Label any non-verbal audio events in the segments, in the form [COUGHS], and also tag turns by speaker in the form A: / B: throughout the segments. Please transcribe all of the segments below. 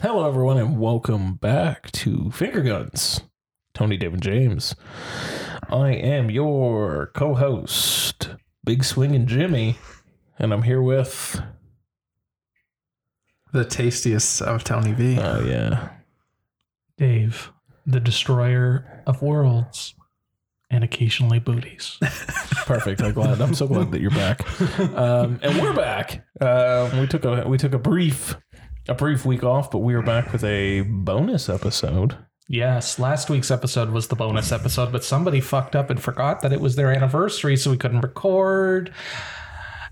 A: Hello, everyone, and welcome back to Finger Guns. Tony, David, James. I am your co-host, Big Swing and Jimmy, and I'm here with.
B: The tastiest of Tony V.
A: Oh yeah,
C: Dave, the destroyer of worlds and
A: [LAUGHS]
C: occasionally booties.
A: perfect. I'm glad. I'm so glad that you're back. Um, and we're back. Uh, we took a we took a brief a brief week off, but we are back with a bonus episode.
C: Yes, last week's episode was the bonus episode, but somebody fucked up and forgot that it was their anniversary, so we couldn't record.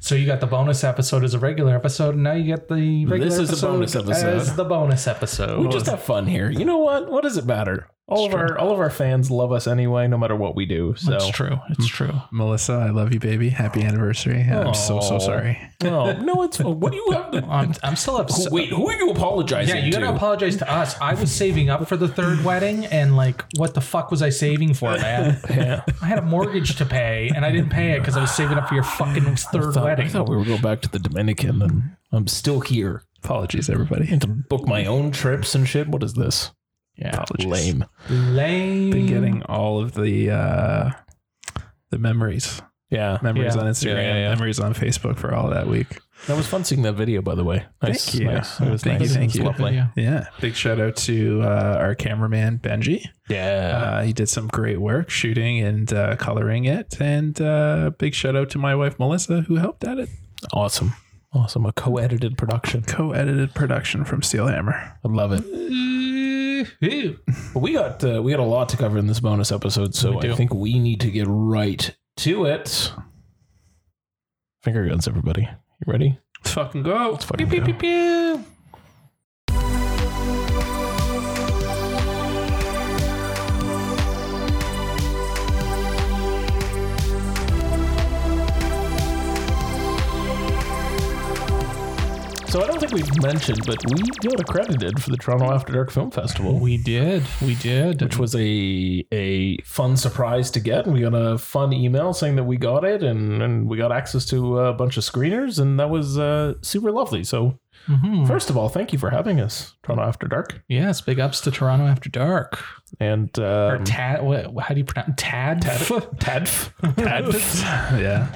C: So you got the bonus episode as a regular episode, and now you get the regular
A: This is a bonus episode.
C: as the bonus episode.
A: We just have fun here. You know what? What does it matter? All of
C: It's true.
A: our all of our fans love us anyway, no matter what we do. So
C: That's true. It's
A: Hmm.
C: true.
B: Melissa, I love you, baby. Happy anniversary. I'm so,
A: Aw.
B: so sorry.
A: No, no, it's what do you have to [LAUGHS]
C: I'm, I'm still upset.
A: wait? Who are you apologizing
C: Yeah, you gotta
A: to?
C: apologize to us. I was saving up for the third wedding, and like, what the fuck was I saving for, man?
A: [LAUGHS] [LAUGHS] yeah,
C: I had a mortgage to pay, and I didn't pay it because I was saving up for your fucking third
A: thought, I
C: wedding.
A: thought we were going back to the Dominican, and I'm still here.
B: Apologies, everybody.
A: I have to book my own trips and shit. What is this? Yeah,
B: Apologies.
A: lame.
C: Lame.
B: Been getting all of the uh the memories.
A: Yeah,
B: Memories
C: Yeah.
B: on Instagram,
A: Yeah, yeah, yeah.
B: memories on Facebook for all that week.
A: that was fun seeing that video, by the way. Nice,
B: Thank you.
A: nice. It was
B: Thank you,
A: nice.
B: thank
A: It was
B: you.
A: Lovely.
C: Yeah.
B: Yeah. Big shout out to uh, our cameraman Benji.
A: Yeah,
B: Uh, he did some great work shooting and uh, coloring it. And uh, big shout out to my wife Melissa who helped edit.
A: Uh, awesome, awesome. A co-edited production.
B: Co-edited production from Steel Hammer.
A: I love it.
C: Ew.
A: But we got uh, we got a lot to cover in this bonus episode, so
C: We do.
A: I think we need to get right to it. Finger guns, everybody. You ready?
B: Let's fucking go.
A: Let's fucking go. So I don't think we've mentioned, but we got accredited for the Toronto After Dark Film Festival.
C: We did. We did.
A: which was a a fun surprise to get. And we got a fun email saying that we got it, and, and we got access to a bunch of screeners, and that was uh, super lovely. So
C: Mhm.
A: first of all, thank you for having us, Toronto After Dark,
C: Yes, big ups to Toronto After Dark.
A: and
C: Or
A: um,
C: Tad. What, how do you pronounce Tad? [LAUGHS]
A: Tadf, Tadf, [LAUGHS]
B: yeah.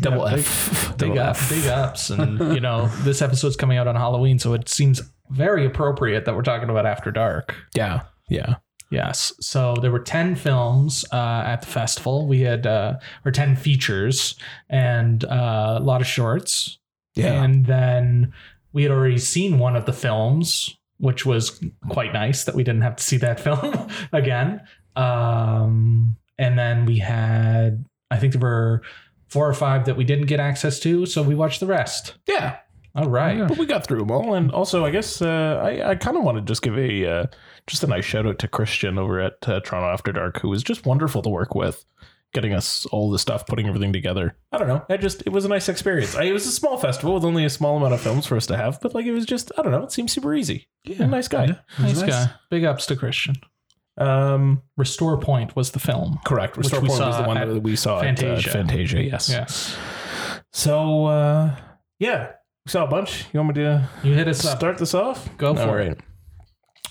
A: double
C: Yeah,
A: F.
C: Big, up, big ups. And, you [LAUGHS] know, this episode's coming out on Halloween, so it seems very appropriate that we're talking about After Dark.
A: Yeah, yeah.
C: Yes. So there were 10 films uh, at the festival. We had, uh, or 10 features and uh, a lot of shorts. And then we had already seen one of the films, which was quite nice that we didn't have to see that [LAUGHS] film again. Um, and then we had, I think there were four or five that we didn't get access to. So we watched the rest.
A: yeah.
C: All right.
A: But we got through them all, and also I guess uh, I I kind of want to just give a uh, just a nice shout out to Christian over at uh, Toronto After Dark, who was just wonderful to work with, getting us all the stuff, putting everything together. I don't know, I just it was a nice experience. I, it was a small festival with only a small amount of films for us to have, but like it was just I don't know, it seemed super easy. Yeah, nice guy.
C: Nice,
B: Nice.
C: guy. Big ups to Christian.
A: Um,
C: Restore Point was the film.
A: correct.
C: Which
A: Restore
C: we
A: Point was
C: saw
A: the one
C: at
A: that we saw at
C: Fantasia.
A: uh, Fantasia. Yes.
C: Yes.
A: So uh, yeah, we saw a bunch. You want me to
C: You hit us up.
A: start this off?
C: uh, Go for
A: All
C: it.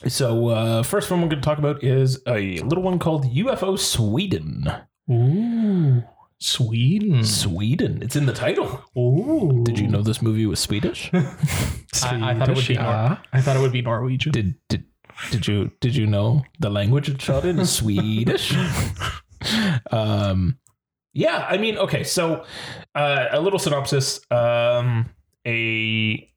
A: right. So uh, first one we're going to talk about is a little one called UFO Sweden.
C: Ooh, Sweden.
A: Sweden. It's in the title.
C: Ooh.
A: Did you know this movie was
C: [LAUGHS]
A: Swedish?
C: I, I thought it would be.
B: Swedish,
C: Nor-
B: ah.
C: I thought it would be Norwegian.
A: did did did you did you know the language it shot in is
C: [LAUGHS]
A: Swedish? um, yeah, I mean, okay, so uh, a little synopsis. Um, a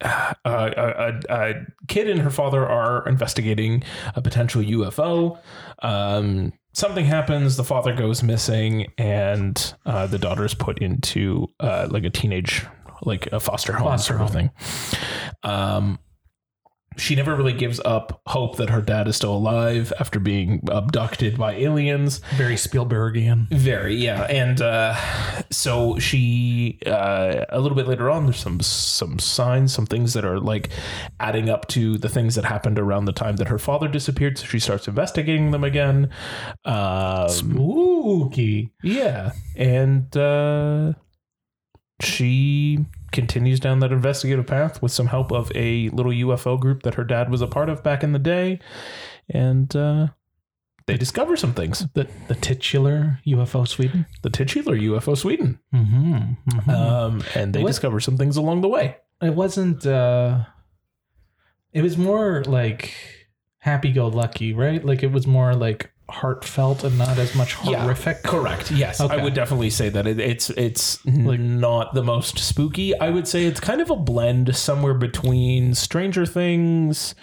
A: uh, a, a, a kid and her father are investigating a potential UFO. Um, something happens. The father goes missing, and uh, the daughter is put into uh, like a teenage, like a foster home
C: Foster
A: sort of thing. Um, she never really gives up hope that her dad is still alive after being abducted by aliens.
C: Very Spielbergian.
A: Very, yeah, and uh, so she uh, a little bit later on. There's some some signs, some things that are like adding up to the things that happened around the time that her father disappeared. So she starts investigating them again. Um,
C: Spooky.
A: yeah, and uh, she continues down that investigative path with some help of a little UFO group that her dad was a part of back in the day, and uh, they discover some things.
C: The the titular UFO Sweden.
A: The titular UFO Sweden,
C: Mm-hmm.
A: um, and they
C: What-
A: discover some things along the way.
C: it wasn't. uh It was more like happy-go-lucky, right? Like it was more like heartfelt and not as much
A: Yeah,
C: horrific.
A: Correct. Yes, I
C: Okay.
A: would definitely say that it, it's it's like, not the most spooky. I would say it's kind of a blend somewhere between Stranger Things,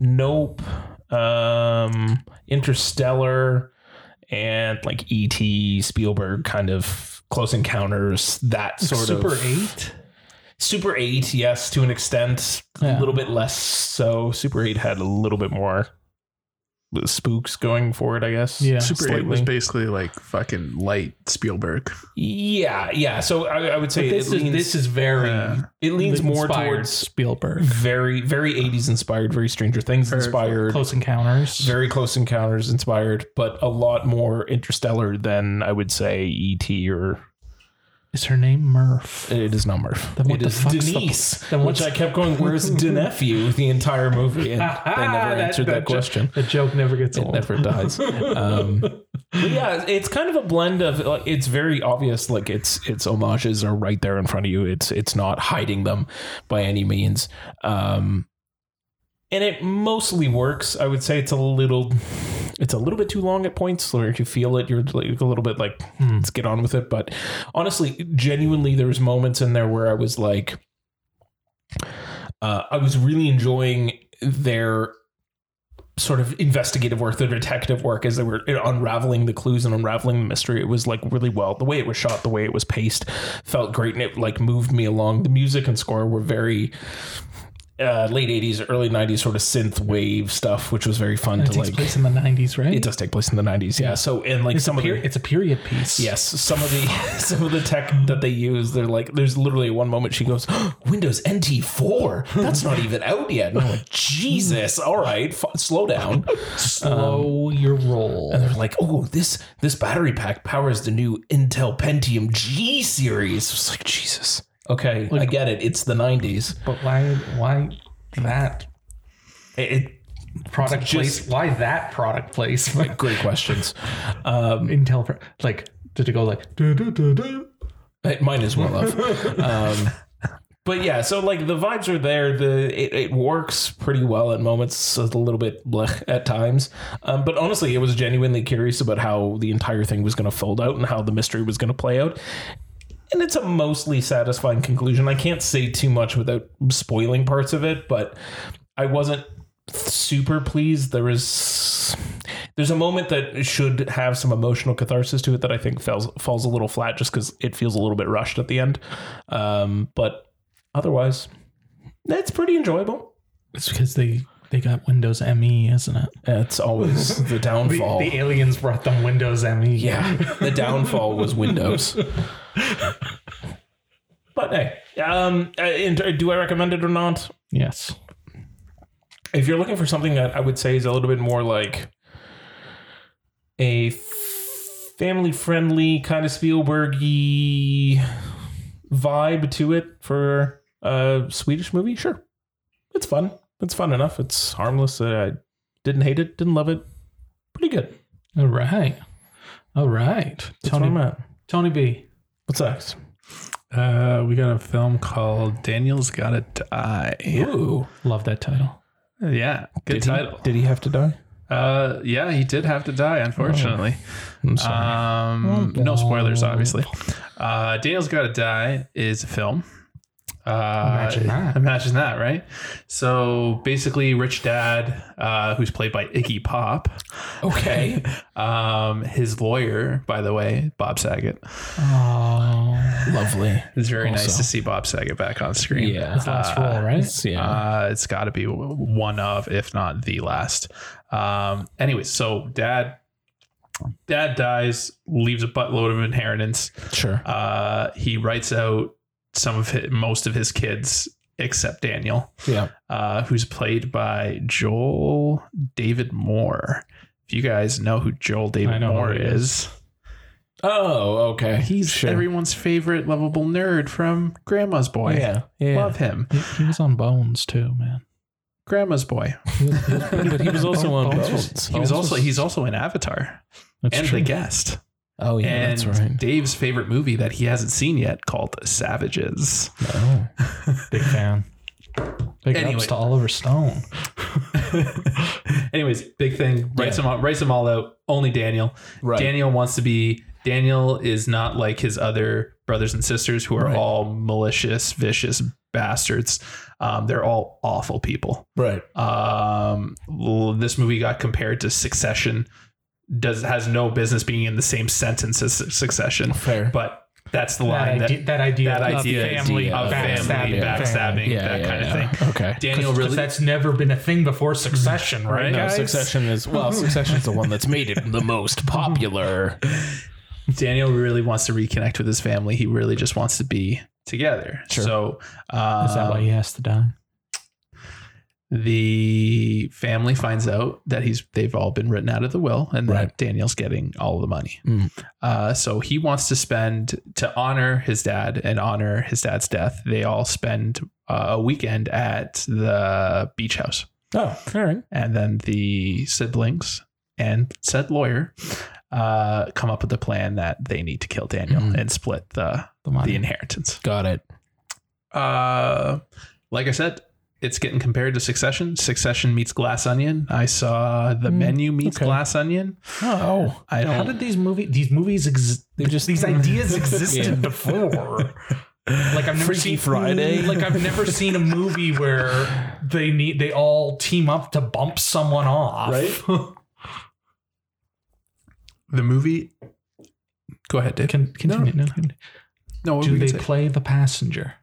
A: Nope, um, Interstellar, and like E.T. Spielberg kind of Close Encounters. That sort
C: Super
A: of
C: Eight.
A: Super Eight. Yes, to an extent, a
C: Yeah.
A: little bit less so. Super Eight had a little bit more spooks going for it. I guess.
C: Yeah.
B: Super Eight was
A: Slightly.
B: basically like fucking light Spielberg.
A: Yeah, yeah. So I, I would say
C: But this
A: it
C: is
A: leans,
C: this is very
B: Yeah.
A: it leans more
C: inspired
A: towards
C: Spielberg.
A: very very 80s inspired, very Stranger Things
B: Very
A: inspired,
C: Close Encounters.
A: very close encounters inspired, but a lot more interstellar than I would say ET or
C: is her name Murph?
A: it is not Murph.
C: Then what
A: It
C: the
A: is
C: fuck's the-
A: Denise,
C: then
A: which
C: what's-
A: I kept going.
C: [LAUGHS]
A: Where's Denephew the entire movie? And [LAUGHS] they never answered that,
C: jo-
A: question.
C: The joke never gets
A: It
C: old.
A: never dies. Um, but yeah, it's kind of a blend of like it's very obvious. Like it's it's homages are right there in front of you. It's it's not hiding them by any means. Um, and it mostly works. I would say it's a little it's a little bit too long at points where if you feel it, you're like a little bit like
C: Hmm.
A: let's get on with it. But honestly, genuinely, there was moments in there where I was like, uh, I was really enjoying their sort of investigative work, their detective work, as they were unraveling the clues and unraveling the mystery. It was like really well. The way it was shot, the way it was paced, felt great, and it like moved me along. The music and score were very. Uh, late 80s early 90s sort of synth wave stuff which was very fun
C: And it
A: to
C: takes
A: like
C: place in the nineties, right?
A: it does take place in the 90s yeah, so and like
C: It's,
A: some
C: a
A: of the
C: peri- it's a period piece.
A: Yes, some of the [LAUGHS] some of the tech that they use, they're like, there's literally one moment she goes, [GASPS] Windows NT4, that's not even out yet. And I'm like, Jesus, all right, f- slow down.
C: Um, Slow your roll.
A: And they're like, oh, this this battery pack powers the new Intel Pentium G series. It's like Jesus. Okay, I get it. It's the 90s.
C: But why why that
A: It, it,
C: product
A: Just-
C: place? Why that product place? [LAUGHS] Like um,
A: great questions.
C: Intel pro- like did it go like do do do do?
A: [LAUGHS] It might as well have. um, but yeah, so like the vibes are there. The it, it works pretty well at moments, a little bit blech at times. Um, but honestly, it was genuinely curious about how the entire thing was going to fold out and how the mystery was going to play out. And it's a mostly satisfying conclusion. I can't say too much without spoiling parts of it, but I wasn't super pleased. There is there's a moment that should have some emotional catharsis to it that I think falls falls a little flat just because it feels a little bit rushed at the end. Um, but otherwise, that's pretty enjoyable.
C: It's because they they got Windows ME, isn't it?
A: That's always [LAUGHS] the downfall.
C: The aliens brought them Windows E. ME.
A: yeah, the downfall was Windows. [LAUGHS] But hey, um, uh, in- do I recommend it or not?
C: Yes.
A: if you're looking for something that I would say is a little bit more like a family friendly kind of Spielbergy vibe to it for a Swedish movie, sure. It's fun. It's fun enough. It's harmless. Uh, I didn't hate it, didn't love it. Pretty good.
C: All right. All right.
A: That's where I'm
C: Tony
A: at.
C: Tony B.
A: What's next?
B: Uh, we got a film called Daniel's Gotta Die.
A: Ooh.
C: Love that title.
B: Yeah, good
A: Did he-
B: title.
A: did he have to die?
B: Uh, yeah, he did have to die, unfortunately.
A: Oh, I'm sorry. Oh,
B: Um, no spoilers, obviously. Uh, Daniel's Gotta Die is a film. Uh,
C: Imagine that.
B: Imagine that, right? So basically, rich dad, uh, who's played by
A: [LAUGHS]
B: Iggy Pop,
A: okay.
B: um, his lawyer, by the way, Bob Saget.
C: Oh,
A: [LAUGHS] Lovely.
B: It's very nice
A: Also.
B: to see Bob Saget back on screen.
C: his last role, right?
A: Yeah.
B: Uh, it's got to be one of, if not the last. Um, anyways, so dad, dad dies, leaves a buttload of inheritance.
A: sure.
B: Uh, he writes out some of his, most of his kids except Daniel,
A: Yeah.
B: uh, who's played by Joel David Moore. If you guys know who Joel
C: I
B: David
C: know who
B: Moore
C: he
B: is,
A: Oh, okay.
B: He's
A: sure.
B: everyone's favorite lovable nerd from Grandma's Boy.
A: yeah, yeah.
B: Love him.
C: He, he was on Bones too, man.
B: Grandma's Boy.
C: He was- he was-
A: [LAUGHS] but he was also on
B: Bones was-
A: Bones.
B: He was also he's also in Avatar
C: that's
B: and
C: true.
B: The Guest.
A: Oh yeah,
B: and
A: that's right.
B: Dave's favorite movie that he hasn't seen yet called Savages.
A: Oh.
C: Big fan. Big
B: Anyway.
C: ups to Oliver Stone.
B: [LAUGHS] Anyways, big thing. Writes them all. Writes them all out. Only Daniel.
A: Right.
B: Daniel wants to be. Daniel is not like his other brothers and sisters who are
A: Right.
B: all malicious, vicious bastards. Um, they're all awful people.
A: Right.
B: Um, l- this movie got compared to Succession. Does has no business being in the same sentence as Su- Succession,
A: Fair.
B: but that's the
C: That,
B: line that,
C: idea, that idea.
B: that
C: of
B: idea is-
C: Family
A: of
B: of family
C: backstabbing.
B: backstabbing,
A: yeah,
B: that
A: yeah,
B: kind
A: yeah.
B: of thing.
A: Okay.
B: Daniel
C: Because
B: really
C: that's never been a thing before Succession, right?
B: Right?
A: No,
B: guys?
A: Succession is [LAUGHS] well. Succession's the one that's made it the [LAUGHS] most popular.
B: Daniel really wants to reconnect with his family. He really just wants to be together.
A: Sure.
B: So, uh,
C: Is that why he has to die?
B: the family finds out that he's they've all been written out of the will, and that
A: Right.
B: Daniel's getting all the money.
A: Mm.
B: Uh, so he wants to spend to honor his dad and honor his dad's death. They all spend uh, a weekend at the beach house,
A: Oh, all right.
B: and then the siblings and said lawyer uh, come up with a plan that they need to kill Daniel
A: Mm.
B: and split the
C: Mm-hmm.
B: the
C: The money.
B: inheritance.
A: Got it.
B: Uh, like I said, it's getting compared to Succession. Succession meets Glass Onion. I saw the
A: Hmm,
B: menu meets
A: okay.
B: Glass Onion.
A: Oh,
B: I
C: Mm, How
B: don't.
C: did these movie these movies exist?
A: They just-
C: These ideas
A: Yeah.
C: existed before. [LAUGHS] Like I've never
A: Freaky
C: seen
A: Friday.
C: [LAUGHS] Like I've never seen a movie where they need they all team up to bump someone off.
A: Right?
C: [LAUGHS]
B: the movie. Go ahead, Dave.
C: Can continue. No.
B: no, what
C: Do
B: were you
C: they
B: gonna say?
C: play the passenger?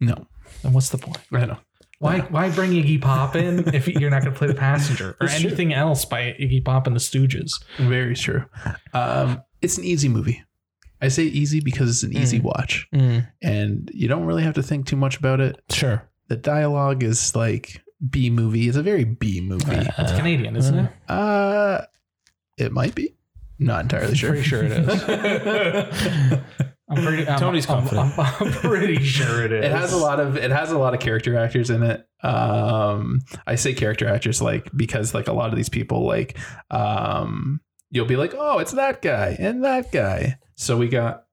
B: No,
C: Then what's the point?
B: I know.
C: Why why bring Iggy Pop in if you're not going to play the passenger or
A: It's true.
C: anything else by Iggy Pop and the Stooges?
B: Very true. Um, it's an easy movie. I say easy because it's an
C: Mm.
B: easy watch,
A: Mm.
B: and you don't really have to think too much about it.
A: sure.
B: The dialogue is like B movie. It's a very B movie.
C: It's Canadian, isn't it?
B: Uh, it might be. Not entirely sure.
C: sure
A: [LAUGHS]
C: it is. I'm pretty. I'm,
A: Tony's
C: I'm-
A: confident.
C: I'm- I'm pretty sure it is.
B: It has a lot of it has a lot of character actors in it. Um, I say character actors like because like a lot of these people like um, you'll be like, oh, it's that guy and that guy. So we got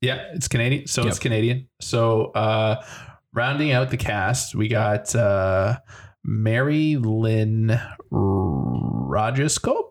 B: yeah, it's Canadian. So it's
A: Yep.
B: Canadian. So uh, rounding out the cast, we got uh, Mary Lynn Rajascope.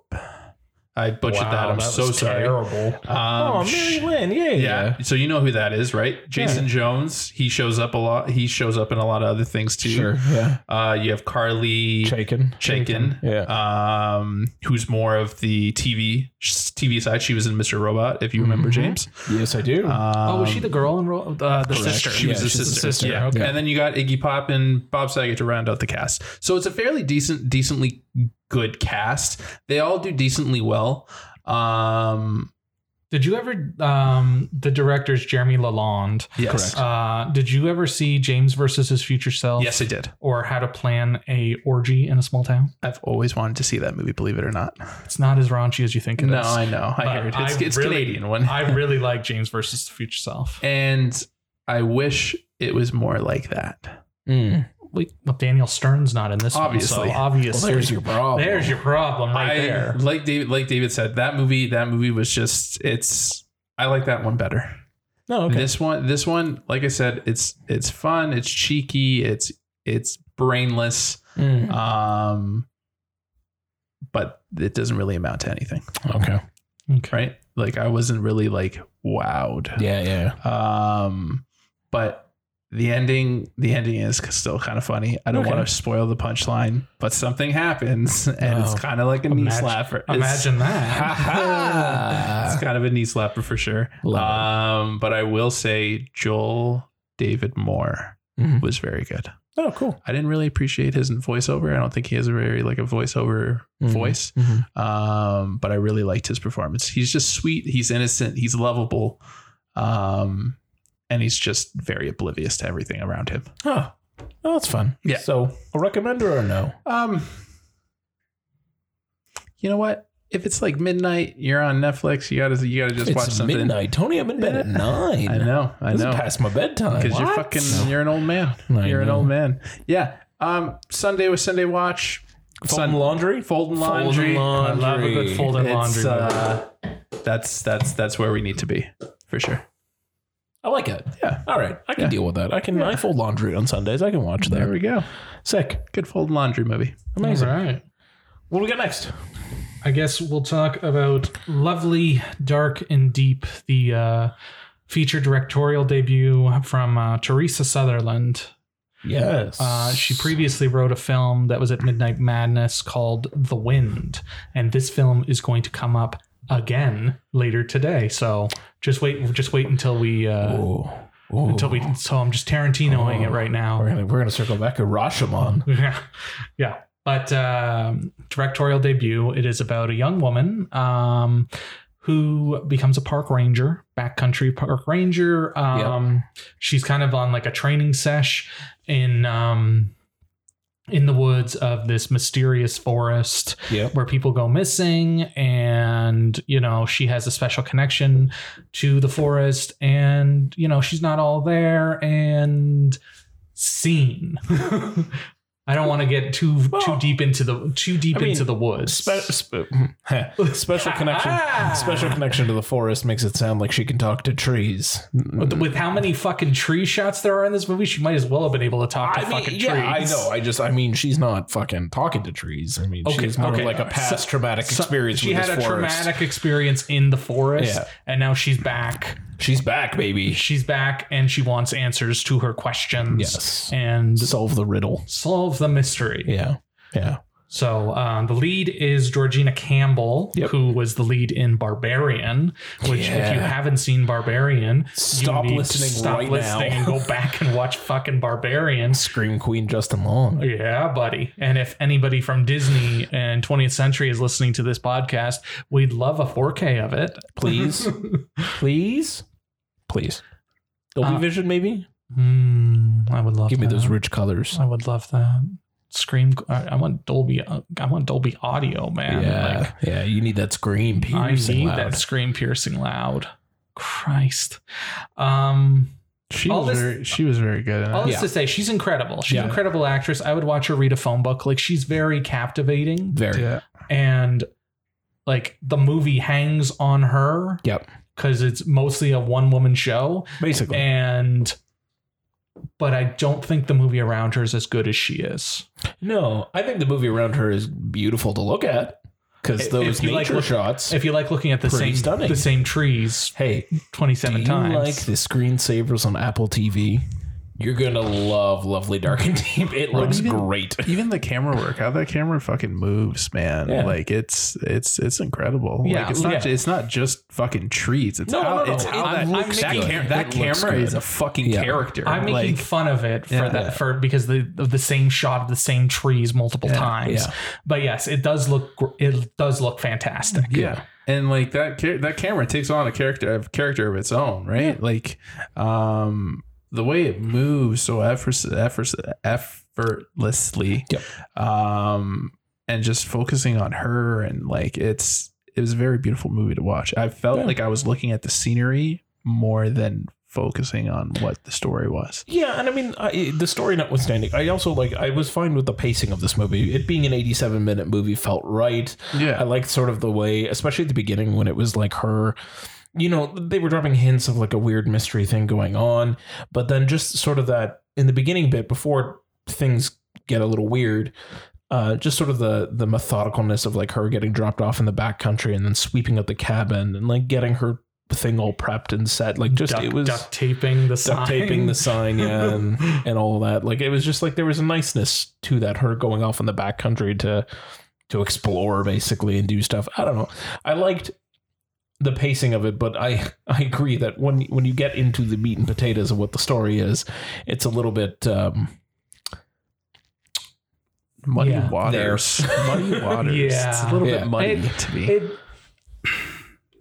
B: I butchered
C: Wow,
B: that. I'm
C: that
B: so
C: was
B: sorry.
C: Terrible.
B: Um,
A: [LAUGHS] oh, Mary Lynn. Yeah, yeah.
B: yeah. So you know who that is, right? Jason Jones. He shows up a lot. He shows up in a lot of other things too.
A: Yeah.
B: Uh, you have Carly
A: Chicken.
B: Chaikin,
A: Yeah.
B: um, who's more of the TV TV side. She was in Mr. Robot, if you remember,
C: Mhm.
B: James.
A: Yes, I do.
B: Um,
C: oh, was she the girl in Ro- uh, the sister?
B: She was
A: Yeah,
B: the
A: she's the
B: sister.
A: sister.
B: Yeah.
C: Okay.
B: And then you got Iggy Pop and Bob Saget to round out the cast. So it's a fairly decent, decently good cast. They all do decently well. Um,
C: Did you ever? Um, the director's Jeremy Lalonde.
B: yes.
A: Correct.
B: Uh,
C: Uh, did you ever see James versus his future self?
B: Yes, I did.
C: Or how to plan a orgy in a small town?
B: I've always wanted to see that movie, believe it or not.
C: It's not as raunchy as you think it is.
B: No, I know. I
C: But
B: heard it's,
C: I
B: it's
C: really-
B: Canadian one,
C: I really like James versus the future self.
B: and I wish it was more like that.
A: Mm.
C: Well, Daniel Stern's not in this one,
B: Obviously.
C: so obviously,
A: Well, there's your problem.
C: there's your problem right
B: I,
C: there.
B: Like David, like David said, that movie, that movie was just. It's. I like that one better.
A: No, Oh, okay.
B: This one, this one, like I said, it's it's fun, it's cheeky, it's it's brainless,
A: Mm.
C: Hmm.
B: um, but it doesn't really amount to anything,
A: Okay.
C: Okay.
B: right? Like I wasn't really like wowed.
A: Yeah, yeah.
B: Um, but the ending, the ending is still kind of funny. I don't
A: Okay.
B: want to spoil the punchline, but something happens, and it's
A: Oh.
B: kind of like a knee
C: Imagine-
B: slapper. It's- [LAUGHS]
C: Imagine that.
B: it's kind of a knee slapper for sure.
A: Love it.
B: Um, but I will say Joel David Moore
A: Mhm.
B: was very good.
A: Oh, cool.
B: I didn't really appreciate his voiceover. I don't think he has a very like a voiceover
A: Mhm.
B: voice. Um, but I really liked his performance. He's just sweet. He's innocent. He's lovable. Um, and he's just very oblivious to everything around him.
A: Huh. Oh, that's fun.
B: Yeah.
A: So, a recommender or no?
B: Um, you know what? if it's like midnight, you're on Netflix. You gotta you gotta just watch
A: It's
B: something.
A: midnight. Tony, I'm in bed at nine.
B: I know, I
A: This is
B: know.
A: past my bedtime.
B: because you're
A: What?
B: fucking you're an old man.
A: I
B: you're an
A: know.
B: old man. Yeah. Um, Sunday was Sunday watch.
A: folding laundry.
B: folding
A: Folding
B: laundry. Um,
C: I love a
A: laundry.
C: good folded laundry.
B: It's,
C: movie.
B: uh, that's that's that's where we need to be for sure.
A: I like it.
B: Yeah.
A: All right, I can
B: Yeah.
A: deal with that. I can. I fold laundry on Sundays. I can watch
B: There
A: that.
B: we go.
A: Sick.
B: Good folding laundry movie.
A: Amazing.
C: All right.
A: What do we got next?
C: I guess we'll talk about Lovely, Dark, and Deep, the uh, feature directorial debut from uh, Teresa Sutherland.
A: Yes.
C: Uh, she previously wrote a film that was at Midnight Madness called The Wind, and this film is going to come up again later today. So just wait, just wait until we uh,
A: Ooh. Ooh.
C: until we. So I'm just Tarantinoing it right now.
A: We're gonna we're gonna circle back to Rashomon.
C: [LAUGHS]
A: [LAUGHS]
C: Yeah. Yeah. But um, directorial debut, it is about a young woman um, who becomes a park ranger, backcountry park ranger. Um, She's kind of on like a training sesh in um, in the woods of this mysterious forest
A: Yep.
C: where people go missing and you know she has a special connection to the forest and you know she's not all there and scene i don't want to get too
A: Well,
C: too deep into the too deep
A: I mean,
C: into the woods
A: Spe- spe- special connection.
C: Ah!
B: [LAUGHS]
A: Special connection to the forest makes it sound like she can talk to trees.
C: with, with how many fucking tree shots there are in this movie she might as well have been able to talk to
A: I
C: fucking
A: mean, yeah, I
C: trees
A: know. I just, I mean, she's not fucking talking to trees. I mean,
C: Okay,
A: she's more
C: okay,
A: like a
C: all right.
A: past
C: So-
A: traumatic
C: So-
A: experience.
C: she
A: with
C: had
A: this
C: a
A: forest.
C: traumatic experience in the forest
A: Yeah.
C: and now she's back
A: She's back, baby.
C: she's back and she wants answers to her questions
A: Yes.
C: and
A: Solve the riddle.
C: solve the mystery.
A: Yeah, yeah.
C: So um, the lead is Georgina Campbell,
A: Yep.
C: who was the lead in Barbarian. Which,
A: Yeah.
C: if you haven't seen Barbarian, you
A: Stop
C: need to
A: listening
C: stop
A: right [LAUGHS]
C: listening
A: now.
C: and go back and watch fucking Barbarian.
A: Scream Queen Justin Long.
C: Yeah, buddy. And if anybody from Disney and 20th Century is listening to this podcast, we'd love a 4K of it.
A: [LAUGHS] Please, please, please. Dolby
C: Uh,
A: Vision, maybe.
C: Mm, I would love.
A: Give me
C: that.
A: those rich colors.
C: I would love that. Scream. I, I want Dolby. uh, I want Dolby audio, man.
A: yeah,
C: Like,
A: yeah. You need that scream.
C: I
A: piercing
C: need
A: loud.
C: that scream piercing loud. Christ. Um,
B: She
C: All
B: was
C: this-
B: very she was very good. In
C: all
B: it.
C: this
A: Yeah.
C: to say, she's incredible. She's
A: Yeah.
C: an incredible actress. I would watch her read a phone book. Like she's very captivating,
A: Very.
B: Yeah.
C: and like the movie hangs on her.
A: Yep.
C: Because it's mostly a one woman show,
A: Basically.
C: and but I don't think the movie around her is as good as she is.
A: no, I think the movie around her is beautiful to look at because
C: If-
A: those
C: if you
A: nature
C: like look-
A: shots.
C: If you like looking at the
A: Pretty
C: same
A: stunning.
C: the same trees
A: hey,
C: twenty seven
A: do you
C: times,
A: like the screensavers on Apple TV? You're gonna love Lovely Dark and Deep. It
B: Well,
A: looks
B: even-
A: great.
B: [LAUGHS] Even the camera work, how that camera fucking moves, man.
A: Yeah.
B: Like it's it's it's incredible.
C: Yeah,
B: like it's not
C: yeah.
B: it's not just fucking trees. It's
A: No,
B: how
A: no, no.
B: it's how
A: It
B: that
A: looks
B: that,
A: good.
B: cam-
A: It
B: that
A: looks
B: camera
A: good.
B: is a fucking
A: Yeah.
B: character.
C: I'm making
B: like,
C: fun of it for
B: Yeah.
C: that for because the of the same shot of the same trees multiple times.
A: yeah.
C: But yes, it does look gr- it does look fantastic.
B: Yeah. And like that cha- that camera takes on a character a character of its own, right? Like um the way it moves so effortless, effortless, effortlessly. Um and just focusing on her and like it's it was a very beautiful movie to watch. I felt
A: Yeah.
B: like I was looking at the scenery more than focusing on what the story was.
A: Yeah, and I mean I, the story notwithstanding, I also like I was fine with the pacing of this movie. It being an 87 minute movie felt right. I
B: Yeah.
A: liked sort of the way, especially at the beginning when it was like her, you know, they were dropping hints of like a weird mystery thing going on, but then just sort of that in the beginning bit before things get a little weird. Uh, just sort of the the methodicalness of like her getting dropped off in the back country and then sweeping up the cabin and like getting her thing all prepped and set like just
C: duct,
A: it was
C: duct taping the
A: duct taping the sign yeah and, and all that like it was just like there was a niceness to that her going off in the backcountry to to explore basically and do stuff i don't know i liked the pacing of it but i [LAUGHS] i agree that when when you get into the meat and potatoes of what the story is it's a little bit um
B: Muddy
C: Yeah.
B: waters.
A: There.
B: Muddy waters.
C: Yeah.
B: It's a little
A: Yeah.
B: bit muddy
C: It-
B: to me.
C: it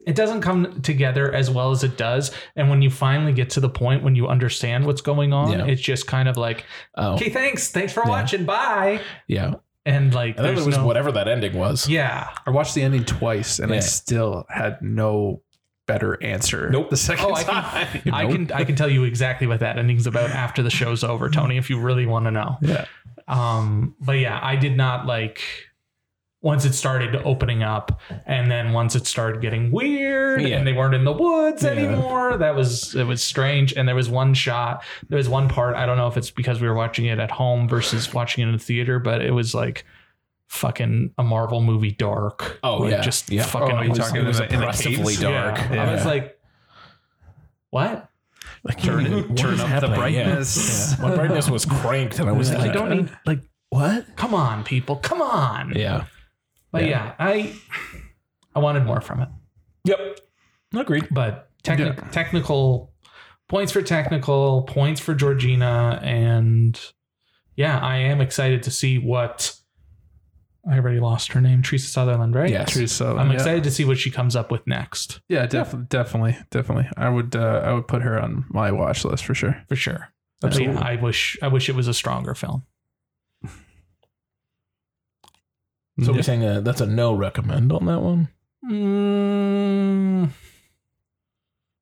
C: it doesn't come together as well as it does and when you finally get to the point when you understand what's going on
A: Yeah.
C: it's just kind of like
A: oh
C: okay thanks thanks for
A: Yeah.
C: watching bye
A: yeah
C: and like
A: And then
C: there's
A: it was
C: no,
A: whatever that ending was.
C: yeah
B: I watched the ending twice and I
A: Yeah.
B: still had no better answer.
A: Nope.
B: The second
A: [LAUGHS]
C: Oh, I can-
B: time. [LAUGHS]
C: I can I can tell you exactly what that ending's about after the show's over, Tony, if you really want to know.
B: Yeah.
C: Um, but yeah, I did not like once it started opening up, and then once it started getting weird,
A: Yeah.
C: and they weren't in the woods
B: Yeah.
C: anymore, that was it was strange. And there was one shot, there was one part. I don't know if it's because we were watching it at home versus watching it in the theater, but it was like fucking a Marvel movie dark.
A: Oh,
C: Like,
A: yeah.
C: just
A: Yeah.
C: fucking
B: Oh,
C: it was-
B: talking
C: it was
B: about in the
A: oppressively
B: caves?
A: dark.
C: yeah.
B: Yeah.
C: I was like, what?
A: Like,
B: turn
A: what
B: it,
A: is
B: turn up the
A: happening? Yeah.
B: brightness.
A: My brightness was cranked, and [LAUGHS] I was
B: Yeah.
A: like,
C: I don't need like
A: "What?"
C: come on, people, come on.
A: Yeah.
C: But
A: Yeah.
C: yeah. I I wanted more from it.
A: Yep. Agreed.
C: But techni- technical points for technical points for Georgina, and yeah, I am excited to see what. I already lost her name, Teresa Sutherland, right?
A: Yes.
B: True, so
C: I'm
B: yeah.
C: excited to see what she comes up with next,
B: Yeah, def- definitely, definitely. I would, uh, I would put her on my watch list for sure.
C: for sure. But yeah, I wish I wish it was a stronger film.
A: So
B: Yeah.
A: we're saying uh that's a no recommend on that one.
C: Mm,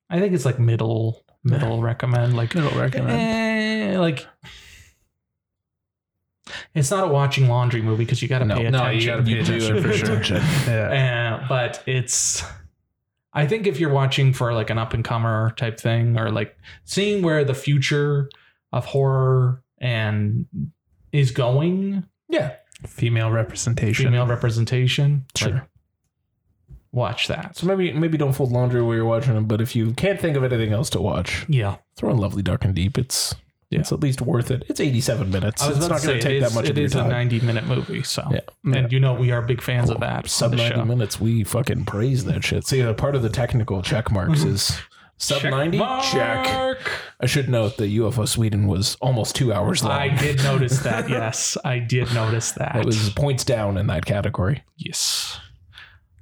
C: I think it's like middle middle recommend like
B: Middle recommend.
C: Eh, like it's not a watching laundry movie because you got to
A: No,
C: pay
B: no, you
C: attention.
B: gotta pay attention
C: for sure.
B: [LAUGHS] Yeah.
C: [LAUGHS] Eh, but it's, I think if you're watching for like an up and comer type thing or like seeing where the future of horror and is going,
A: Yeah.
B: Female representation.
C: female representation,
A: Sure.
C: like, watch that.
A: So maybe maybe don't fold laundry while you're watching it, but if you can't think of anything else to watch,
C: Yeah,
A: throw in Lovely Dark and Deep. It's
C: Yeah.
A: it's at least worth it. It's 87 minutes.
C: I was
A: it's
C: about
A: not
C: to
A: going
C: say
A: to take
C: it
A: that
C: is,
A: much of
C: it
A: your
C: is a
A: time.
C: 90 minute movie, so
A: Yeah.
B: Yeah.
C: and you know we are big fans of that.
A: Sub
C: on the
A: 90
C: show.
A: minutes, we fucking praise that shit. Mm-hmm. See, uh, part of the technical check marks is sub 90 check.
C: mark.
A: I should note that UFO Sweden was almost two hours long.
C: I did notice
A: [LAUGHS]
C: that. Yes, I did notice that.
A: It was points down in that category.
C: yes.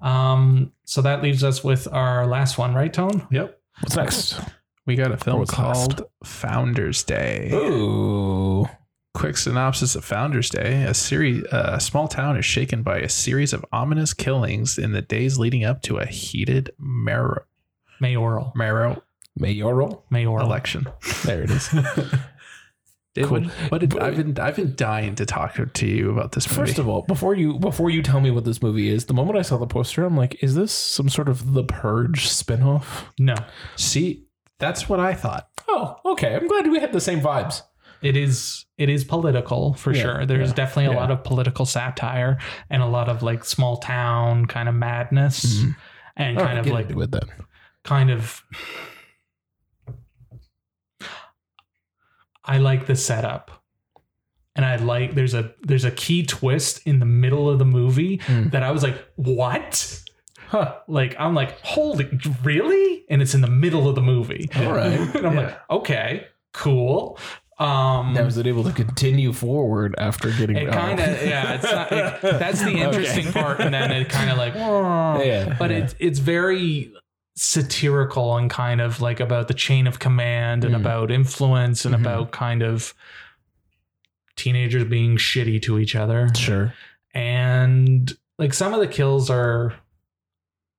C: Um. So that leaves us with our last one, right, Tone?
B: Yep.
A: What's next?
B: We got a film
A: What's
B: called Founders Day.
A: Ooh.
B: Quick synopsis of Founders Day. A series, a small town is shaken by a series of ominous killings in the days leading up to a heated mayor,
C: Mayoral.
B: mayor
A: Mayoral.
C: Mayoral.
B: election.
A: There [LAUGHS] it is.
B: Dave,
A: Cool.
B: what, what did, I've been I've been dying to talk to you about this movie.
A: First of all, before you before you tell me what this movie is, the moment I saw the poster, I'm like, is this some sort of The Purge spinoff?
C: no,
B: see, that's what I thought.
A: Oh, okay. I'm glad we had the same vibes.
C: it is. It is political for
A: Yeah,
C: sure. There's
A: yeah,
C: definitely a
A: yeah.
C: lot of political satire and a lot of like small town kind of madness
A: Mhm.
C: and
A: All
C: kind
A: right,
C: of
A: get
C: like
A: into it then.
C: kind of I like the setup. And I like there's a there's a key twist in the middle of the movie
A: Mm.
C: that I was like, "What?"
A: Huh.
C: Like I'm like, "Holy, really?" And it's in the middle of the movie. [LAUGHS]
A: All right.
C: and I'm
B: Yeah.
C: like, "Okay, cool." Um
A: Now is it able to continue forward after getting [LAUGHS]
C: it kind of yeah, it's not it- that's the
A: Okay.
C: interesting part and then it kind of like,
A: [LAUGHS] yeah,
C: but
A: yeah.
C: it's it's very satirical and kind of like about the chain of command and
A: Mm.
C: about influence and
A: Mhm.
C: about kind of teenagers being shitty to each other
A: sure.
C: and like some of the kills are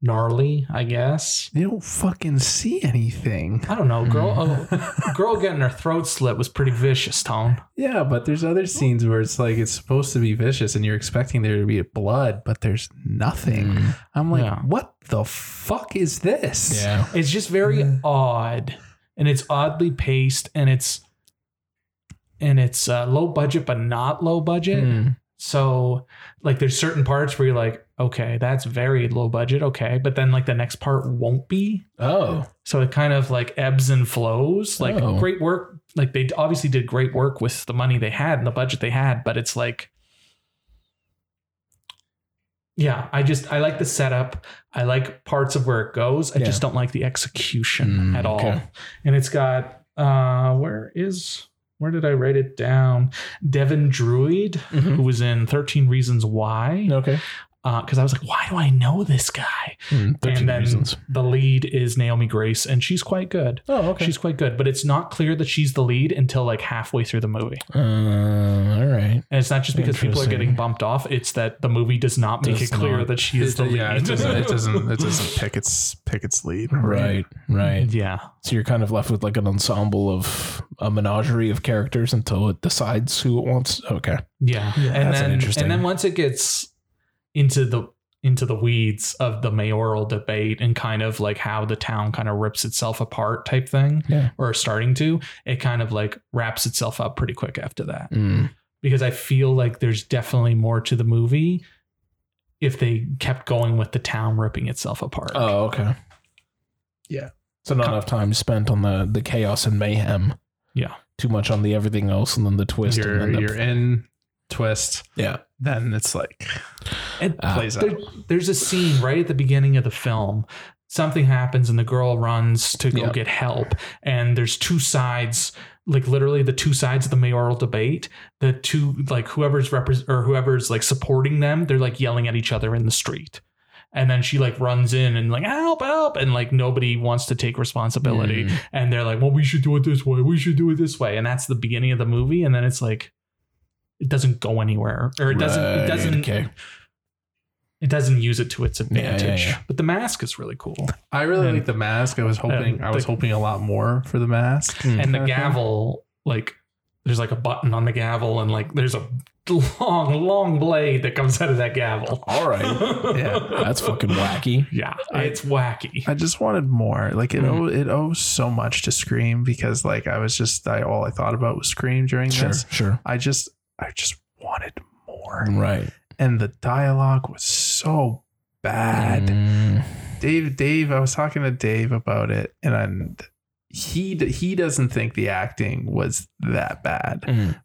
C: gnarly i guess
B: You don't fucking see anything.
C: i don't know girl
A: Mm.
C: oh, girl getting her throat slit was pretty vicious tone
B: Yeah, but there's other scenes where it's like it's supposed to be vicious and you're expecting there to be blood, but there's nothing.
A: Mm,
B: I'm like,
C: Yeah.
B: what the fuck is this?
A: Yeah.
C: It's just very
B: Yeah.
C: odd, and it's oddly paced, and it's and it's uh, low budget, but not low budget.
A: Mm.
C: So, like, there's certain parts where you're like, okay, that's very low budget, okay, but then like the next part won't be.
A: Oh.
C: So it kind of like ebbs and flows. Like
A: Oh.
C: great work. Like they obviously did great work with the money they had and the budget they had, but it's like, yeah, I just I like the setup. I like parts of where it goes. I
A: Yeah.
C: just don't like the execution
A: Mm,
C: at all.
A: okay.
C: And it's got uh where is where did I write it down? Devin Druid, who was in Thirteen Reasons Why
A: mm-hmm. Okay.
C: because I was like, why do I know this guy?
A: Mm, 13
C: And then
A: reasons.
C: the lead is Naomi Grace, and she's quite good.
A: Oh, okay.
C: She's quite good, but it's not clear that she's the lead until like halfway through the movie.
A: uh, all right.
C: And it's not just because people are
A: Interesting.
C: getting bumped off; it's that the movie does not make
A: Does
C: it clear
A: not.
C: that she is the lead.
B: yeah, it doesn't, it doesn't, it
C: [LAUGHS]
B: doesn't pick its pick its lead.
A: Right. Right.
C: yeah,
A: So you're kind of left with like an ensemble of a menagerie of characters until it decides who it wants. Okay.
C: yeah. and
A: that's
C: then
A: interesting.
C: and then once it gets into the into the weeds of the mayoral debate and kind of like how the town kind of rips itself apart type thing,
A: Yeah.
C: or starting to, it kind of like wraps itself up pretty quick after that.
A: Mm.
C: because I feel like there's definitely more to the movie if they kept going with the town ripping itself apart.
A: Oh, okay.
B: Yeah.
A: So not enough time spent on the the chaos and mayhem.
C: Yeah.
A: Too much on the everything else and then the twist. and
B: You're,
A: then the-
B: you're in twist.
A: yeah.
B: Then it's like
C: And
A: Ah.
B: plays out.
C: there- there's a scene right at the beginning of the film. Something happens and the girl runs to go
A: Yeah.
C: get help. And there's two sides, like literally the two sides of the mayoral debate. The two, like whoever's repres or whoever's like supporting them, they're like yelling at each other in the street. And then she like runs in and like help, help, and like nobody wants to take responsibility.
A: Mm.
C: and they're like, "Well, we should do it this way. We should do it this way," and that's the beginning of the movie, and then it's like, it doesn't go anywhere, or it doesn't, it
A: Right,
C: doesn't,
A: Okay.
C: it doesn't use it to its
A: yeah,
C: advantage.
A: yeah.
C: But the mask is really
B: [LAUGHS]
C: cool,
B: I really
C: and-
B: like the mask. I was hoping
C: and
B: I was
C: the-
B: hoping a lot more for the mask.
A: Mm.
C: and
B: Kinda
C: the
B: thing.
C: gavel, like, there's like a button on the gavel, and like, there's a long, long blade that comes out of that gavel.
A: All [LAUGHS] right.
B: Yeah,
A: That's
C: [LAUGHS]
A: fucking wacky.
C: Yeah, it's wacky.
B: I just wanted more. Like
C: Mm.
B: it owe, it owes so much to Scream because like I was just I all I thought about was Scream during
A: Sure.
B: this.
A: Sure.
B: I just I just wanted more.
A: Right.
B: And the dialogue was so bad.
A: Mm.
B: Dave Dave I was talking to Dave about it and he d- he doesn't think the acting was that bad,
A: Mm.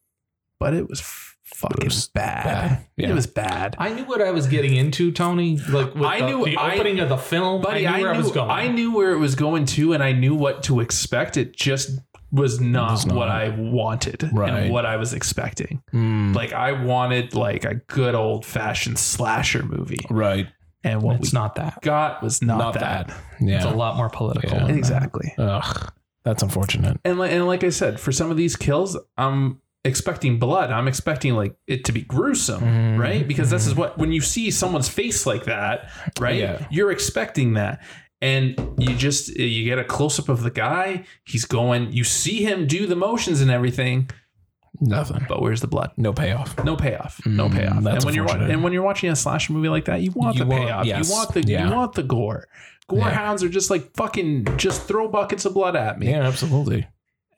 B: but it was f- fucking
A: was
B: bad.
A: Yeah.
B: It was bad.
C: I knew what I was getting into, Tony. Like, with
B: I
C: the,
B: knew-
C: the
B: I-
C: opening of the film.
B: Buddy,
C: I knew where I, was going.
B: I knew where it was going to, and I knew what to expect. It just was not,
A: was not.
B: what I wanted
A: Right.
B: and what I was expecting.
A: Mm.
B: Like I wanted like a good old fashioned slasher movie,
A: right.
B: and what
C: it's
B: we
C: not that.
B: got was not,
A: Not
B: that.
C: It's a
A: Yeah.
C: lot more political.
A: Yeah.
B: Exactly.
A: Ugh. That's unfortunate.
B: And like, and like I said, for some of these kills, I'm expecting blood. I'm expecting like it to be gruesome.
A: Mm.
B: right? Because this is what when you see someone's face like that, right?
A: Yeah.
B: You're expecting that. And you just you get a close up of the guy, he's going, you see him do the motions and everything,
A: nothing.
B: but where's the blood?
A: No payoff.
B: No payoff. No
A: Mm,
B: payoff.
A: that's
B: and when you're wa-
A: unfortunate.
B: and when you're watching a slasher movie like that, you want
A: You
B: the
A: want-
B: payoff.
A: yes.
B: You want the
A: Yeah.
B: you want the gore. Gore
A: Yeah.
B: hounds are just like fucking just throw buckets of blood at me.
A: Yeah, absolutely.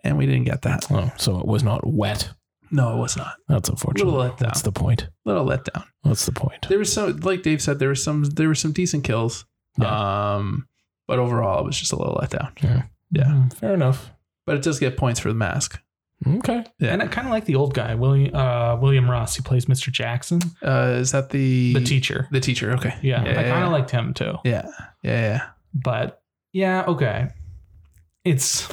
B: And we didn't get that.
A: Oh, so it was not wet.
B: No, it was not.
A: That's unfortunate.
B: Little letdown.
A: That's the point.
B: Little letdown.
A: That's the point.
B: there was some like Dave said, there was some there were some decent kills. Um but overall it was just a little letdown.
C: Mm-hmm.
A: Yeah, fair enough.
B: But it does get points for the mask.
A: Okay.
B: Yeah.
C: And I kind of like the old guy, William uh, William Ross. He plays Mr. Jackson,
B: Uh is that the
C: the teacher.
B: the teacher, okay.
C: Yeah,
B: Yeah,
C: I kind
B: yeah.
C: of liked him too.
B: Yeah. Yeah, yeah.
C: But yeah, okay, it's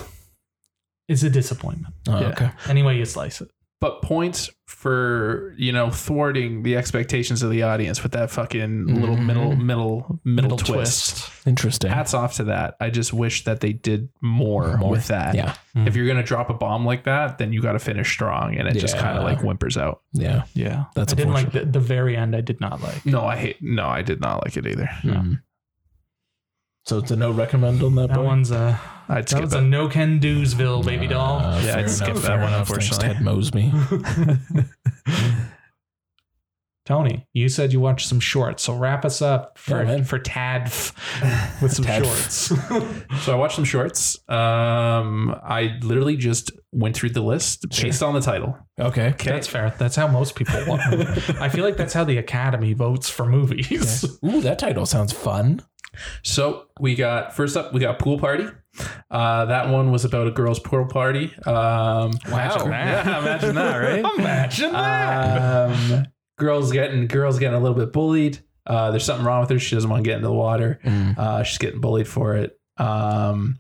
C: it's a disappointment.
A: Oh,
B: Yeah.
A: Okay.
C: Anyway, you slice it.
B: But points for, you know, thwarting the expectations of the audience with that fucking little
A: Mhm.
B: middle Mm-hmm. middle middle, twist.
A: Interesting.
B: Hats off to that. I just wish that they did more, Mm-hmm.
A: More.
B: with that.
A: yeah.
B: If you're gonna drop a bomb like that, then you gotta finish strong and it just
A: Yeah.
B: kinda like whimpers out.
A: Yeah.
C: Yeah,
A: That's
C: I didn't like the, the very end. I did not like.
B: No, I hate no, I did not like it either.
C: No.
A: Mm. So it's a no recommend on that,
C: That
A: boy?
C: one's a
B: I'd
C: that
B: skip
C: was
B: it.
C: a no can do'sville, baby doll.
A: Uh,
B: Yeah,
A: fair
B: I'd skip
A: enough,
B: that
A: fair
B: one,
A: enough. Thanks,
B: unfortunately.
A: Ted Mosby.
C: Tony, you said you watched some shorts, so wrap us up for
A: Yeah, man.
C: for Tadf
B: [LAUGHS]
C: with some
A: Tadf.
C: shorts.
B: So I watched some shorts. Um, I literally just went through the list
A: Sure.
B: based on the title.
A: Okay.
C: That's fair. That's how most people want. I feel like that's how the Academy votes for movies. [LAUGHS]
A: Ooh, that title sounds fun.
B: So we got first up, we got pool party. Uh, that one was about a girl's pool party. Um,
A: Imagine
C: that.
B: Yeah, imagine that, right?
C: [LAUGHS] Imagine
B: [LAUGHS] Um, girls getting girls getting a little bit bullied. Uh, there's something wrong with her. She doesn't want to get into the water.
A: Mm.
B: Uh, she's getting bullied for it. Um,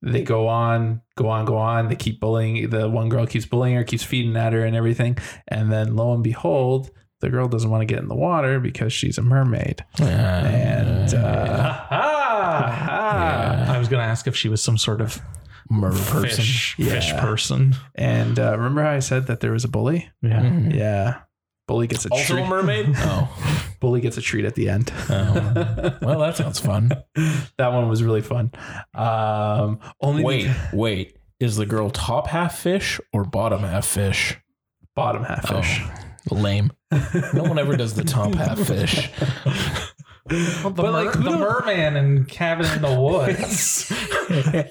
B: they go on, go on, go on. They keep bullying. The one girl keeps bullying her, keeps feeding at her, and everything. And then lo and behold, the girl doesn't want to get in the water because she's a mermaid.
A: Uh,
B: And uh,
A: [LAUGHS]
C: Aha!
B: ah,
C: [LAUGHS] I was going to ask if she was some sort of
A: murder person.
C: fish,
B: Yeah.
C: fish person.
B: and uh, remember how I said that there was a bully?
C: Yeah.
A: Mhm.
B: Yeah. Bully gets a
A: Also
B: treat.
A: a mermaid. oh.
B: bully gets a treat at the end.
A: Oh. well, that sounds fun.
B: [LAUGHS] that one was really fun. Um, only
A: Wait,
B: because-
A: wait. Is the girl top half fish or bottom half fish?
B: bottom half fish.
A: Oh, lame. No one ever does the top half fish.
C: Well, [LAUGHS] the,
B: But,
C: mer-
B: like, who
C: the
B: don't-
C: merman and cabin in
B: [LAUGHS]
C: the woods.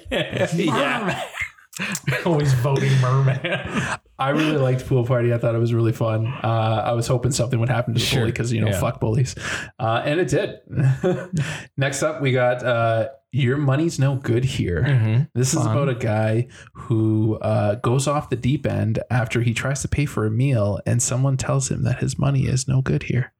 C: [LAUGHS]
A: yeah.
C: Always voting [LAUGHS] merman.
B: I really liked pool party. I thought it was really fun. Uh, I was hoping something would happen to the
A: Sure.
B: bully because you know
A: Yeah.
B: fuck bullies, uh, and it did. [LAUGHS] Next up, we got uh, your money's no good here.
A: Mhm.
B: This is
C: Mm-hmm. Fun.
B: about a guy who uh, goes off the deep end after he tries to pay for a meal, and someone tells him that his money is no good here.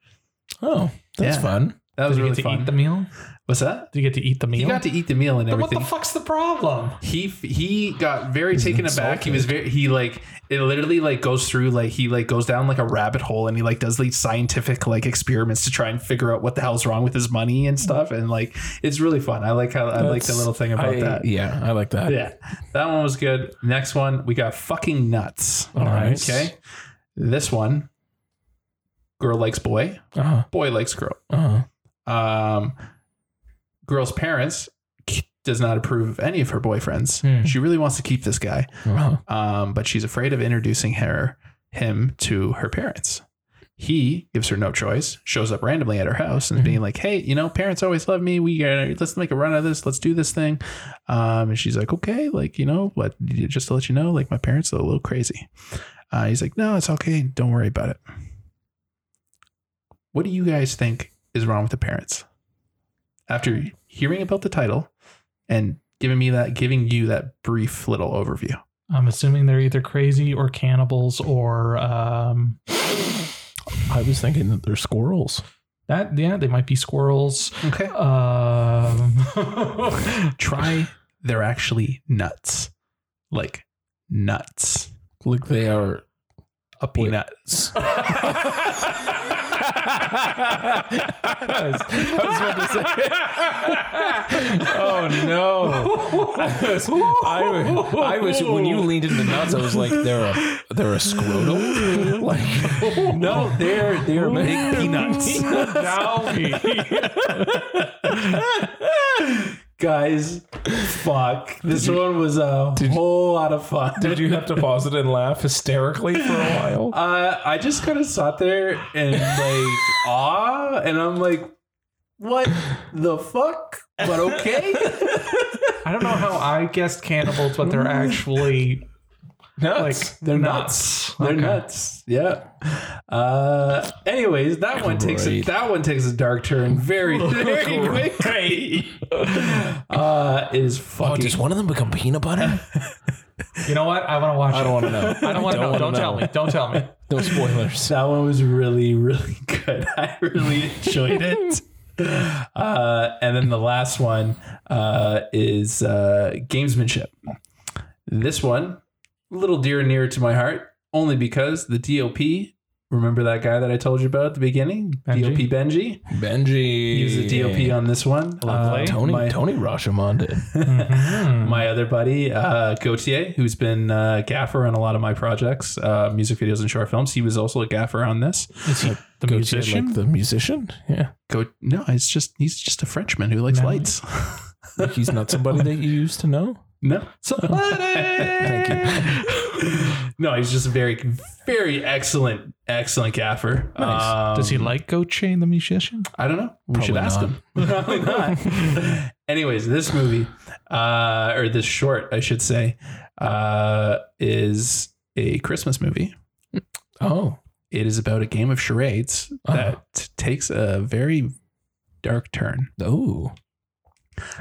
A: Oh, that's
B: Yeah.
A: fun.
B: That was
C: Did you
B: really
C: get to
B: fun.
C: eat the meal?
B: What's that?
C: Did you get to eat the meal?
B: He got to eat the meal and
C: Then what
B: everything.
C: the fuck's the problem?
B: he he got very
A: He's
B: taken aback. He was very he like it literally like goes through like he like goes down like a rabbit hole and he like does these scientific like experiments to try and figure out what the hell's wrong with his money and stuff and like it's really fun. I like how I like the
A: That's-
B: little thing about
A: I-
B: that.
A: Yeah, I like that.
B: Yeah, that one was good. Next one we got fucking nuts.
A: All right.
B: Okay, this one girl likes boy,
A: Uh-huh.
B: boy likes girl.
A: Uh-huh.
B: Um, girl's parents does not approve of any of her boyfriends.
A: Hmm.
B: She really wants to keep this guy
A: Uh-huh.
B: um, but she's afraid of introducing her him to her parents. He gives her no choice, shows up randomly at her house and is
A: Mhm.
B: being like, "Hey, you know, parents always love me. We gotta let's make a run of this. Let's do this thing." Um, and she's like, "Okay, like you know what? Just to let you know, like my parents are a little crazy." Uh, he's like, "No, it's okay. Don't worry about it." What do you guys think is wrong with the parents? After hearing about the title and giving me that, giving you that brief little overview.
C: I'm assuming they're either crazy or cannibals or um,
A: I was thinking that they're squirrels.
C: that. Yeah, they might be squirrels.
B: Okay. [LAUGHS]
C: Um,
A: [SIGHS]
B: Try they're actually nuts. Like nuts.
A: Like they
B: [LAUGHS]
A: are [LAUGHS]
B: A peanuts. [LAUGHS]
A: I was, I was about to say. oh no! I was, I, I was when
C: [LAUGHS]
A: you leaned into nuts. I was like, they're a they're a
B: [LAUGHS]
A: scrotum. Like
B: No, they're
A: [LAUGHS]
B: they're big peanuts. [LAUGHS] Guys, fuck. This one was a whole lot of fun.
A: Did you have to pause it and laugh hysterically for a while?
B: Uh, I just kind of sat there
A: [LAUGHS]
B: and like awe, and I'm like, what the fuck? But okay.
A: [LAUGHS]
C: I don't know how I guessed cannibals, but [LAUGHS] they're actually
A: Nuts.
C: like
B: They're nuts. They're
C: Okay.
B: nuts. Yeah. Uh, anyways, that one takes a,
A: Great.
B: that one takes a dark turn very very quickly. Uh, it is
A: oh,
B: fucking.
A: does one of them become peanut butter?
C: You know what? I want to watch.
A: I don't want to know.
C: I don't want to know. Don't tell me. Don't tell me.
A: No spoilers.
B: that one was really really [LAUGHS] good. I really enjoyed it. Uh, and then the last one uh, is uh, gamesmanship. This one, a little dear and near to my heart, only because the DOP. Remember that guy that I told you about at the beginning,
C: Benji?
B: DOP Benji.
A: Benji.
B: He was the DOP on this one.
C: Lovely.
B: Uh,
A: Tony
B: my,
A: Tony Rashomon.
B: [LAUGHS]
C: Mhm. [LAUGHS]
B: my other buddy, uh, Gautier, who's been uh, gaffer on a lot of my projects, uh, music videos and short films. He was also a gaffer on this.
C: Is he the
A: Go
C: musician?
A: To, like the musician? Yeah.
B: Go, no, it's just he's just a Frenchman who likes
C: No.
B: lights. [LAUGHS]
A: Like he's not somebody that you used to know.
B: no,
A: [LAUGHS] Thank you.
B: [LAUGHS] no, he's just a very, very excellent, excellent gaffer.
A: Nice.
B: Um,
C: Does he like Goche, the musician?
B: I don't know. We should
A: Probably
B: ask
A: not. [LAUGHS]
B: him. [LAUGHS] Probably not. Anyways, this movie, uh, or this short, I should say, uh, is a Christmas movie.
A: Oh.
B: It is about a game of charades
A: Uh-huh.
B: that takes a very dark turn.
A: Oh.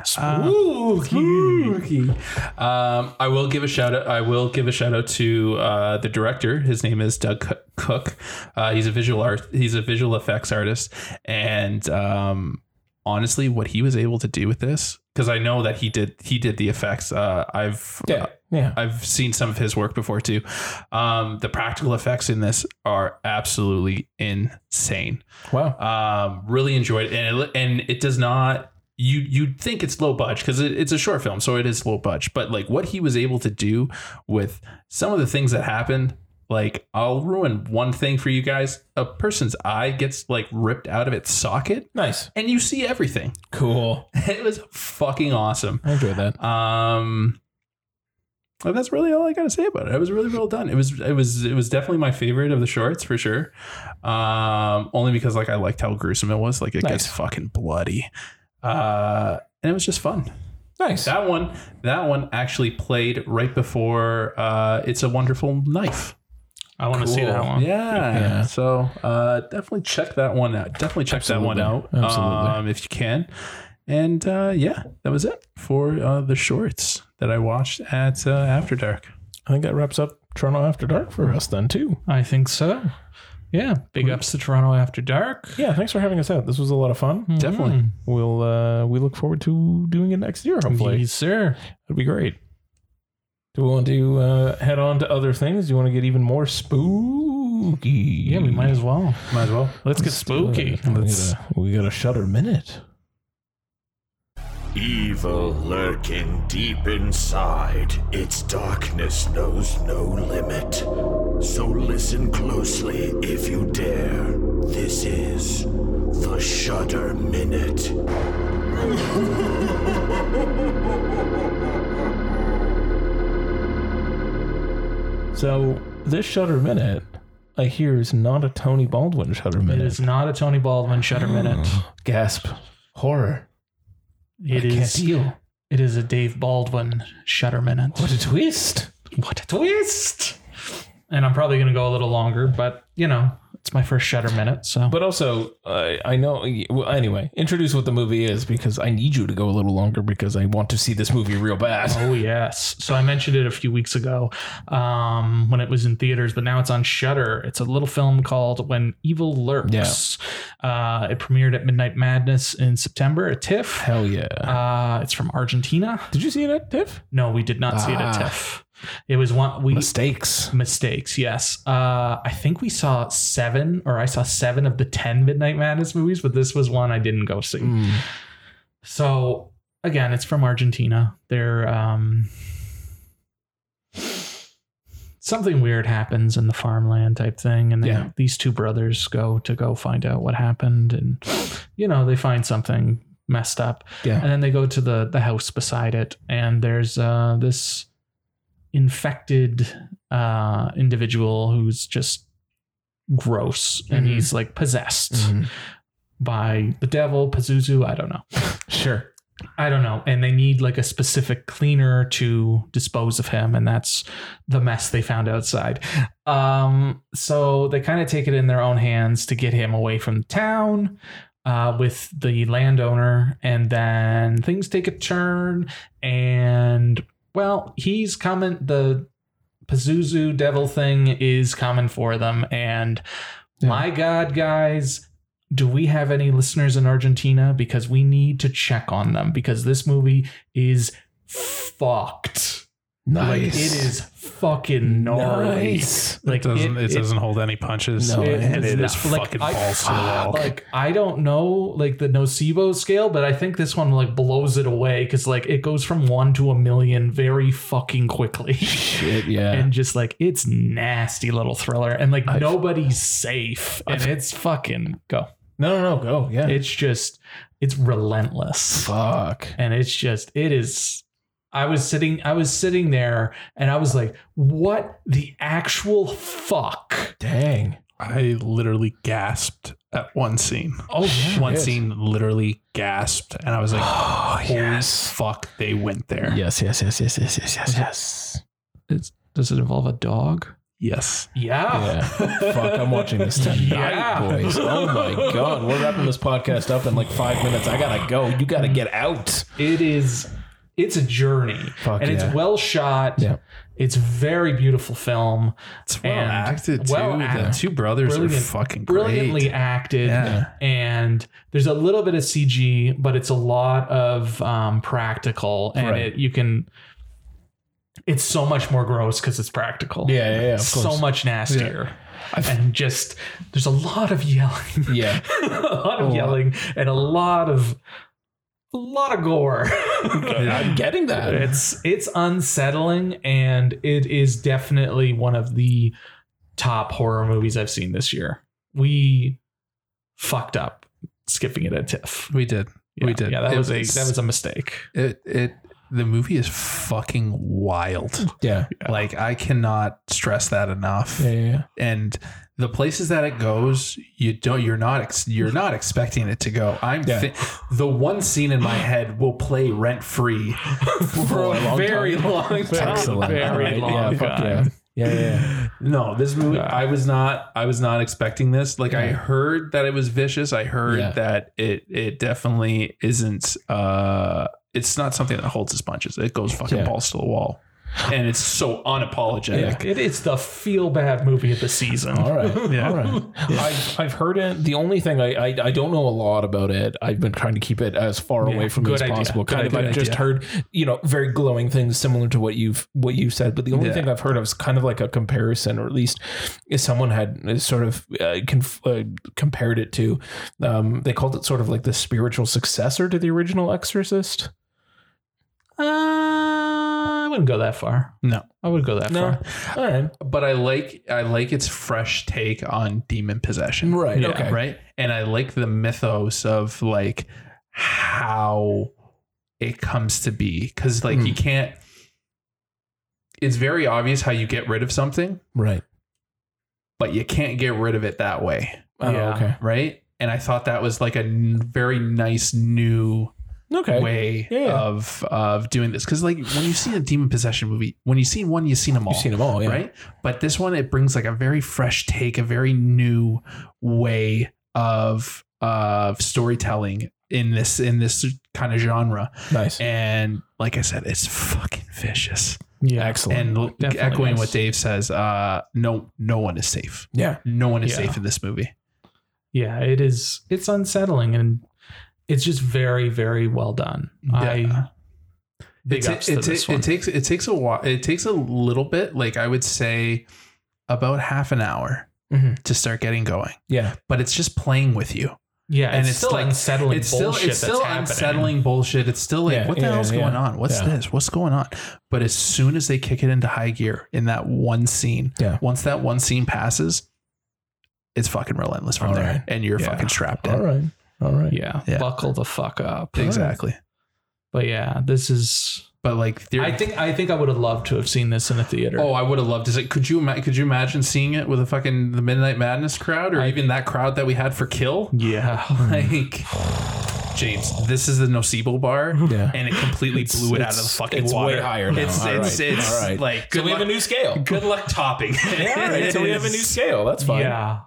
B: Spooky. Um, I will give a shout out. I will give a shout out to uh, the director. His name is Doug Cook- Cook. Uh, he's a visual art. He's a visual effects artist, and um, honestly what he was able to do with this because I know that he did he did the effects. Uh, I've
A: Yeah. Yeah.
B: I've seen some of his work before too. Um, the practical effects in this are absolutely insane
A: Wow.
B: um, really enjoyed it. and it, and it does not you you'd think it's low budget because it, it's a short film so it is low budget but like what he was able to do with some of the things that happened like i'll ruin one thing for you guys a person's eye gets like ripped out of its socket
A: Nice.
B: and you see everything [LAUGHS]
A: Cool.
B: it was fucking awesome
A: I enjoyed that.
B: um and that's really all I gotta say about it. It was really well done. It was it was it was definitely my favorite of the shorts for sure. Um only because like I liked how gruesome it was. Like it
A: Nice.
B: gets fucking bloody. Uh and it was just fun.
A: Nice.
B: That one that one actually played right before uh It's a Wonderful Knife.
C: I want to see that one.
B: Yeah.
A: Yeah.
B: So uh definitely check that one out. Definitely check that one out.
A: Absolutely. Absolutely.
B: Um if you can. And uh yeah, that was it for uh the shorts that I watched at uh, After Dark.
A: I think that wraps up Toronto After Dark for us then too.
C: I think so. Yeah, big ups to Toronto After Dark.
A: Yeah, thanks for having us out. This was a lot of fun.
B: Definitely.
A: We'll uh we look forward to doing it next year, hopefully.
C: Yes, sir.
A: That'd be great. Do we want to uh, head on to other things? Do you want to get even more spooky?
C: Yeah, we Mm. might as well.
B: Might as well.
C: Let's get spooky.
A: Let's, we got a shutter minute.
D: Evil lurking deep inside, its darkness knows no limit. So listen closely if you dare. This is the Shudder Minute.
A: So this shutter minute, I hear, is not a Tony Baldwin shutter
C: It
A: minute.
C: is not a Tony Baldwin Shutter [GASPS] Minute.
A: Gasp! Horror.
C: It
A: I
C: is.
A: can't deal.
C: It is a Dave Baldwin Shutter Minute.
A: What a twist!
C: What a twist! And I'm probably going to go a little longer, but you know, it's my first Shutter Minute, so
A: But also, I I know. Well, anyway, introduce what the movie is because I need you to go a little longer because I want to see this movie real bad.
C: Oh yes. So I mentioned it a few weeks ago um, when it was in theaters, but now it's on Shutter. It's a little film called When Evil Lurks. Uh, it premiered at Midnight Madness in September at TIFF.
A: Hell yeah!
C: Uh, it's from Argentina.
A: Did you see it at TIFF?
C: No, we did not see it at
A: Ah.
C: TIFF. It was one we
A: Mistakes.
C: mistakes. Yes. Uh, I think we saw seven, or I saw seven of the ten Midnight Madness movies, but this was one I didn't go see. So again, it's from Argentina. They're um something weird happens in the farmland type thing, and then
A: Yeah.
C: these two brothers go to go find out what happened, and you know, they find something messed up.
A: Yeah.
C: And then they go to the the house beside it, and there's uh this infected uh individual who's just gross and
A: Mhm.
C: he's like possessed
A: Mm-hmm.
C: by the devil, Pazuzu, I don't know.
A: Sure.
C: I don't know. And they need like a specific cleaner to dispose of him. And that's the mess they found outside. Um, so they kind of take it in their own hands to get him away from town uh, with the landowner. And then things take a turn. And well, he's coming. The Pazuzu devil thing is coming for them. And
A: Yeah.
C: my God, guys, do we have any listeners in Argentina? Because we need to check on them because this movie is fucked. Like it is fucking gnarly.
A: Nice.
C: Like
B: it doesn't it, doesn't hold any punches.
A: No,
C: it
B: and
C: does
B: it
C: not-
B: is
C: like,
B: fucking
C: I- ah,
B: balls to the wall.
C: Like I don't know, like the nocebo scale, but I think this one like blows it away because like it goes from one to a million very fucking [LAUGHS] quickly.
A: Shit. Yeah.
C: and just like it's nasty little thriller, and like
A: I've-
C: nobody's safe, and it's fucking go.
A: no, no, no. Go. Yeah.
C: It's just it's relentless.
A: Fuck.
C: and it's just it is i was sitting i was sitting there and i was like what the actual fuck
A: Dang.
B: I literally gasped at one scene.
A: Oh, yeah.
B: One
A: Yes.
B: scene literally gasped and I was like, [GASPS]
A: Oh,
B: holy fuck, they went there.
A: Yes. Yes. Yes. Yes. Yes. Yes. Yes. Yes.
C: does it involve a dog
B: Yes.
C: yeah,
A: Yeah. Fuck, I'm watching this tonight,
C: [LAUGHS] Yeah.
A: boys. Oh my god, we're wrapping this podcast up in like five minutes. I gotta go. You gotta get out.
C: it is it's a journey,
B: Fuck
C: and
B: yeah.
C: it's well shot.
A: Yeah.
C: It's very beautiful film,
B: It's well
C: and
B: acted too.
C: well
B: the
C: acted.
B: two brothers are
C: Brilliant-
B: fucking great.
C: brilliantly acted,
B: Yeah.
C: and there's a little bit of CG, but it's a lot of um, practical, and
A: Right.
C: it, you can. It's so much more gross because it's practical.
A: Yeah, yeah, yeah, of
C: so
A: course.
C: much nastier, and just there's a lot of yelling.
A: Yeah.
C: [LAUGHS]
A: Oh.
C: a lot of yelling and a lot of a lot
A: [LAUGHS]
C: of gore.
A: I'm getting that.
C: it's it's unsettling and it is definitely one of the top horror movies I've seen this year. We fucked up skipping it at TIFF.
B: We did.
C: Yeah,
B: we did.
C: Yeah, that
B: It
C: was, a that was a mistake.
B: it. It the movie is fucking wild.
A: Yeah.
B: Like I cannot stress that enough.
A: Yeah. Yeah. yeah.
B: And the places that it goes, you don't. You're not. Ex- you're not expecting it to go. I'm.
A: Yeah.
B: thi- the one scene in my head will play
A: [LAUGHS]
B: rent free for
A: a long
B: very
A: time.
B: long time.
A: Excellent.
C: Very
A: All right.
C: long
A: yeah, fuck
C: time.
A: yeah. Yeah. Yeah.
B: No, this movie I was not I was not expecting this. Like I heard that it was vicious. I heard
A: Yeah.
B: that it it definitely isn't uh it's not something that holds its punches. It goes fucking
A: Yeah.
B: balls to the wall. And it's so unapologetic.
C: It is the feel bad movie of the season.
A: All
C: [LAUGHS]
A: right. All right. I've, I've heard it. The only thing I, I I don't know a lot about it. I've been trying to keep it as far
C: Yeah,
A: away from me
C: good
A: as
C: idea.
A: possible.
B: Good
A: Kind of.
B: idea,
A: I've just
B: idea.
A: heard you know very glowing things similar to what you've what you have said. But the only
B: Yeah.
A: thing I've heard of is kind of like a comparison, or at least is someone had uh, sort of uh, conf- uh, compared it to. Um, they called it sort of like the spiritual successor to the original Exorcist.
C: Uh, I wouldn't go that far.
B: No.
C: I would go that far.
A: All right.
B: But I like I like its fresh take on demon possession.
A: Right.
C: Yeah,
A: okay.
B: Right? And I like the mythos of like how it comes to be. Cause like
A: Hmm.
B: you can't it's very obvious how you get rid of something.
A: Right.
B: but you can't get rid of it that way,
A: Oh,
C: Yeah.
A: Okay.
B: right? And I thought that was like a n- very nice new
A: Okay.
B: way
A: Yeah, yeah.
B: of of doing this because like when you've seen a demon possession movie, when you've seen one, you've seen them all,
A: You've seen them all, yeah.
B: right? But this one, it brings like a very fresh take, a very new way of of storytelling in this in this kind of genre.
A: Nice.
B: And like I said, it's fucking vicious.
C: Yeah.
A: Excellent.
B: And l-
C: Definitely
B: echoing
C: is.
B: what Dave says, uh, no, no one is safe.
A: yeah.
B: No one is
C: Yeah.
B: safe in this movie.
C: yeah it is it's unsettling and it's just very very well done i
B: Yeah.
C: big
B: it, ta-
C: ups to
B: it ta-
C: this
B: it
C: one
B: takes it takes a while. It takes a little bit, like I would say, about half an hour
A: Mhm.
B: to start getting going.
A: Yeah.
B: But it's just playing with you.
C: yeah
B: and
C: it's,
B: it's
C: still
B: like-
C: unsettling
B: it's still
C: bullshit
B: it's still
C: that's happening.
B: unsettling bullshit. It's still like
A: Yeah,
B: what the
A: yeah,
B: hell's
A: yeah.
B: going on? What's
A: Yeah.
B: this? What's going on? But as soon as they kick it into high gear in that one scene,
A: Yeah.
B: once that one scene passes, it's fucking relentless from
A: All
B: there,
A: right.
B: and you're
A: Yeah.
B: fucking strapped in.
A: All right. All right.
C: yeah,
B: Yeah.
C: buckle the fuck up
B: Exactly.
C: but yeah this is
B: But like, there-
C: i think i think i would have loved to have seen this in a theater
B: Oh, I would have loved to see. Could you ima- could you imagine seeing it with a fucking the Midnight Madness crowd, or
C: I-
B: even that crowd that we had for
A: [LAUGHS]
B: Kill?
C: yeah [LAUGHS]
B: Like, James, this is the Nocebo bar,
A: [LAUGHS] Yeah.
B: and it completely
A: It's-
B: blew it out
A: it's-
B: of the fucking
A: it's
B: water.
A: way higher now.
B: It's
A: All
B: it's
A: right.
B: it's
A: All right.
B: like good
A: So we have a
B: luck-
A: new scale.
B: good luck
A: [LAUGHS]
B: topping.
A: Yeah, all right. So we have a new scale. That's fine.
C: yeah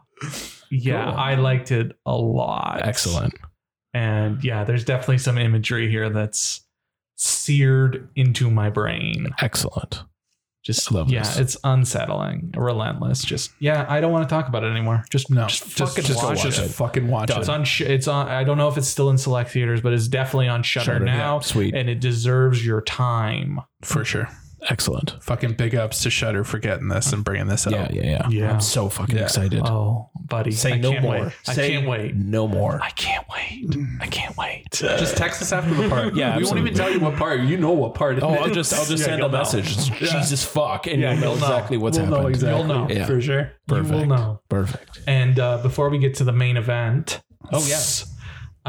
C: yeah
A: Cool.
C: i liked it a lot
A: Excellent.
C: and yeah there's definitely some imagery here that's seared into my brain
A: Excellent.
C: just
A: I love
C: yeah,
A: this.
C: it's unsettling, relentless. Just yeah, I don't want to talk about it anymore. Just
B: No,
C: just,
B: just just,
C: fucking
B: just,
C: watch
B: just
C: it.
B: fucking watch it.
C: It's on. Sh- it's on. I don't know if it's still in select theaters, but it's definitely on Shutter,
A: Shutter,
C: now.
A: yeah, sweet.
C: and it deserves your time.
B: for sure.
A: Excellent.
B: Fucking big ups to Shutter for getting this and bringing this out.
A: Yeah, yeah, yeah.
C: Yeah.
A: I'm so fucking
B: Yeah.
A: excited.
C: Oh, buddy,
A: Say
C: I
A: no
C: can't
A: more.
C: Wait.
A: Say
C: I can't wait.
A: No more.
C: I can't wait. I can't wait.
B: Just text us after the
A: [LAUGHS]
B: part.
A: Yeah,
B: we won't
A: absolutely.
B: even tell you what part. You know what part.
A: [LAUGHS]
B: it
A: Oh,
B: is.
A: I'll just I'll just
C: Yeah,
A: send a
C: you'll know.
A: message. It's Jesus fuck, and
C: Yeah,
A: you'll know
C: you'll know.
A: exactly what's
B: we'll
A: happening.
B: know exactly.
C: You'll know.
A: Yeah.
B: for sure.
A: Perfect.
C: You will know.
A: Perfect.
C: And uh, before we get to the main event,
A: Oh, yeah.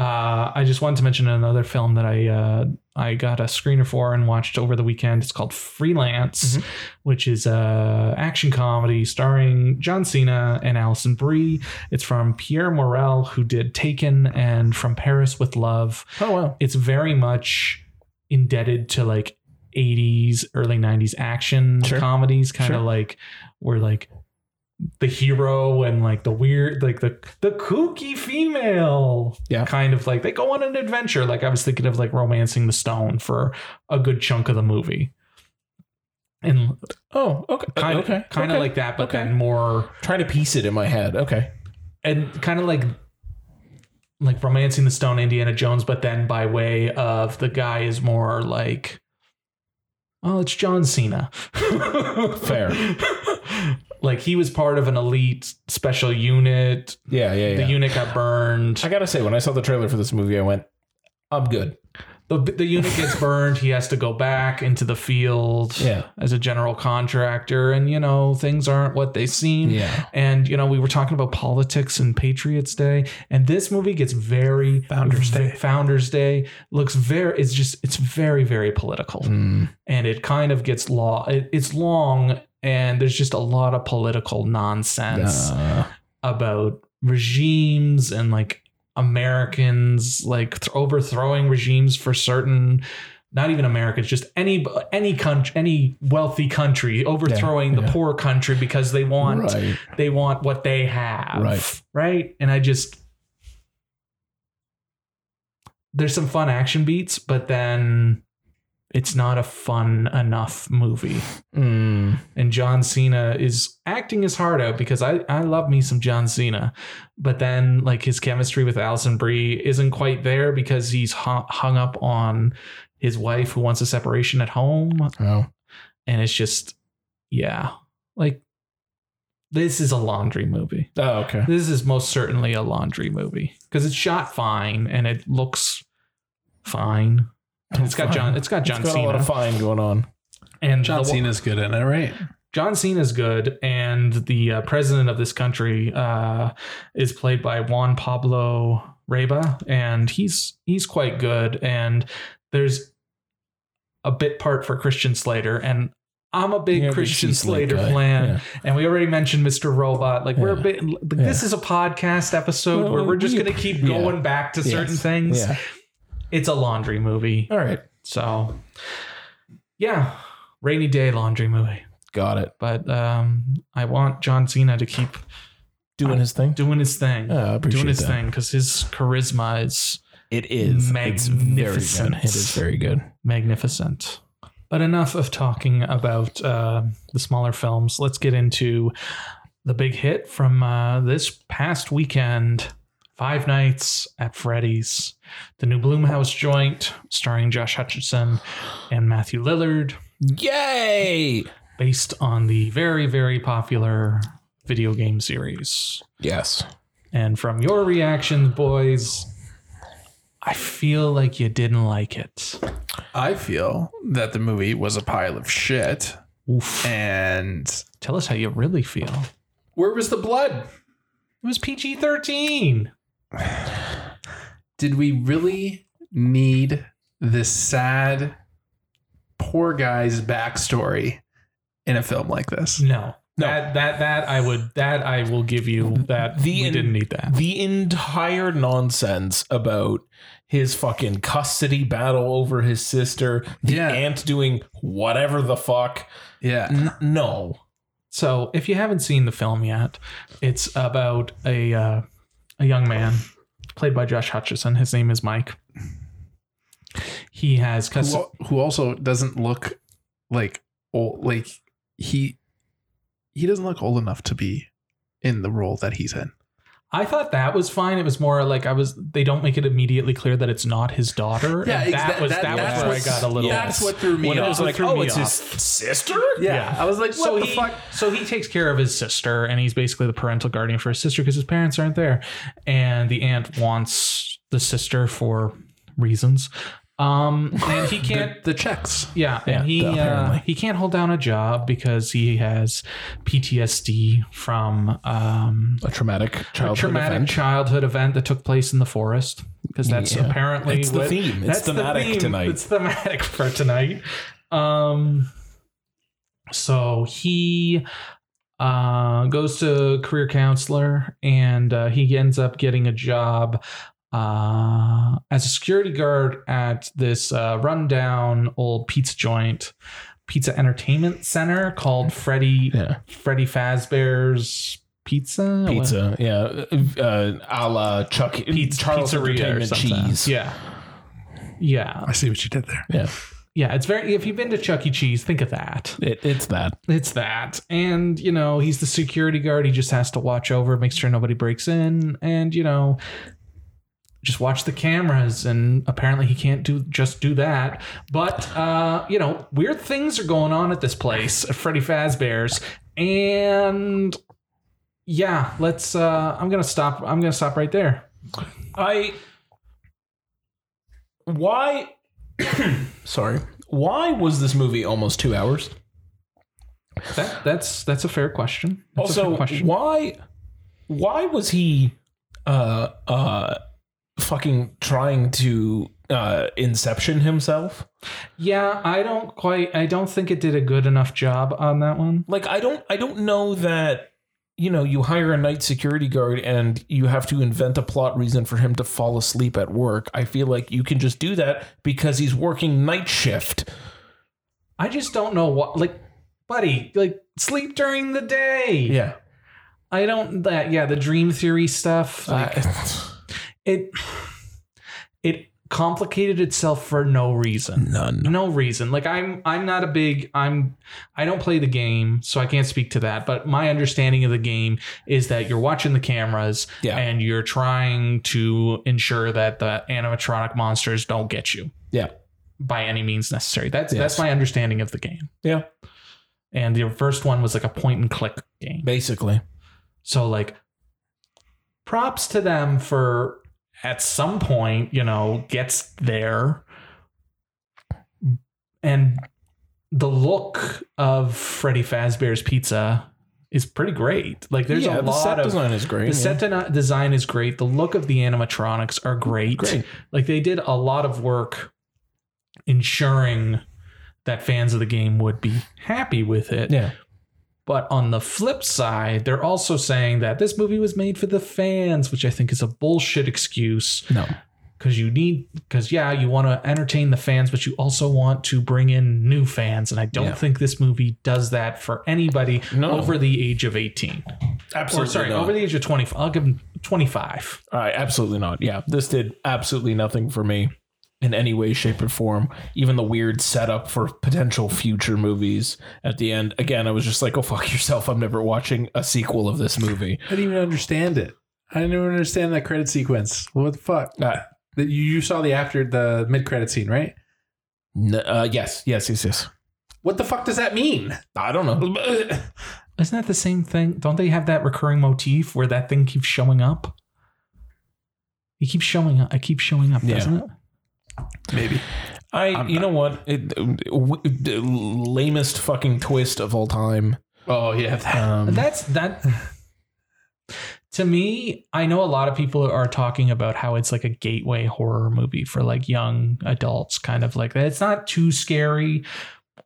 C: uh, I just wanted to mention another film that I uh, I got a screener for and watched over the weekend. It's called Freelance,
A: Mm-hmm.
C: which is a action comedy starring John Cena and Alison Brie. It's from Pierre Morel, who did Taken, and From Paris with Love.
A: Oh wow.
C: It's very much indebted to like 80s, early 90s action
A: Sure.
C: comedies, kind of
A: Sure.
C: like where like the hero and like the weird, like the the kooky female go
A: Yeah.
C: kind of like they go on an adventure. Like I was thinking of like romancing the stone for a good chunk of the movie. And
A: Oh, okay.
C: kind of
A: okay.
C: kind of
A: okay.
C: like that, but
A: Okay.
C: then more
A: trying to piece it in my head. Okay.
C: and kind of like like romancing the stone Indiana Jones, but then by way of the guy is more like well, it's John Cena. [LAUGHS]
A: Fair.
C: like he was part of an elite special unit.
A: Yeah, yeah, yeah.
C: The unit got burned.
A: I gotta say, when I saw the trailer for this movie, I went, "I'm good."
C: The, the unit gets burned. He has to go back into the field
A: Yeah,
C: as a general contractor, and you know things aren't what they seem.
A: yeah.
C: And you know we were talking about politics and Patriots Day, and this movie gets very
B: Founders Day.
C: Founders Day looks very. It's just it's very very political,
A: Mm,
C: and it kind of gets law. It, it's long, and there's just a lot of political nonsense
A: uh,
C: about regimes and like Americans like th- overthrowing regimes for certain not even Americans just any any country any wealthy country overthrowing
A: yeah.
C: the poor country because they want
A: right.
C: they want what they have
A: Right.
C: right and I just there's some fun action beats but then it's not a fun enough movie
A: Mm,
C: and John Cena is acting his heart out because I, I love me some John Cena, but then like his chemistry with Allison Brie isn't quite there because he's hu- hung up on his wife who wants a separation at home,
A: oh,
C: and it's just yeah, like this is a laundry movie.
A: oh, okay.
C: This is most certainly a laundry movie because it's shot fine and it looks fine. And It's got
A: Fine.
C: John. It's got John
A: It's got a lot
C: Cena.
A: of fine going on.
C: and
B: John
C: the-
B: Cena's good in it, right?
C: John Cena's good, and the uh, president of this country uh, is played by Juan Pablo Reba, and he's he's quite good. And there's a bit part for Christian Slater, and I'm a big
A: Yeah,
C: Christian
A: she's Slade
C: Slater
A: guy.
C: fan,
A: Yeah.
C: and we already mentioned Mr. Robot. Like we're a
A: Yeah.
C: bit. like, This is a podcast episode
A: Well,
C: where we're just
A: we-
C: gonna keep
A: yeah.
C: going back to certain
A: Yes.
C: things.
A: Yeah.
C: It's a laundry movie,
A: All right.
C: so yeah, rainy day laundry movie
A: Got it.
C: but um, I want John Cena to keep
A: Doing his thing.
C: doing his thing,
A: Yeah, I Uh, appreciate
C: doing his
A: that.
C: thing, because his charisma is
A: It is. It's very good.
C: Magnificent.
A: It is very good.
C: magnificent. But enough of talking about uh, the smaller films. Let's get into the big hit from uh, this past weekend. Five Nights at Freddy's, the new Bloomhouse joint starring Josh Hutcherson and Matthew Lillard,
A: Yay!
C: based on the very, very popular video game series.
A: Yes.
C: And from your reactions, boys, I feel like you didn't like it.
B: I feel that the movie was a pile of shit.
C: Oof.
B: And
C: Tell us how you really feel. It
B: where was the blood?
C: was PG 13.
B: Did we really need this sad, poor guy's backstory in a film like this?
C: No. That, that, that, I would, that I will give you that.
A: The
C: we
A: en-
C: didn't need that.
A: The entire nonsense about his fucking custody battle over his sister, the
B: Yeah.
A: aunt doing whatever the fuck.
B: Yeah.
A: N- no.
C: So, if you haven't seen the film yet, it's about a uh, a young man played by Josh Hutcherson. His name is Mike. He has custody.
B: Who, who also doesn't look like old, like he he doesn't look old enough to be in the role that he's in.
C: I thought that was fine. It was more like I was. They don't make it immediately clear that it's not his daughter. Yeah, and that was that, was where I got a little.
B: That's what threw me
A: When it
B: off.
A: was
C: What
A: like,
C: threw
A: oh,
C: me
A: it's his sister?
B: yeah, I was like, what
C: so
B: the
C: he
B: fuck?
C: so he takes care of his sister, and he's basically the parental guardian for his sister because his parents aren't there, and the aunt wants the sister for reasons, um, and he can't.
B: The checks.
C: Yeah,
A: Yeah,
C: and he uh,
A: apparently.
C: he can't hold down a job because he has PTSD from um,
A: A traumatic
C: a
A: childhood
C: traumatic
A: event.
C: childhood event that took place in the forest because that's
A: Yeah.
C: apparently
A: It's the
C: what-
A: theme. It's
C: that's the
A: thematic
C: theme.
A: tonight.
C: It's thematic for tonight. Um, so he uh, goes to career counselor and uh, he ends up getting a job uh, as a security guard at this uh, rundown old pizza joint.
A: Mm-hmm.
C: Pizza Entertainment Center called Freddy
A: yeah.
C: Freddy Fazbear's pizza.
A: Pizza, yeah, uh, a la Chuck
C: Pizza-
A: Charles
C: pizzeria or
A: Entertainment
C: something.
A: Cheese.
C: Yeah. Yeah.
B: I see what you did there.
A: yeah,
C: Yeah. It's very, if you've been to Chuck E. Cheese, think of that.
A: it, it's that.
C: It's that. And, you know, he's the security guard. He just has to watch over, make sure nobody breaks in, and, you know, just watch the cameras. And apparently he can't do just do that. But, uh, you know, weird things are going on at this place, at Freddy Fazbear's. And yeah, let's, uh, I'm going to stop. I'm going to stop right there.
A: I why [COUGHS] sorry why was this movie almost two hours?
C: That, that's, that's a fair question. That's a fair
A: also,
C: question.
A: why why was he uh uh fucking trying to uh inception himself?
C: yeah, I don't quite, I don't think it did a good enough job on that one.
A: like i don't i don't know that you know you hire a night security guard and you have to invent a plot reason for him to fall asleep at work i feel like you can just do that because he's working night shift
C: I just don't know what, like, buddy, like, sleep during the day.
A: yeah
C: I don't, that, yeah, the dream theory stuff,
A: Uh,
C: like, it, it complicated itself for no
A: [LAUGHS]
C: reason.
A: none
C: No reason. Like I'm I'm not a big I'm I don't play the game, so I can't speak to that, but my understanding of the game is that you're watching the cameras
A: Yeah.
C: and you're trying to ensure that the animatronic monsters don't get you
A: yeah
C: by any means necessary. That's
A: Yes.
C: that's my understanding of the game.
A: yeah
C: and the first one was like a point and click game.
A: basically
C: So like props to them for at some point, you know, gets there. And the look of Freddy Fazbear's pizza is pretty great. Like there's
A: yeah
C: a
A: the set
C: lot of
A: design is great
C: the set de- design is great. The look of the animatronics are great.
A: Great.
C: Like they did a lot of work ensuring that fans of the game would be happy with it.
A: yeah
C: But on the flip side, they're also saying that this movie was made for the fans, which I think is a bullshit excuse
A: no
C: because you need, because yeah, you want to entertain the fans, but you also want to bring in new fans. And I don't
A: Yeah.
C: think this movie does that for anybody
A: No.
C: over the age of 18. Or
A: absolutely
C: sorry,
A: not.
C: over the age of 25. I'll give them 25.
A: All right, absolutely not. Yeah, this did absolutely nothing for me in any way, shape, or form. Even the weird setup for potential future movies at the end. Again, I was just like, oh, fuck yourself. I'm never watching a sequel of this movie.
B: I didn't even understand it. I didn't even understand that credit sequence. What the fuck?
A: Uh,
B: That you, you saw the after the mid credit scene, right?
A: n- uh, yes, yes, yes, yes.
B: What the fuck does that mean?
A: I don't know.
B: [LAUGHS]
C: Isn't that the same thing? Don't they have that recurring motif where that thing keeps showing up? It keeps showing up. It keeps showing up,
A: Yeah.
C: doesn't it?
B: Maybe.
A: I,
B: I'm
A: you know what? It, w- the lamest fucking twist of all time.
B: Oh [LAUGHS] yeah. that-
A: Um,
C: That's that. To me, I know a lot of people are talking about how it's like a gateway horror movie for like young adults, kind of like that. It's not too scary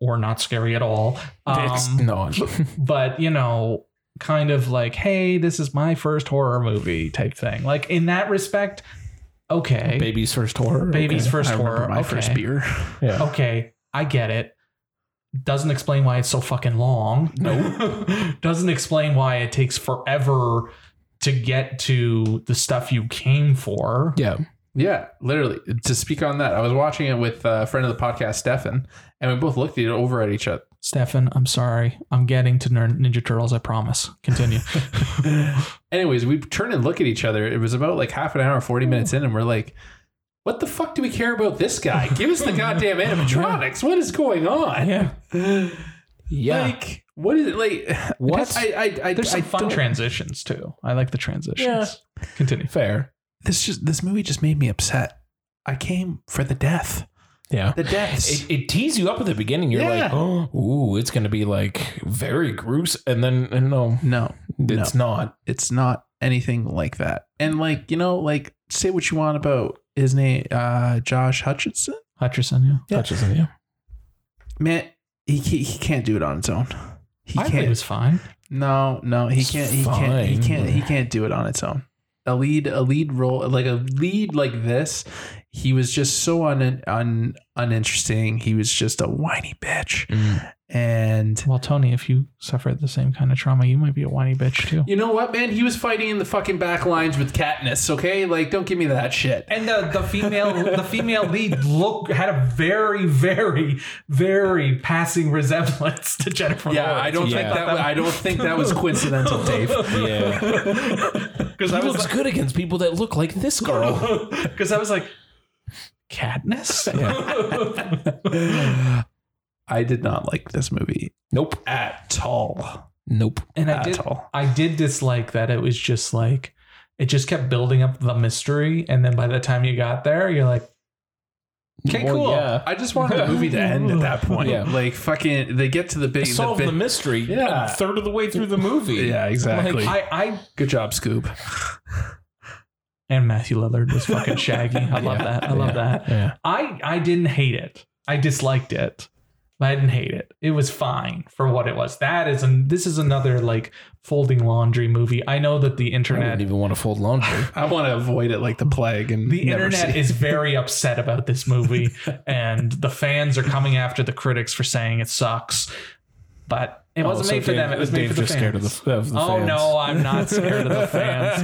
C: or not scary at all.
A: it's
C: Um,
A: not.
C: but, you know, kind of like, hey, this is my first horror movie type thing. Like in that respect, okay.
A: Baby's first horror.
C: Baby's first
B: I remember
C: horror.
B: my
C: okay.
B: first beer.
A: Yeah.
C: Okay, I get it. Doesn't explain why it's so fucking long. No. [LAUGHS] Doesn't explain why it takes forever to get to the stuff you came for.
A: Yeah.
B: Yeah, literally. To speak on that, I was watching it with a friend of the podcast, Stefan, and we both looked at it over at each other.
C: Stefan, I'm sorry. I'm getting to Nin- Ninja Turtles, I promise.
B: [LAUGHS]
C: Continue. [LAUGHS]
B: Anyways, we turned and look at each other. It was about like half an hour, 40 minutes in, and we're like, what the fuck do we care about this guy? Give us the [LAUGHS] goddamn animatronics. What is going on?
A: Yeah. Yeah.
B: [LAUGHS] Like, what is it like?
A: What?
B: [LAUGHS] I, I, I,
C: There's
B: I
C: some fun
B: don't-
C: transitions too. I like the transitions. Continue.
A: Fair.
B: This just this movie just made me upset. I came for the death.
A: Yeah.
B: The deaths.
A: It, it tees you up at the beginning. You're
B: Yeah.
A: like, oh, [GASPS] ooh, it's going to be like very gruesome. And then, and no,
B: no,
A: it's not.
B: it's not anything like that. And like, you know, like say what you want about his name, uh, Josh Hutchinson.
C: Hutcherson, yeah.
B: Yeah.
A: Touches on you.
B: Man, he he, he can't do it on his own. He
C: I think it
B: can't.
C: was fine.
B: no, no, he
A: It's
B: can't. He can't. He
A: fine.
B: can't. He can't do it on its own. A lead, a lead role, like a lead like this. He was just so un, un uninteresting. He was just a whiny bitch. And
C: Well, Tony, if you suffered the same kind of trauma, you might be a whiny bitch too.
B: you know what, man? He was fighting in the fucking back lines with Katniss. Okay, like don't give me that shit.
C: And the, the female the female lead look had a very very very passing resemblance to Jennifer.
B: Yeah, I don't
A: Yeah.
B: think that. Was, I don't think that [LAUGHS] was coincidental, Dave.
A: Yeah.
C: because I
A: He
C: was
A: looks good against people that look like this girl.
C: because I was like [LAUGHS] Katniss.
B: I did not like this movie
A: Nope.
B: at all.
A: Nope.
C: [LAUGHS] And I did
B: At all.
C: I did dislike that it was just like it just kept building up the mystery, and then by the time you got there, you're like, okay,
A: Well,
C: cool.
A: yeah.
B: I just wanted the movie to end at that point.
A: Yeah.
B: Like fucking, they get to the big.
A: Solve
B: the
A: the
B: big
A: mystery.
B: Yeah.
A: a third of the way through the movie.
B: yeah, exactly.
C: I, I
B: Good job, Scoop.
C: and Matthew Lillard was fucking shaggy. I love
A: Yeah.
C: that. I love that.
A: Yeah.
C: I I didn't hate it. I disliked it. But I didn't hate it. It was fine for what it was. That is an this is another like folding laundry movie. I know that the
A: I
C: internet
A: didn't even want to fold laundry.
B: I want to avoid it like the plague and
C: the
B: never
C: internet
B: see
C: is very upset about this movie and the fans are coming after the critics for saying it sucks but it wasn't made for them it was made for the fans.
A: scared of the, of the
C: oh
A: fans.
C: no i'm not scared of the fans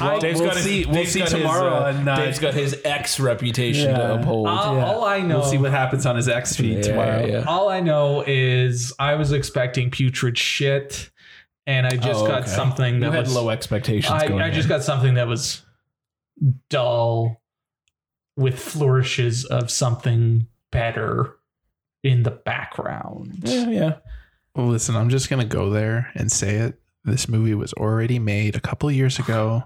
C: I-
A: Dave's
B: [LAUGHS] we'll
A: got his-
B: see- we'll
A: Dave's
B: see
A: got his,
B: tomorrow
A: uh,
B: on, uh,
A: Dave's got his ex reputation
B: Yeah.
A: to uphold.
C: all,
B: yeah.
C: all i know
B: We'll see what happens on his X feed
A: Yeah,
B: tomorrow.
A: yeah.
C: all i know is i was expecting putrid shit and i just
A: Oh,
C: got
A: okay.
C: something
A: you
C: that
A: had
C: was
A: low expectations.
C: I,
A: going
C: I just
A: in.
C: got something that was dull with flourishes of something better in the background.
A: Yeah, yeah.
B: Well, Listen, I'm just gonna go there and say it. This movie was already made a couple years ago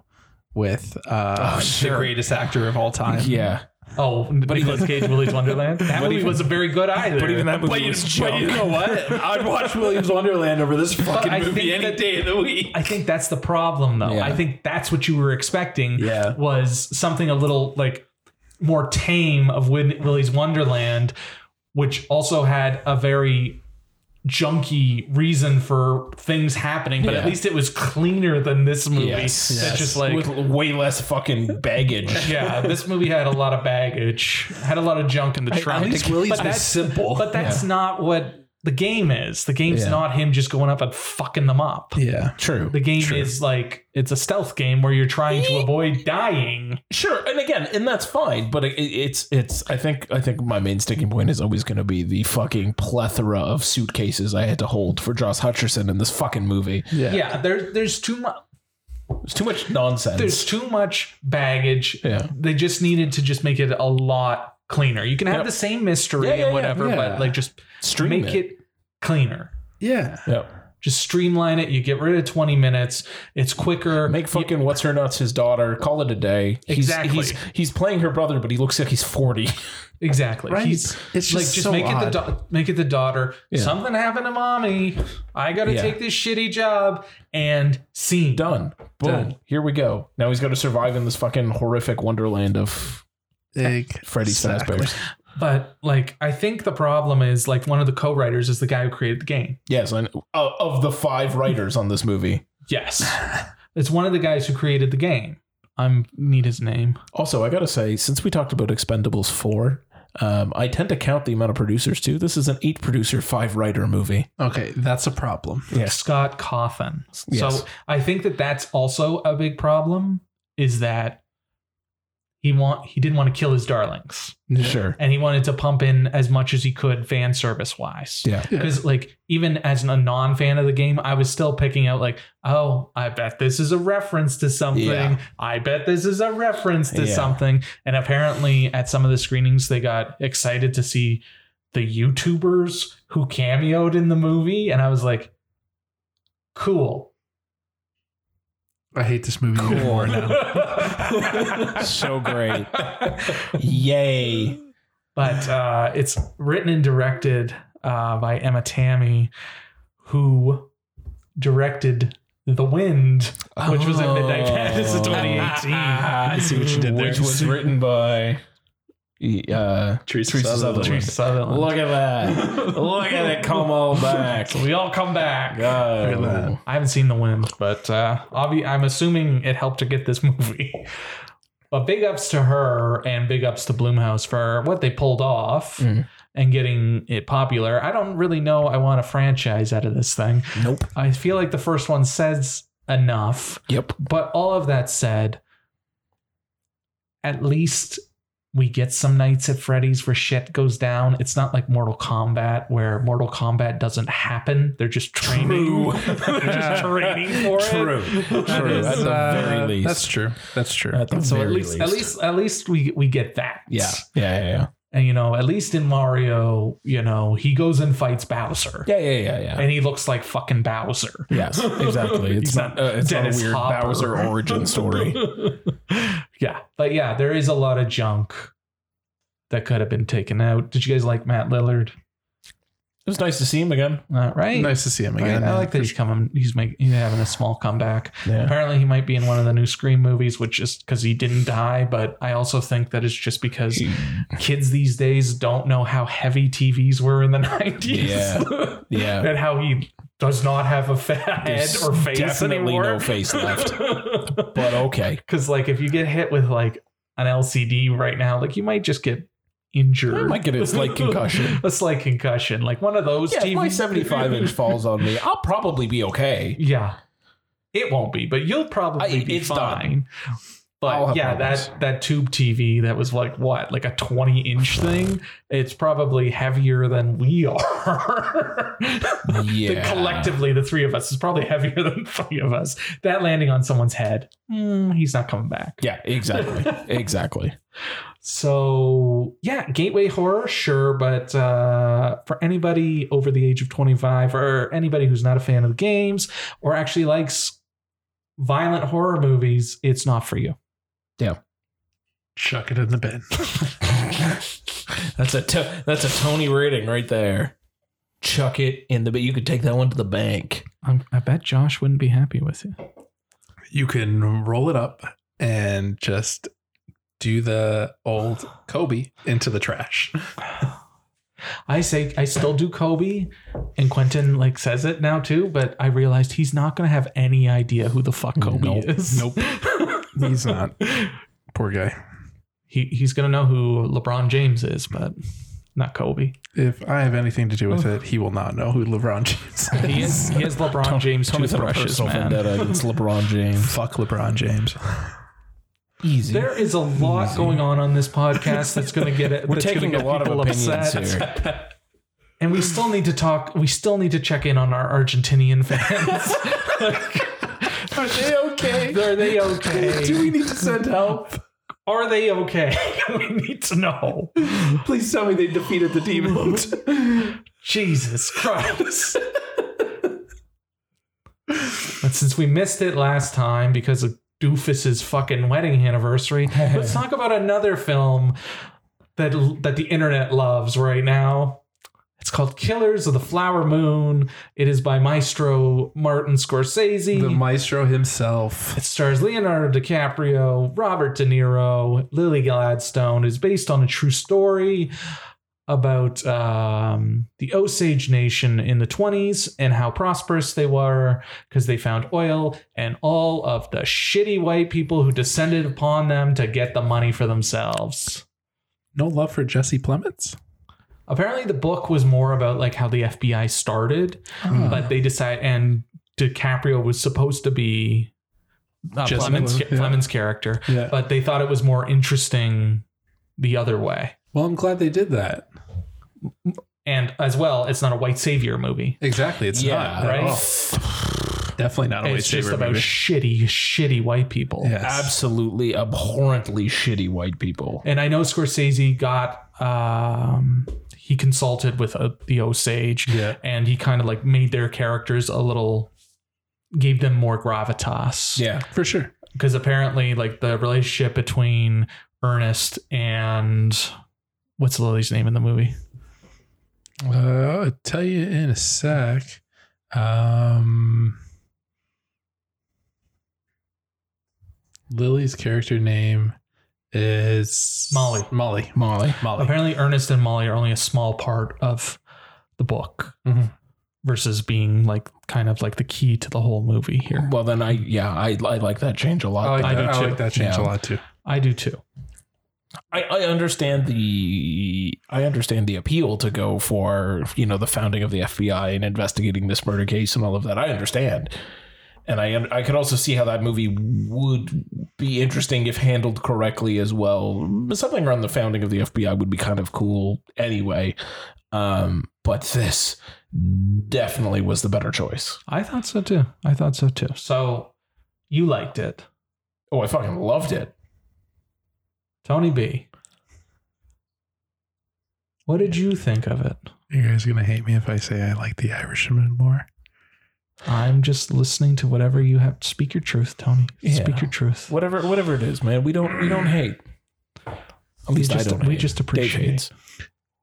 B: with uh,
A: Oh,
B: the
A: sure.
B: greatest actor of all time.
A: Yeah.
C: Oh, Nicolas Cage,
A: [LAUGHS]
C: Willy's Wonderland. That
A: But
C: movie
A: even-
C: was very good either.
A: But even that movie
B: But you,
A: was
B: but
A: junk.
B: you know what? I'd watch Williams Wonderland over this fucking
C: I
B: movie
C: think
B: any
C: that-
B: day of the week.
C: I think that's the problem, though.
A: Yeah.
C: I think that's what you were expecting.
B: Yeah.
C: was something a little like more tame of Win- Willy's Wonderland, which also had a very junky reason for things happening, but at
A: Yeah.
C: least it was cleaner than this movie.
A: Yes,
C: That
A: yes.
C: just like
A: with way less fucking baggage. [LAUGHS]
C: yeah, this movie had a lot of baggage, had a lot of junk in the trunk.
B: Williams
C: but that's-
B: simple.
C: but that's not what the game is. The game's
A: Yeah.
C: not him just going up and fucking them up.
B: yeah.
A: True.
C: The game is like it's a stealth game where you're trying to avoid dying.
A: Sure, and again, and that's fine. But it, it's it's. I think I think my main sticking point is always going to be the fucking plethora of suitcases I had to hold for Joss Hutcherson in this fucking movie.
B: Yeah.
C: Yeah, there's there's too much
A: It's too much nonsense.
C: there's too much baggage.
A: Yeah.
C: They just needed to just make it a lot cleaner. You can have the same mystery
A: Yeah, yeah, yeah,
C: and whatever,
B: yeah.
C: but like just
A: Stream
C: make it cleaner.
B: Yeah.
A: Yep.
C: Just streamline it. You get rid of 20 minutes. It's quicker.
A: Make fucking what's her nuts his daughter. Call it a day. He's-
C: Exactly.
A: He's, he's playing her brother, but he looks like he's forty.
C: exactly.
B: Right.
C: He's-
B: It's just
C: like just
B: so
C: make it
B: odd.
C: the da- make it the daughter.
A: Yeah.
C: Something happened to mommy. I got to
A: Yeah.
C: take this shitty job and scene.
A: Done. Boom.
B: Done.
A: Here we go. Now he's got to survive in this fucking horrific wonderland of
B: Like,
A: Freddy's
B: Exactly.
A: Fazbear's.
C: But like I think the problem is like one of the co-writers is the guy who created the game.
A: Yes, and of of the five writers on this movie.
C: Yes. [LAUGHS] it's one of the guys who created the game. I need his name.
A: Also, I gotta say, since we talked about Expendables four, um, I tend to count the amount of producers too. This is an eight producer, five writer movie.
B: Okay, that's a problem.
A: Yes.
C: Scott Coffin.
A: Yes.
C: So I think that that's also a big problem is that he want he didn't want to kill his darlings
B: [LAUGHS]
A: Sure.
C: and he wanted to pump in as much as he could fan service wise.
A: Yeah.
C: Because like even as a non fan of the game, I was still picking out like, oh, I bet this is a reference to something.
A: Yeah.
C: I bet this is a reference to
A: Yeah.
C: something. And apparently at some of the screenings, they got excited to see the YouTubers who cameoed in the movie, and I was like, cool.
B: I hate this movie even more now.
C: [LAUGHS]
A: so [LAUGHS] great. Yay.
C: but uh, it's written and directed uh, by Emma Tammy, who directed The Wind, which was at
B: [LAUGHS]
C: Midnight Madness
A: [LAUGHS]
C: in 2018.
A: I
B: see what you did there.
A: Oh. Which was written by uh,
B: Teresa
A: Teresa
B: Sutherland.
A: Sutherland.
C: Sutherland.
A: Look at
C: [LAUGHS]
A: that. Look at it come all back.
C: So we all come back.
A: Go.
B: Look at that.
C: I haven't seen The Wind, but uh, obvi- I'm assuming it helped to get this [LAUGHS] movie. But big ups to her and big ups to Bloomhouse for what they pulled off.
A: Mm.
C: and getting it popular. I don't really know I want a franchise out of this thing.
A: Nope.
C: I feel like the first one says enough.
A: Yep.
C: But all of that said, at least we get some nights at Freddy's where shit goes down. It's not like Mortal Kombat where Mortal Kombat doesn't happen. They're just training. [LAUGHS]
A: [LAUGHS]
C: They're just training for it.
A: True. True.
B: That is,
A: At the
B: uh,
A: very least.
B: That's true. That's true.
A: At the
C: So at
A: very
C: least, at least at least we we get that.
A: Yeah. Yeah. Yeah. Yeah.
C: And you know, at least in Mario, you know, he goes and fights Bowser.
A: Yeah. Yeah. Yeah. yeah.
C: And he looks like fucking Bowser.
A: Yes,
C: [LAUGHS]
A: exactly. It's
C: He's
A: not,
C: not
A: uh, it's not a
C: Dennis
A: weird
C: Hopper.
A: Bowser
C: [LAUGHS]
A: origin story.
C: yeah. But yeah, there is a lot of junk that could have been taken out. Did you guys like Matt Lillard?
A: It was nice to see him again.
C: Uh, right.
B: nice to see him
C: Right,
B: again.
C: I like that he's coming. He's making. He's having a small comeback.
A: Yeah.
C: Apparently, he might be in one of the new Scream movies, which is because he didn't die. But I also think that it's just because kids these days don't know how heavy TVs were in the [LAUGHS] nineties,
A: Yeah. Yeah.
C: [LAUGHS] and how he does not have a fat head
A: There's
C: or face
A: definitely
C: anymore.
A: no face left.
C: [LAUGHS]
A: But okay.
C: Because like, if you get hit with like an LCD right now, like you might just get injured.
A: I might get a slight
C: [LAUGHS]
A: concussion.
C: a slight concussion, like one of those.
A: Yeah, if
C: TVs.
A: my 75 inch falls on me, I'll probably be okay.
C: [LAUGHS] Yeah. It won't be, but you'll probably
A: I-
C: be
A: it's
C: fine.
A: I'll
C: But
A: have
C: yeah,
A: problems.
C: that that tube TV that was like what, like a 20 inch thing? It's probably heavier than we are. [LAUGHS]
A: Yeah.
C: Collectively, the three of us is probably heavier than three of us. That landing on someone's head, hmm, he's not coming back.
A: Yeah, exactly.
C: [LAUGHS]
A: exactly.
C: So yeah, gateway horror, sure, but uh, for anybody over the age of 25 or anybody who's not a fan of the games or actually likes violent horror movies, it's not for you.
B: chuck it in the bin.
A: That's a to- that's a Tony rating right there. Chuck it in the but you could take that one to the bank.
C: I'm, I bet Josh wouldn't be happy with you.
B: You can roll it up and just do the old Kobe into the trash.
C: I say I still do Kobe, and Quentin like says it now too, but I realized he's not gonna have any idea who the fuck Kobe
A: Nope.
C: is.
B: Nope. [LAUGHS] He's not. Poor guy.
C: [LAUGHS] He he's gonna know who LeBron James is, but not Kobe.
B: If I have anything to do with it, he will not know who LeBron [LAUGHS] James is.
C: [LAUGHS] He is, he is LeBron James
A: Tony's had a
C: toothbrushes,
A: personal
C: man.
A: vendetta
C: [LAUGHS]
A: against LeBron James.
B: Fuck LeBron James.
A: Easy.
C: There is a lot going on on this podcast that's going to get
A: [LAUGHS]
C: it.
A: We're
C: that's gonna
A: taking a
C: get
A: lot of
C: people
A: opinions
C: upset.
A: here.
C: and we still need to talk. We still need to check in on our
A: [LAUGHS]
C: Argentinian fans. [LAUGHS]
A: Are they okay?
C: Are they okay?
A: we need to send help?
C: Are they okay? [LAUGHS] we need to know.
A: Please tell me they defeated the demons.
C: Jesus Christ. but since we missed it last time because of Doofus's fucking wedding anniversary, let's talk about another film that that the internet loves right now. It's called Killers of the Flower Moon. It is by Maestro Martin Scorsese.
B: The maestro himself.
C: It stars Leonardo DiCaprio, Robert De Niro, Lily Gladstone. Is based on a true story about um, the Osage Nation in the 20s and how prosperous they were because they found oil and all of the shitty white people who descended upon them to get the money for themselves.
B: No love for Jesse Plemons.
C: Apparently, the book was more about like how the FBI started,
B: Hmm.
C: but they decide and DiCaprio was supposed to be uh,
B: Jesse
C: Plemons,
B: Plemons, yeah.
C: Plemons' character,
B: Yeah.
C: but they thought it was more interesting the other way.
B: Well, I'm glad they did that.
C: And as well, it's not a white savior movie.
B: Exactly. It's
A: Yeah,
B: not. at
C: right?
B: all. Definitely not a
C: It's
B: waste
C: just
B: saver
C: about
B: movie.
C: shitty, shitty white people.
B: Yes.
A: Absolutely abhorrently shitty white people.
C: And I know Scorsese got um, he consulted with uh, the Osage,
B: Yeah.
C: and he kind of like made their characters a little, gave them more gravitas.
A: Yeah.
B: For sure.
C: because apparently like the relationship between Ernest and what's Lily's name in the movie?
B: Uh, I'll tell you in a sec. Um, Lily's character name is
C: Molly.
B: Molly.
A: Molly.
B: Molly.
C: Apparently Ernest and Molly are only a small part of the book
B: Mhm.
C: versus being like kind of like the key to the whole movie here.
A: Well, then I, yeah, I, I like that change a lot.
B: I like,
C: I
B: that.
C: do
B: I
C: too.
B: like that change
A: Yeah.
B: a lot too.
C: I do too.
A: I, I understand the I understand the appeal to go for you know the founding of the FBI and investigating this murder case and all of that. I understand, and I un- I could also see how that movie would be interesting if handled correctly as well. But something around the founding of the FBI would be kind of cool anyway. Um, but this definitely was the better choice.
C: I thought so too. I thought so too. So you liked it.
A: Oh, I fucking loved it.
C: Tony B. What did you think of it?
B: You guys are gonna hate me if I say I like the Irishman more.
C: I'm just listening to whatever you have. Speak your truth, Tony. Speak
A: Yeah.
C: your truth.
A: Whatever whatever it is, man. We don't we don't hate. At
C: We
A: least
C: just-
A: I don't.
C: we
A: hate.
C: just
A: Dave
C: appreciate.
A: hates.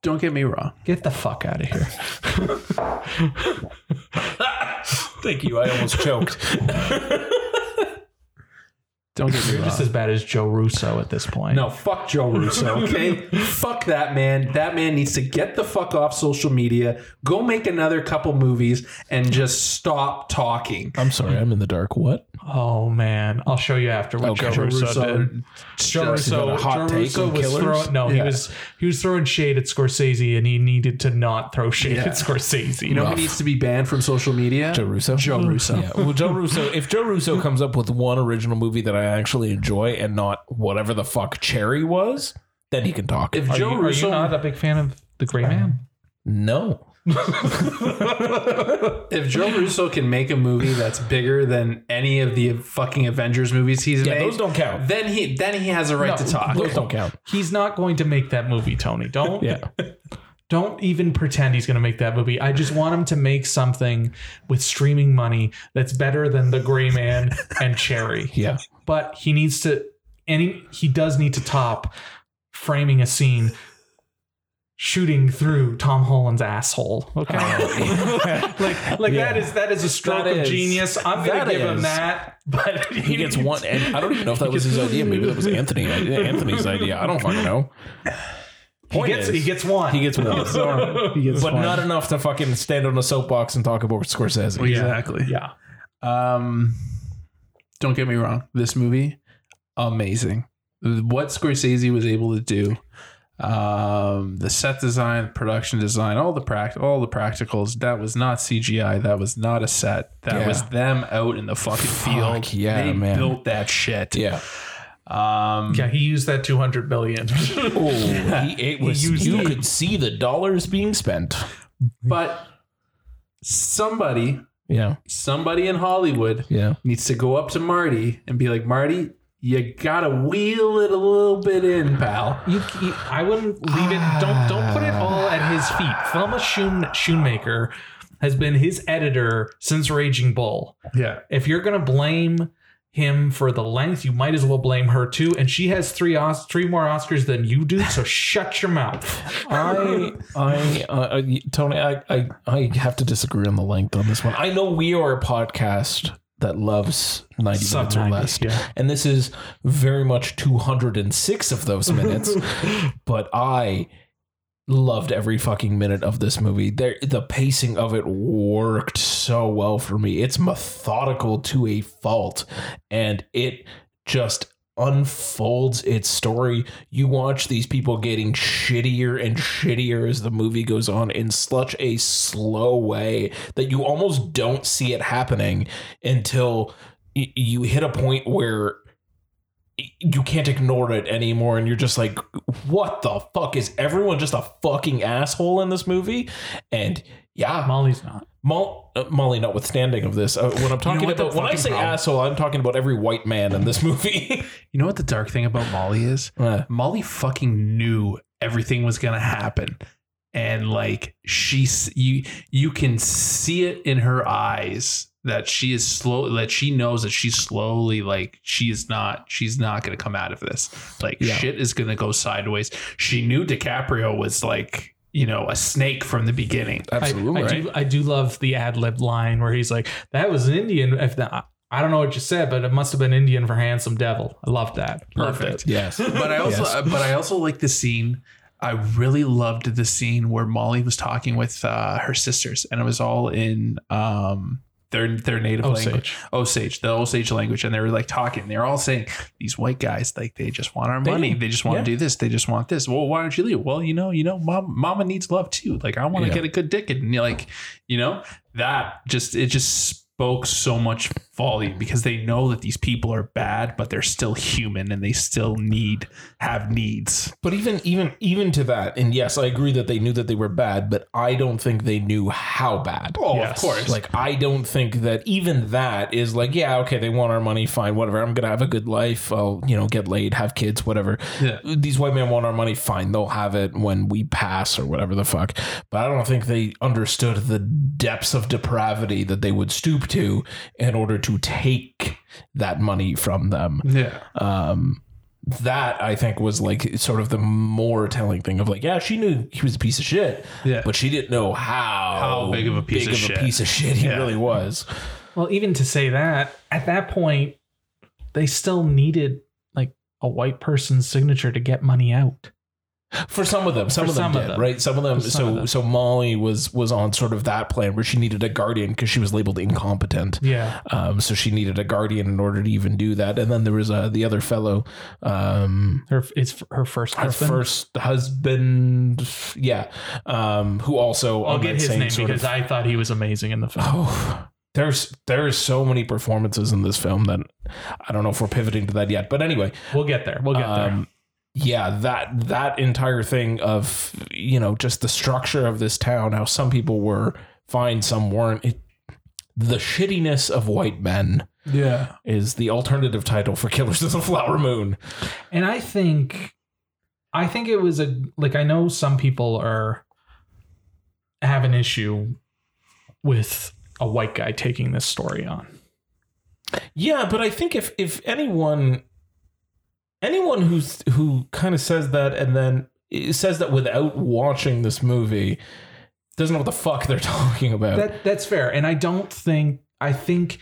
B: Don't get me wrong.
C: Get the fuck out of [LAUGHS] here.
A: Thank you. I almost choked.
B: Don't [LAUGHS] get me
C: You're
B: wrong.
C: just as bad as Joe Russo at this point.
B: No, fuck Joe
A: [LAUGHS]
B: Russo, okay? fuck that man. That man needs to get the fuck off social media, go make another couple movies, and just stop talking.
A: [LAUGHS] I'm sorry. I'm in the dark. What?
C: Oh man, I'll show you after what
A: Okay.
C: Joe,
A: Joe
C: Russo,
B: Russo
C: did. Joe
B: just-
A: he
C: Russo,
A: got a hot
C: Joe
A: take
C: Russo
A: on
C: was
A: killers?
C: throwing. No, he
B: Yeah.
C: was he was throwing shade at Scorsese, and he needed to not throw shade
B: Yeah.
C: at Scorsese.
B: You know
A: Rough.
B: who needs to be banned from social media?
A: Joe Russo. Oh,
B: Joe Russo.
A: Yeah. Well, Joe Russo. If Joe Russo comes up with one original movie that I actually enjoy and not whatever the fuck Cherry was, then he can talk.
B: If
C: are
B: Joe
C: you, are
B: Russo
C: you not a big fan of the Gray Man?
A: no.
B: if Joe Russo can make a movie that's bigger than any of the fucking Avengers movies he's
A: Yeah,
B: made,
A: those don't count.
B: then he then he has a right
C: No,
B: to talk.
A: Those don't count.
C: He's not going to make that movie, Tony. Don't
A: Yeah.
C: don't even pretend he's going to make that movie. I just want him to make something with streaming money that's better than The Gray Man and Cherry.
A: Yeah.
C: But he needs to, and he, he does need to top framing a scene, shooting through Tom Holland's asshole. Okay, like [LAUGHS] like
A: Yeah.
C: that is that is a stroke
A: That
C: of
A: is.
C: genius. I'm going
A: That
C: to give him
A: is.
C: that, but
A: He
C: [LAUGHS]
A: gets one, and I don't even know if that was his idea. Maybe that was Anthony. Anthony's idea. I don't fucking know.
C: He
A: Point
C: gets,
A: is-
C: he gets one.
A: He gets
C: [LAUGHS]
A: one,
B: He gets
A: but
B: fined.
A: not enough to fucking stand on a soapbox and talk about Scorsese.
B: Exactly.
C: yeah.
B: Um, don't get me wrong. This movie, amazing. What Scorsese was able to do, um, the set design, production design, all the pract, all the practicals. That was not CGI. That was not a set. That
A: Yeah.
B: was them out in the fucking
A: Fuck,
B: field.
A: yeah,
B: they
A: man.
B: built that shit.
A: Yeah.
B: Um,
C: Yeah, he used that 200 billion. [LAUGHS]
A: Oh, he, it was.
C: used
A: you
C: it.
A: could see the dollars being spent.
B: but somebody,
A: Yeah.
B: somebody in Hollywood
A: Yeah.
B: needs to go up to Marty and be like, Marty, you gotta wheel it a little bit in, pal.
C: You, you- I wouldn't leave it. Don't don't put it all at his feet. Thelma Schoon, Schoonmaker has been his editor since Raging Bull.
B: Yeah.
C: If you're gonna blame him for the length, you might as well blame her too. And she has three Os- three more Oscars than you do.
B: [LAUGHS]
C: So shut your mouth.
A: I, I, uh, uh, Tony, I, I, I have to disagree on the length on this one. I know we are a podcast that loves 90
C: Sub
A: minutes or
C: 90,
A: less,
C: yeah.
A: and this is very much 206 of [LAUGHS] those minutes, but I loved every fucking minute of this movie. There, the pacing of it worked so well for me. It's methodical to a fault, and it just unfolds its story. You watch these people getting shittier and shittier as the movie goes on in such a slow way that you almost don't see it happening until y- you hit a point where y- you can't ignore it anymore and you're just like what the fuck is everyone just a fucking asshole in this movie and yeah
C: [LAUGHS] Molly's not.
A: Mol- uh, Molly, notwithstanding of this, uh, when I'm talking
B: what the
A: about when I
B: fucking
A: say
B: problem-
A: asshole, I'm talking about every white man in this
B: [LAUGHS]
A: movie.
B: You know what the dark thing about Molly is?
A: Uh,
B: Molly fucking knew everything was gonna happen, and like she's you you can see it in her eyes that she is slow that she knows that she's slowly like she is not she's not gonna come out of this like
A: Yeah.
B: shit is gonna go sideways. She knew DiCaprio was like you know a snake from the beginning.
A: absolutely.
C: I, I do. I do love the ad lib line where he's like, "That was an Indian." If the, I don't know what you said, but it must have been Indian for handsome devil. I love that.
B: Perfect.
A: Yes.
B: but I also
A: Yes.
B: but I also like the scene. I really loved the scene where Molly was talking with uh, her sisters, and it was all in um, their their native
C: Oh,
B: language, Osage,
C: Osage.
B: the Osage language, and they were like talking. They're all saying these white guys like they just want our
A: They
B: money.
A: do.
B: They just want
A: Yeah.
B: to do this. They just want this. Well, why don't you leave? Well, you know, you know, mom, mama needs love too. Like I want to
A: Yeah.
B: get a good dick, and you're like, you know, that just it just spoke so much volume because they know that these people are bad, but they're still human and they still need have needs.
A: But even even even to that, and yes, I agree that they knew that they were bad, but I don't think they knew how bad.
B: Oh,
C: Yes.
B: of course.
A: Like I don't think that even that is like, yeah, okay, they want our money, fine, whatever. I'm gonna have a good life. I'll, you know, get laid, have kids, whatever.
B: Yeah.
A: These white men want our money, fine, they'll have it when we pass or whatever the fuck. But I don't think they understood the depths of depravity that they would stoop to in order to take that money from them
B: yeah.
A: um that I think was like sort of the more telling thing of like, yeah, she knew he was a piece of shit,
B: Yeah.
A: but she didn't know how
B: How big of a piece of shit.
A: piece of shit he
B: Yeah.
A: really was.
C: Well, even to say that, at that point, they still needed like a white person's signature to get money out.
A: For some of them, some
C: For
A: of them
C: some of
A: did,
C: them.
A: right? Some of them.
C: For some
A: so
C: of them.
A: so Molly was was on sort of that plan where she needed a guardian because she was labeled incompetent.
C: Yeah.
A: Um, so she needed a guardian in order to even do that. And then there was uh, the other fellow, um,
C: Her it's her first
A: her
C: husband.
A: first husband, yeah, um, who also
C: I'll
A: on
C: get
A: that
C: his
A: same
C: name
A: sort
C: because
A: of-
C: I thought he was amazing in the film.
A: Oh, there's there's so many performances in this film that I don't know if we're pivoting to that yet. But anyway,
C: We'll get there. We'll get
A: um, yeah, that that entire thing of you know just the structure of this town, how some people were fine, some weren't. It, the shittiness of white men
B: Yeah.
A: is the alternative title for Killers of the Flower Moon.
C: there. And I think I think it was a like I know some people are have an issue with a white guy taking this story on.
A: Yeah, but I think if if anyone anyone who's who kind of says that and then says that without watching this movie doesn't know what the fuck they're [LAUGHS] talking about.
C: That that's fair, and I don't think I think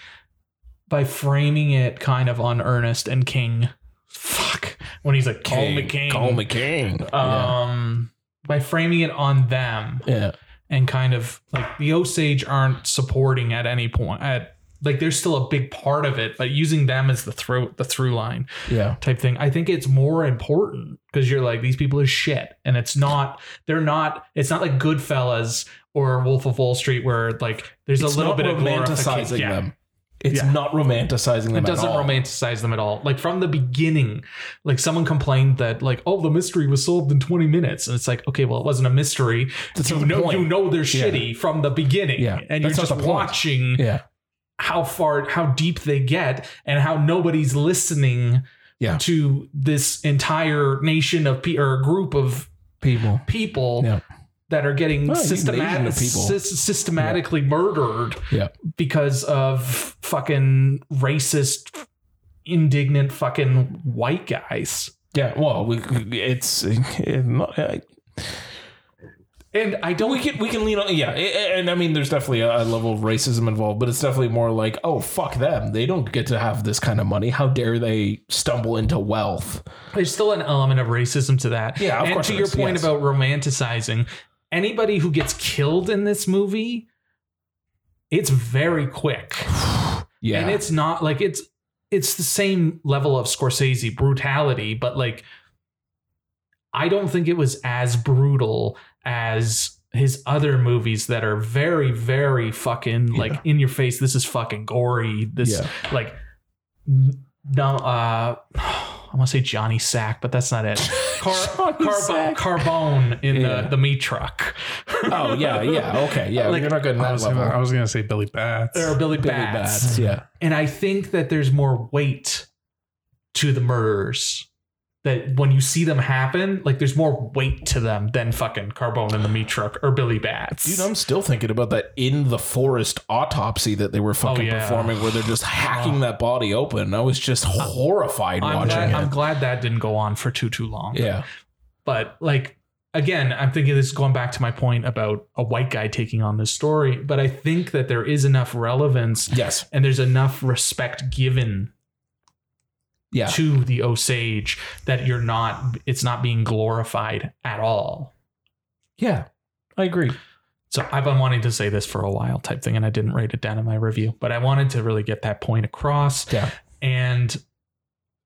C: by framing it kind of on Ernest and King, fuck, when he's like, "Call me King,
A: Call me king.
C: Um, by framing it on them
A: yeah. yeah.
C: and kind of like the Osage aren't supporting at any point at like there's still a big part of it, but using them as the throat the through line
A: Yeah.
C: type thing. I think it's more important because you're like these people are shit, and it's not they're not it's not like Goodfellas or Wolf of Wall Street where like there's
A: It's
C: a little
A: not
C: bit of
A: romanticizing
C: glorification. Yeah.
A: them. It's
C: Yeah.
A: not romanticizing them.
C: It
A: at
C: doesn't
A: all.
C: romanticize them at all. Like from the beginning, like someone complained that like oh the mystery was solved in 20 minutes, and it's like okay well it wasn't a mystery.
A: That's not
C: you
A: the
C: know
A: point.
C: you know they're
A: Yeah.
C: shitty from the beginning,
A: Yeah. That's
C: and you're
A: not
C: just
A: the point.
C: watching
A: Yeah.
C: how far how deep they get and how nobody's listening
A: Yeah.
C: to this entire nation of pe- or group of
A: People.
C: people
A: Yeah.
C: that are getting
A: Well, he's an Asian
C: systematic,
A: of people.
C: sys- systematically murdered
A: Yeah.
C: because of fucking racist indignant fucking white guys
A: Yeah. Well, we, it's, [LAUGHS] it's not, I-
C: and i
A: No,
C: don't
A: we can we can lean on yeah, a- a- and I mean there's definitely a, a level of racism involved, but it's definitely more like oh fuck them, they don't get to have this kind of money. How dare they stumble into wealth?
C: there's still an element of racism to that.
A: Yeah, of
C: and
A: course
C: To
A: it
C: your
A: is,
C: point
A: yes.
C: about romanticizing, anybody who gets killed in this movie, it's very quick,
A: Yeah,
C: and it's not like it's it's the same level of Scorsese brutality, but like I don't think it was as brutal as his other movies that are very very fucking like in your face this is fucking gory this
A: Yeah.
C: like n- no uh [SIGHS] i want to say johnny sack but that's
A: [LAUGHS]
C: not it Car-
A: Johnny
C: Carbo-
A: Sack.
C: carbone in
A: Yeah.
C: the the meat truck
A: oh yeah yeah okay yeah
C: Like,
A: you're not good in
B: I
A: that
B: was,
A: level.
B: gonna, I was gonna say Billy Bats.
C: or billy,
A: Billy
C: bats.
A: Bats, yeah
C: and i think that there's more weight to the murderers that when you see them happen like there's more weight to them than fucking carbone in the meat truck or billy bats
A: dude, I'm still thinking about that in the forest autopsy that they were fucking
C: yeah.
A: performing, where they're just hacking that body open. I was just horrified
C: I'm
A: watching
C: glad,
A: it.
C: I'm glad that didn't go on for too too long
A: yeah,
C: but like again i'm thinking this is going back to my point about a white guy taking on this story but i think that there is enough relevance
A: yes,
C: and there's enough respect given
A: yeah.
C: to the osage that you're not it's not being glorified at all
A: Yeah, I agree.
C: So I've been wanting to say this for a while, type thing, and I didn't write it down in my review, but I wanted to really get that point across.
A: Yeah.
C: And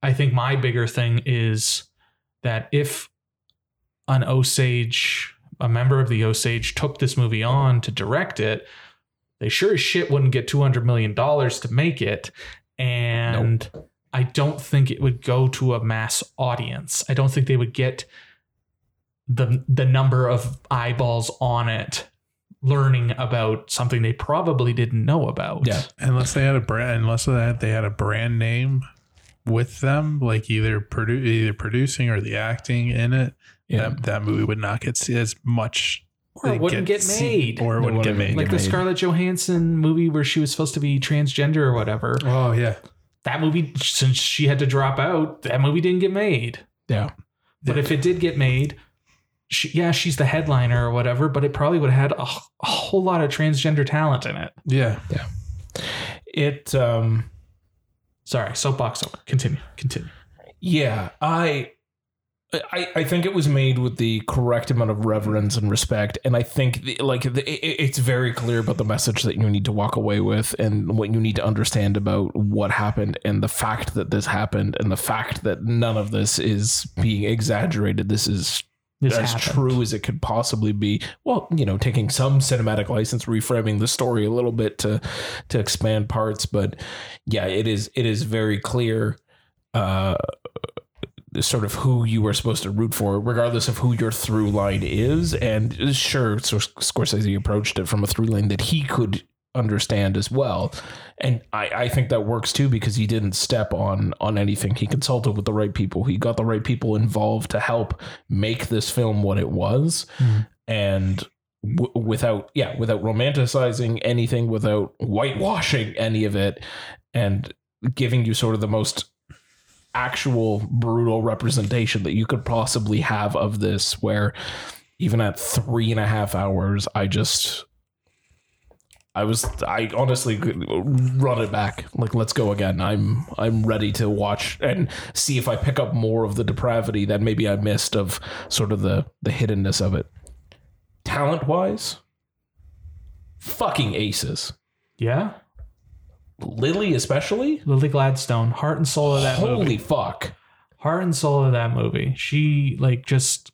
C: I think my bigger thing is that if an Osage, a member of the Osage, took this movie on to direct it, they sure as shit wouldn't get $200 million to make it. And I don't think it would go to a mass audience. I don't think they would get the the number of eyeballs on it learning about something they probably didn't know about.
A: Yeah.
B: unless they had a brand unless they had, they had a brand name with them like either produ- either producing or the acting in it
A: Yeah.
B: that, that movie would not get see as much
C: Or it wouldn't get
B: seen-
C: made.
B: or it
A: No,
B: wouldn't get
A: whatever.
B: made
C: like the Scarlett Johansson movie where she was supposed to be transgender or whatever.
B: oh yeah
C: That movie, since she had to drop out, that movie didn't get made.
A: Yeah.
C: But if it did get made, she, yeah, she's the headliner or whatever, but it probably would have had a, wh- a whole lot of transgender talent in it.
B: yeah
A: It um
C: Sorry, soapbox over. Continue, continue.
A: yeah, I I, I think it was made with the correct amount of reverence and respect, and I think the, like the, it, it's very clear about the message that you need to walk away with, and what you need to understand about what happened, and the fact that this happened, and the fact that none of this is being exaggerated. This is
C: This
A: as
C: happened.
A: true as it could possibly be. Well, you know, taking some cinematic license, reframing the story a little bit to to expand parts, but yeah, it is it is very clear uh sort of who you are supposed to root for, regardless of who your through line is. And sure, so Scorsese approached it from a through line that he could understand as well. And I, I think that works too because he didn't step on on anything. He consulted with the right people. He got the right people involved to help make this film what it was.
C: Mhm.
A: And w- without yeah, without romanticizing anything, without whitewashing any of it and giving you sort of the most actual brutal representation that you could possibly have of this where even at three and a half hours i just i was i honestly could run it back like let's go again i'm i'm ready to watch and see if i pick up more of the depravity that maybe i missed of sort of the the hiddenness of it talent wise fucking aces
C: Yeah.
A: lily especially
C: Lily Gladstone, heart and soul of that
A: holy
C: movie.
A: fuck
C: heart and soul of that movie. She like just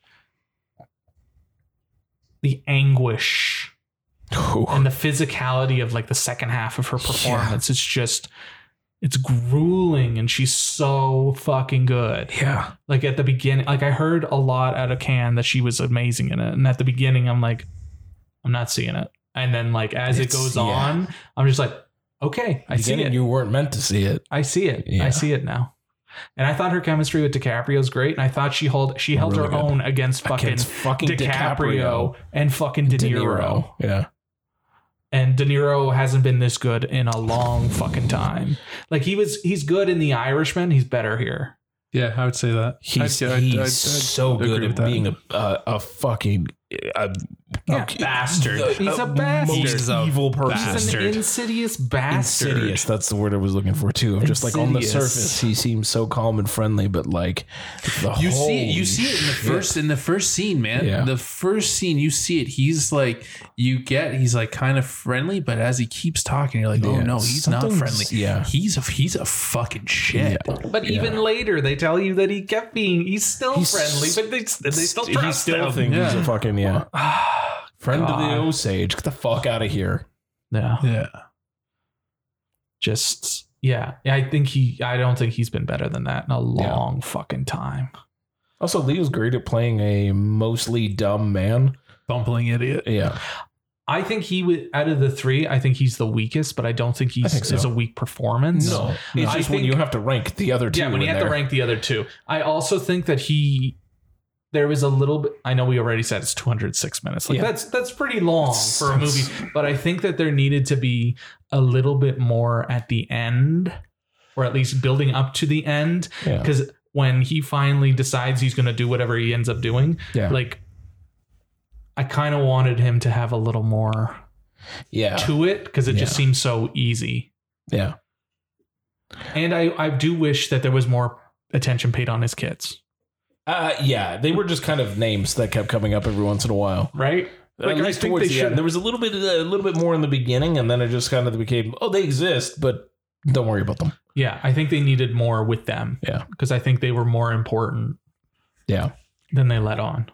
C: the anguish and the physicality of like the second half of her performance. It's just it's grueling and she's so fucking good.
A: yeah
C: Like at the beginning, like I heard a lot out of Can that she was amazing in it. And at the beginning, I'm like, I'm not seeing it. And then like as
A: It's-
C: it goes
A: yeah.
C: on, I'm just like, okay, I see
A: Again,
C: it.
A: You weren't meant to see it.
C: I see it.
A: Yeah.
C: I see it now. And I thought her chemistry with DiCaprio is great, and I thought she held she held
A: Really
C: her
A: good.
C: own against fucking
A: Against fucking
C: DiCaprio, and fucking De
A: De
C: Niro.
A: Niro. Yeah.
C: And De Niro hasn't been this good in a long fucking time. Like he was, he's good in The Irishman. He's better here.
B: yeah i would say that
A: He's,
B: I'd- I'd-
A: he's
B: I'd- I'd
A: so
B: agree
A: good
B: with
A: at
B: that.
A: being a, a, a fucking a,
C: Yeah,
A: a-
C: bastard.
A: the- uh,
C: He's a bastard.
A: Most
B: He's a
A: evil person.
B: bastard.
C: He's an insidious bastard.
A: Insidious. That's the word I was looking for too. Of just like on the
B: Insidious.
A: surface, he seems so calm and friendly, but like the
B: you see
A: holy
B: you see it in the
A: shit.
B: first in the first scene man
A: Yeah.
B: the first scene you see it he's like you get he's like kind of friendly but as he keeps talking you're like oh
A: Yeah.
B: no he's not friendly
A: Something's- yeah.
B: he's a he's a fucking shit
C: But even later, they tell you that he kept being. He's still
A: He's
C: friendly, but they, they still
A: He
C: trust
A: still
C: him. [SIGHS]
A: thinks he's
B: Yeah.
A: a fucking yeah. Friend of the
C: God.
A: Osage. Get the fuck out of here.
C: No.
B: yeah
C: just yeah i think he i don't think he's been better than that in a
A: Yeah.
C: long fucking time
A: Also, Leo's great at playing a mostly dumb man.
B: bumbling idiot
A: Yeah.
C: i think he would out of the three i think he's the weakest but i don't think he's
A: think so.
C: is a weak performance
A: No, it's
C: I
A: just when
C: think-
A: you have to rank the other two.
C: yeah when you
A: in
C: have
A: there.
C: to rank the other two i also think that he there was a little bit i know we already said it's 206 minutes like
A: Yeah.
C: that's that's pretty long
A: That's-
C: for a movie but i think that there needed to be a little bit more at the end or at least building up to the end
A: yeah.
C: because when he finally decides he's going to do whatever he ends up doing
A: Yeah.
C: like i kind of wanted him to have a little more
A: yeah,
C: to it because it just seems so easy
A: yeah,
C: and i i do wish that there was more attention paid on his kids
A: uh, yeah. They were just kind of names that kept coming up every once in a while.
C: right
A: Like
B: I
A: at least
B: think
A: towards
B: they
A: the
B: should-
A: end, there was a little bit, a little bit more in the beginning, and then it just kind of became, oh, they exist, but don't worry about them.
C: Yeah, I think they needed more with them.
A: Yeah.
C: Because I think they were more important
A: Yeah.
C: than they let on.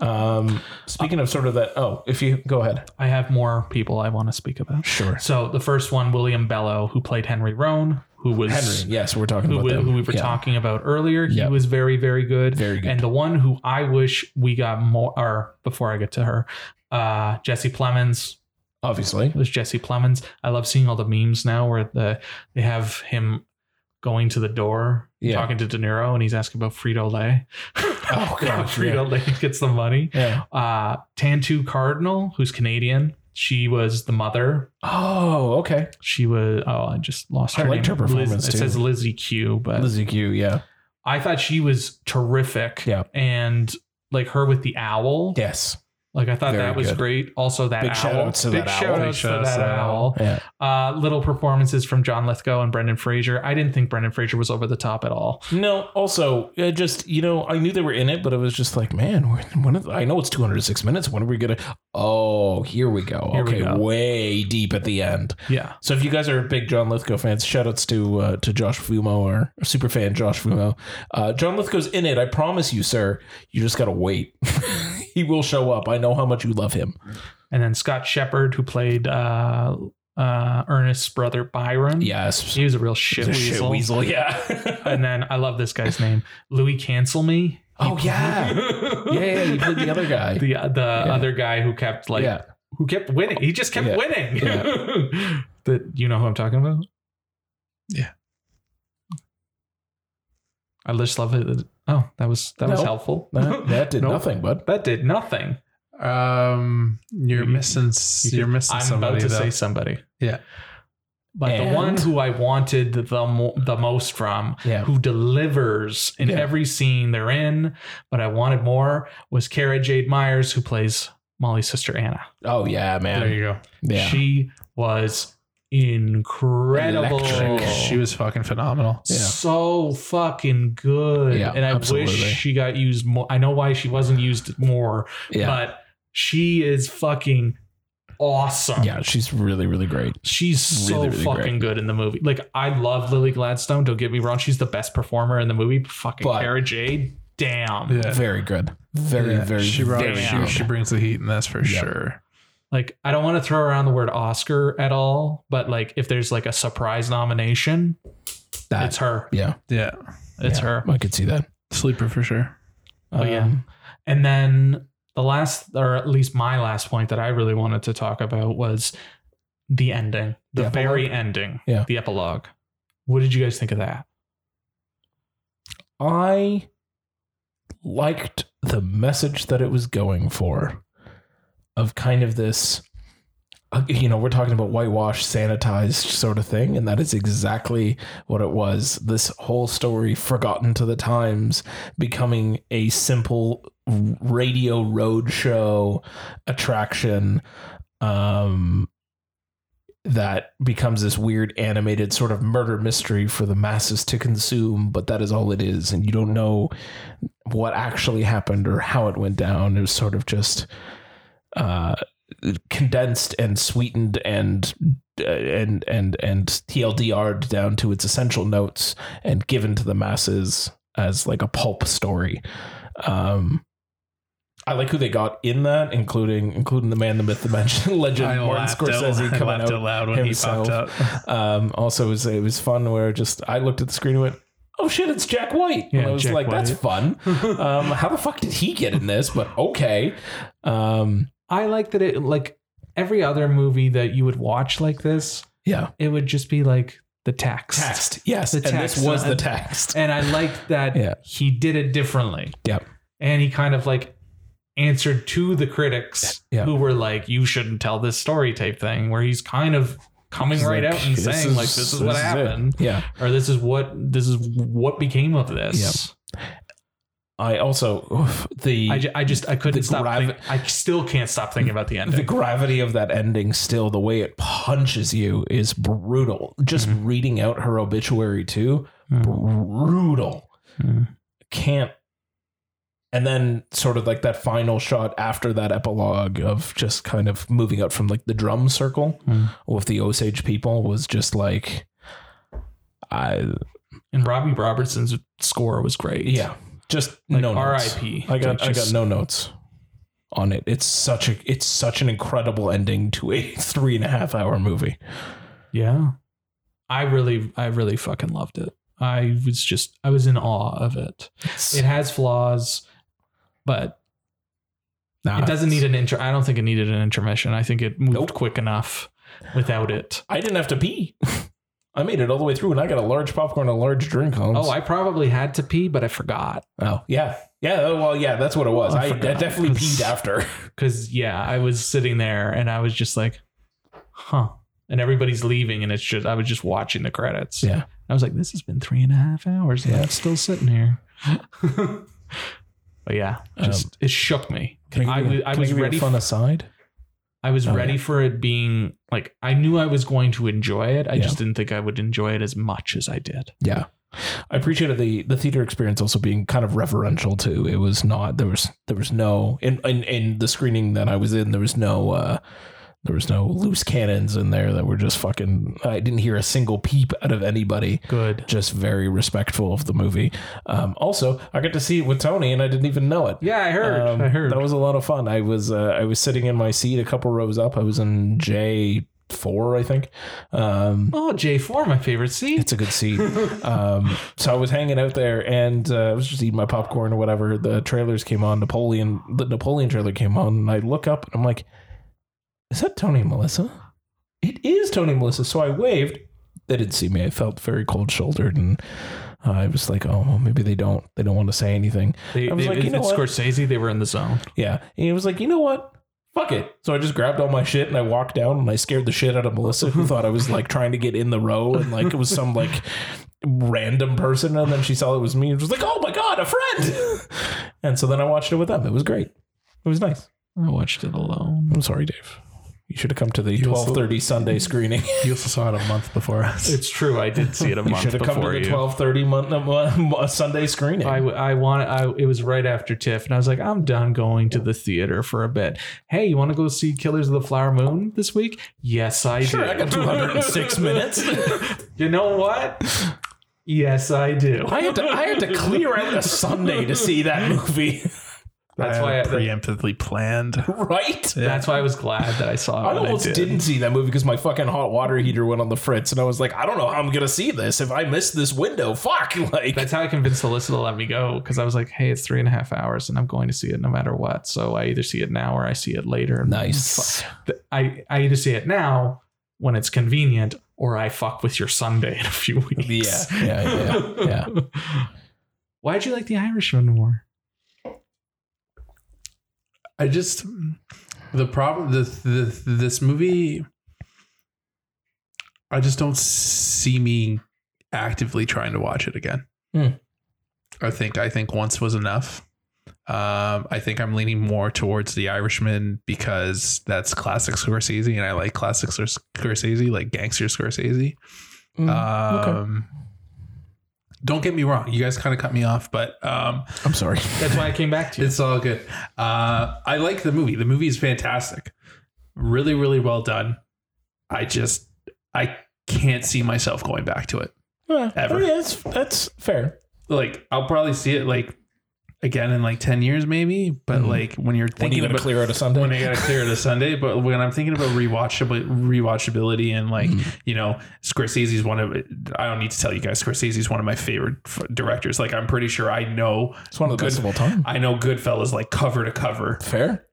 A: Um, speaking of sort of that, oh, if you go ahead,
C: I have more people I want to speak about.
A: sure.
C: So the first one, William Bellow, who played Henry Roan, who was
A: Henry, yes, we're talking
C: who,
A: about
C: we,
A: them.
C: who we were
A: Yeah.
C: talking about earlier. He
A: Yeah.
C: was very, very good.
A: Very good.
C: And the one who I wish we got more, or before I get to her, uh, Jesse Plemons
A: Obviously,
C: was Jesse Plemons. I love seeing all the memes now where the they have him going to the door,
A: Yeah.
C: talking to De Niro, and he's asking about Frito Lay.
A: [LAUGHS] Oh, gosh, yeah.
C: Frito Lay gets the money.
A: yeah.
C: Uh, Tantu Cardinal, who's Canadian. She was the mother
A: Oh, okay.
C: she was oh I just lost
A: I
C: her
A: liked
C: name.
A: her
C: Liz-
A: performance,
C: it
A: too.
C: says Lizzie Q, but
A: Lizzie Q, yeah,
C: I thought she was terrific.
A: Yeah.
C: and like her with the owl.
A: yes,
C: like I thought
A: Very
C: that was
A: good.
C: great. Also that
A: Big
C: owl.
A: shout-outs to
C: big
A: that owl.
C: shout
B: Big
C: outs to
B: shout-outs
C: that
B: to that
C: owl.
A: yeah.
C: Uh, little performances from John Lithgow and Brendan Fraser. I didn't think Brendan Fraser was over the top at all.
A: No, also, uh, just you know, I knew they were in it, but it was just like, man, we're- when are- I know it's 206 minutes. When are we gonna? Oh, here we go.
C: Here we
A: okay,
C: go.
A: way deep at the end.
C: Yeah,
A: So if you guys are big John Lithgow fans, shoutouts to uh, to Josh Fumo or super fan Josh Fumo. Uh, John Lithgow's in it. I promise you, sir. You just gotta wait. [LAUGHS] he will show up. I know how much you love him.
C: and then Scott Shepard who played uh, uh, Ernest's brother Byron.
A: Yes.
C: he was a real shit,
A: The
C: weasel.
A: shit weasel. Yeah.
C: [LAUGHS]
A: [LAUGHS]
C: And then I love this guy's name, Louis Cancel Me.
A: oh
C: [LAUGHS]
A: yeah. Yeah, yeah. You played the other guy.
C: the the other guy who kept like
A: yeah.
C: who kept winning. He just kept
A: Yeah.
C: winning. [LAUGHS] that you know who I'm talking about?
B: Yeah.
C: I just love it. Oh, that was that was
A: No.
C: helpful.
A: That, that did
C: Nope.
A: nothing, bud.
C: [LAUGHS] That did nothing.
B: Um, you're
C: You-
B: missing.
C: you
B: You, are
C: could-
B: missing
C: I'm
B: somebody.
C: about to
B: though.
C: say somebody.
B: Yeah.
C: But
A: And-
C: the one who I wanted the mo- the most from,
A: Yeah.
C: who delivers in
A: Yeah.
C: every scene they're in, but I wanted more, was Kara Jade Myers, who plays Molly's sister Anna.
A: Oh yeah,
B: there
A: man.
B: you go.
A: Yeah.
C: She was incredible.
A: Electric.
B: She was fucking phenomenal.
A: Yeah.
C: So fucking good.
A: Yeah,
C: and I
A: absolutely.
C: wish she got used more. I know why she wasn't used more,
A: Yeah.
C: but she is fucking awesome.
A: yeah. She's really, really great.
C: She's so
A: Really, really
C: fucking
A: great.
C: good in the movie. Like, I love Lily Gladstone. Don't get me wrong. She's the best performer in the movie. But fucking
A: But-
C: Cara Jade. Damn.
B: Yeah.
A: Very good. Very,
B: Yeah,
A: very,
B: she, brought,
A: very
B: she,
A: good.
B: she brings the heat in this for
A: Yeah.
B: sure.
C: Like, I don't want to throw around the word Oscar at all, but like, if there's like a surprise nomination,
A: That-
C: it's her.
A: yeah.
B: Yeah,
C: It's
A: yeah.
C: her.
A: I could see that. Um,
B: sleeper for sure.
C: Oh, yeah. And then the last, or at least my last point that I really wanted to talk about was the ending, the,
A: The
C: very ending,
A: Yeah.
C: the epilogue. What did you guys think of that?
A: I liked the message that it was going for of kind of this uh, you know we're talking about whitewashed sanitized sort of thing and that is exactly what it was this whole story forgotten to the times becoming a simple r- radio roadshow attraction um that becomes this weird animated sort of murder mystery for the masses to consume, but that is all it is. And you don't know what actually happened or how it went down. It was sort of just uh, condensed and sweetened and. uh, And and and TLDR'd down to its essential notes and given to the masses as like a pulp story. Um, I like who they got in that, including including the man, the myth, the [LAUGHS] mention, legend, Martin Scorsese
B: I
A: coming
B: laughed
A: out
B: out loud when
A: himself.
B: he popped up.
A: um, also, it was, it was fun where just I looked at the screen and went, "Oh shit, it's Jack White." and
C: Yeah,
A: I was
C: Jack
A: like, "That's fun."
C: [LAUGHS]
A: um, how the fuck did he get in this? But okay, um,
C: I like that it, like every other movie that you would watch like this,
A: yeah,
C: it would just be like the text.
A: text. Yes,
C: The
A: and this
C: text.
A: was the text.
C: [LAUGHS] And I liked that
A: Yeah.
C: he did it differently.
A: Yep.
C: And he kind of like answered to the critics
A: Yeah.
C: who were like, you shouldn't tell this story type thing, where he's kind of coming
A: It's
C: right
A: like,
C: out and
A: this
C: saying,
A: is-
C: like, this is what
A: it.
C: happened.
A: Yeah,
C: or this is what this is what became of this.
A: I also oof, the
C: I, ju- I just I couldn't
A: The
C: stop.
A: gravi-
C: think- I still can't stop thinking about the
A: the
C: ending.
A: gravity of that ending still the way it punches you is brutal just
C: Mm-hmm.
A: reading out her obituary too brutal
C: Mhm.
A: can't and then sort of like that final shot after that epilogue of just kind of moving out from like the drum circle
C: Mm.
A: with the Osage people was just like I
C: And Robbie Robertson's score was great.
A: yeah, just
C: Like
A: no notes.
C: R.I.P.
A: I got
C: Like,
A: I got
C: just-
A: no notes on it. It's such a it's such an incredible ending to a three and a half hour movie.
C: Yeah. I really I really fucking loved it. I was just I was in awe of it. It has flaws, but
A: Nah,
C: it doesn't
A: it's-
C: need an inter I don't think it needed an intermission. I think it moved
A: Nope.
C: quick enough without it.
A: I didn't have to pee. [LAUGHS] I made it all the way through, and I got a large popcorn, and a large drink. Holmes.
C: Oh, I probably had to pee, but I forgot.
A: oh yeah, yeah. oh, Well, yeah, that's what it was.
C: I
A: I, I
C: forgot.
A: definitely peed after.
C: Cause yeah, I was sitting there and I was just like, huh. And everybody's leaving and it's just I was just watching the credits.
A: Yeah.
C: I was like, this has been three and a half hours and
A: Yeah.
C: I'm still
A: [LAUGHS]
C: sitting here. but yeah, just it shook me.
A: Um, Can
C: I
A: I, give you-
C: was- I
A: can I
C: was
A: give you a
C: ready
A: fun aside.
C: I was
A: Oh,
C: ready
A: yeah.
C: for it being like I knew I was going to enjoy it. I
A: Yeah.
C: just didn't think I would enjoy it as much as I did.
A: Yeah. I appreciated the the theater experience also being kind of reverential too. It was not there was there was no in in, in the screening that I was in there was no uh there was no loose cannons in there that were just fucking I didn't hear a single peep out of anybody.
C: Good.
A: Just very respectful of the movie. Um also I got to see it with Tony and I didn't even know it.
C: Yeah, I heard.
A: Um,
C: I heard.
A: That was a lot of fun. I was uh, I was sitting in my seat a couple rows up. I was in J four, I think. Um
C: oh, J four, my favorite seat.
A: it's a good seat. um, so I was hanging out there, and uh, I was just eating my popcorn or whatever. The trailers came on. Napoleon, the Napoleon trailer came on, and I look up and I'm like, "Is that Tony and Melissa?" It is Tony and Melissa. So I waved. They didn't see me. I felt very cold shouldered, and I was like, "Oh, well, maybe they don't. They don't want to say anything."
C: They,
A: I was
C: they,
A: like, you know
C: it's
A: what?
C: Scorsese. They were in the zone.
A: Yeah. And he was like, you know what? Fuck it. So I just grabbed all my shit and I walked down and I scared the shit out of Melissa, who thought I was like trying to get in the row and like it was some like random person. And then she saw it was me and was like, oh my God, a friend. and so then I watched it with them. It was great. It was nice.
C: I watched it alone.
A: I'm sorry, Dave. You should have come to the
B: also-
A: 12:30
C: [LAUGHS]
A: Sunday screening.
B: You also saw it a month before us.
C: It's true. I did see it a
A: You
C: month
A: should have come to
C: before
A: the
C: you.
A: 12:30 month, uh, uh, Sunday screening.
C: I, w- I wanted. I it was right after TIFF, and I was like, I'm done going to the theater for a bit. Hey, you want to go see Killers of the Flower Moon this week? Yes, I
A: sure,
C: do.
A: I got
C: [LAUGHS]
A: 206 minutes.
C: You know what? Yes, I do.
A: I had to I had to clear out a Sunday to see that movie.
C: That's
B: I
C: why I-
A: Uh,
B: preemptively planned.
A: [LAUGHS] Right?
C: That's why I was glad that I saw it.
A: I
C: when
A: almost
C: did.
A: did. not see that movie because my fucking hot water heater went on the fritz, and I was like, I don't know how I'm gonna see this if I miss this window. Fuck, [LAUGHS] like
C: That's how I convinced Alyssa to let me go because I was like, "Hey, it's three and a half hours, and I'm going to see it no matter what." So I either see it now or I see it later.
A: [LAUGHS] nice.
C: Th- I I either see it now when it's convenient, or I fuck with your Sunday in a few [LAUGHS]
A: Yeah,
C: weeks.
A: yeah, yeah, yeah.
C: [LAUGHS] Why'd you like The Irishman more?
B: I just the problem the, the this movie I just don't see me actively trying to watch it again.
A: Hmm.
B: I think I think once was enough. Um, I think I'm leaning more towards The Irishman because that's classic Scorsese, and I like classic Scors- Scorsese, like gangster Scorsese.
A: [LAUGHS]
C: Hmm.
A: Mm, okay.
B: Um, Don't get me wrong, you guys kind of cut me off, but um,
A: I'm sorry.
C: That's why I came back to you.
B: it's all good. Uh, I like the movie. The movie is fantastic. Really, really well done. I just, I can't see myself going back to it.
A: Yeah,
B: Ever.
A: yeah, that's, that's fair.
B: Like, I'll probably see it like again in like 10 years, maybe. But
A: Mhm.
B: like, when you're
A: When
B: thinking
A: you gotta
B: about
A: clear out a Sunday,
B: when I got to clear it a Sunday, but when I'm thinking about rewatchability, rewatchability and like, you know, Scorsese's one of, I don't need to tell you guys, Scorsese's one of my favorite f- directors. Like, I'm pretty sure I know,
A: it's one of the best of all time.
B: I know Goodfellas like cover to cover,
A: Fair,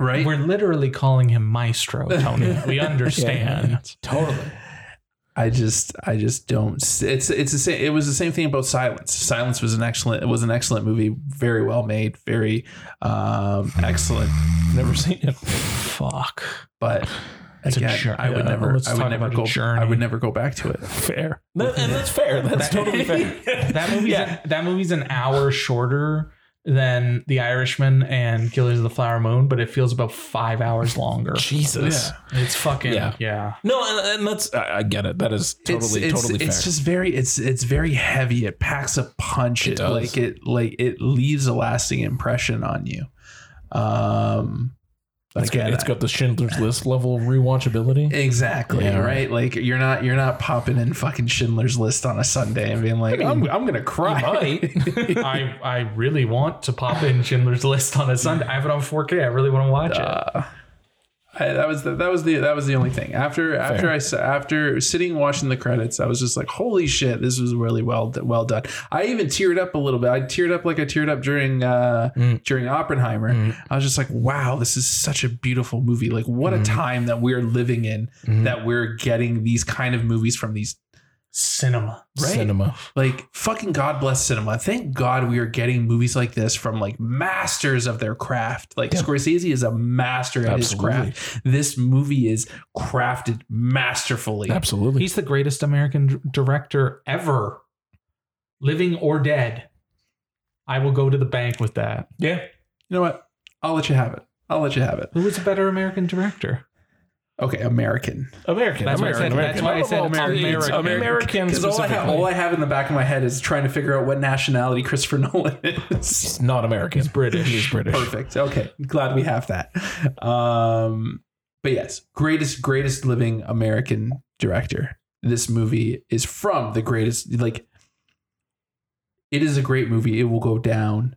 B: right?
C: We're literally calling
A: [LAUGHS]
C: him Maestro, Tony. we understand.
A: totally.
B: I just I just don't. s- It's it's the same. It was the same thing about Silence. Silence was an excellent. It was an excellent movie. Very well made. Very um, excellent.
A: Never seen it.
C: Fuck.
B: But
C: It's a
B: again,
C: jour-
B: I would
C: yeah,
B: never.
C: let's
B: I would
C: talk
B: never
C: about a
B: go. I
C: journey.
B: would never go back to
A: [LAUGHS]
B: it.
A: Fair, [LAUGHS] That- and that's fair. That's totally fair.
C: That movie's
A: Yeah.
C: that movie's an hour shorter than The Irishman and Killers of the Flower Moon, but it feels about five hours longer.
A: Jesus.
C: It's fucking
A: Yeah.
C: yeah.
A: No, and, and that's I, I get it. That is totally
B: it's,
A: totally
B: it's
A: fair.
B: just very it's it's very heavy it packs a punch
A: It
B: it,
A: does.
B: like it like it leaves a lasting impression on you um
A: It's got-
B: again,
A: it's got the Schindler's List level of [LAUGHS] rewatchability.
B: exactly
A: Yeah.
B: right like you're not you're not popping in fucking schindler's list on a sunday and being like "Mm,
A: mean,
B: I'm, I'm gonna cry
C: I I really want to pop in Schindler's List on a Sunday. I have it on 4K. I really want to watch
B: Uh,
C: it.
B: I, that was the, that was the that was the only thing after after I sa- after sitting watching the credits I was just like holy shit this was really well d- well done I even teared up a little bit I teared up like I teared up during uh, during Oppenheimer I was just like wow this is such a beautiful movie like what a time that we're living in that we're getting these kind of movies from these
C: Cinema.
B: right
A: Cinema.
B: like fucking god bless cinema thank god we are getting movies like this from like masters of their craft like scorsese is a master at his
A: Absolutely.
B: craft this movie is crafted masterfully
A: Absolutely.
C: He's the greatest American d- director ever, living or dead. I will go to the bank with that.
A: yeah.
B: you know what i'll let you have it i'll let you have it
C: Who is a better American director?
B: okay american
A: American.
C: That's what I
A: American.
C: said. That's why I said
A: American.
C: it's
A: American.
C: American.
B: because all, I have-
A: specifically.
B: all i have in the back of my head is trying to figure out what nationality christopher [LAUGHS] nolan is
A: He's not American. He's
C: British.
A: He's British.
B: [LAUGHS] perfect okay glad we have that um but yes greatest greatest living american director this movie is from the greatest like it is a great movie it will go down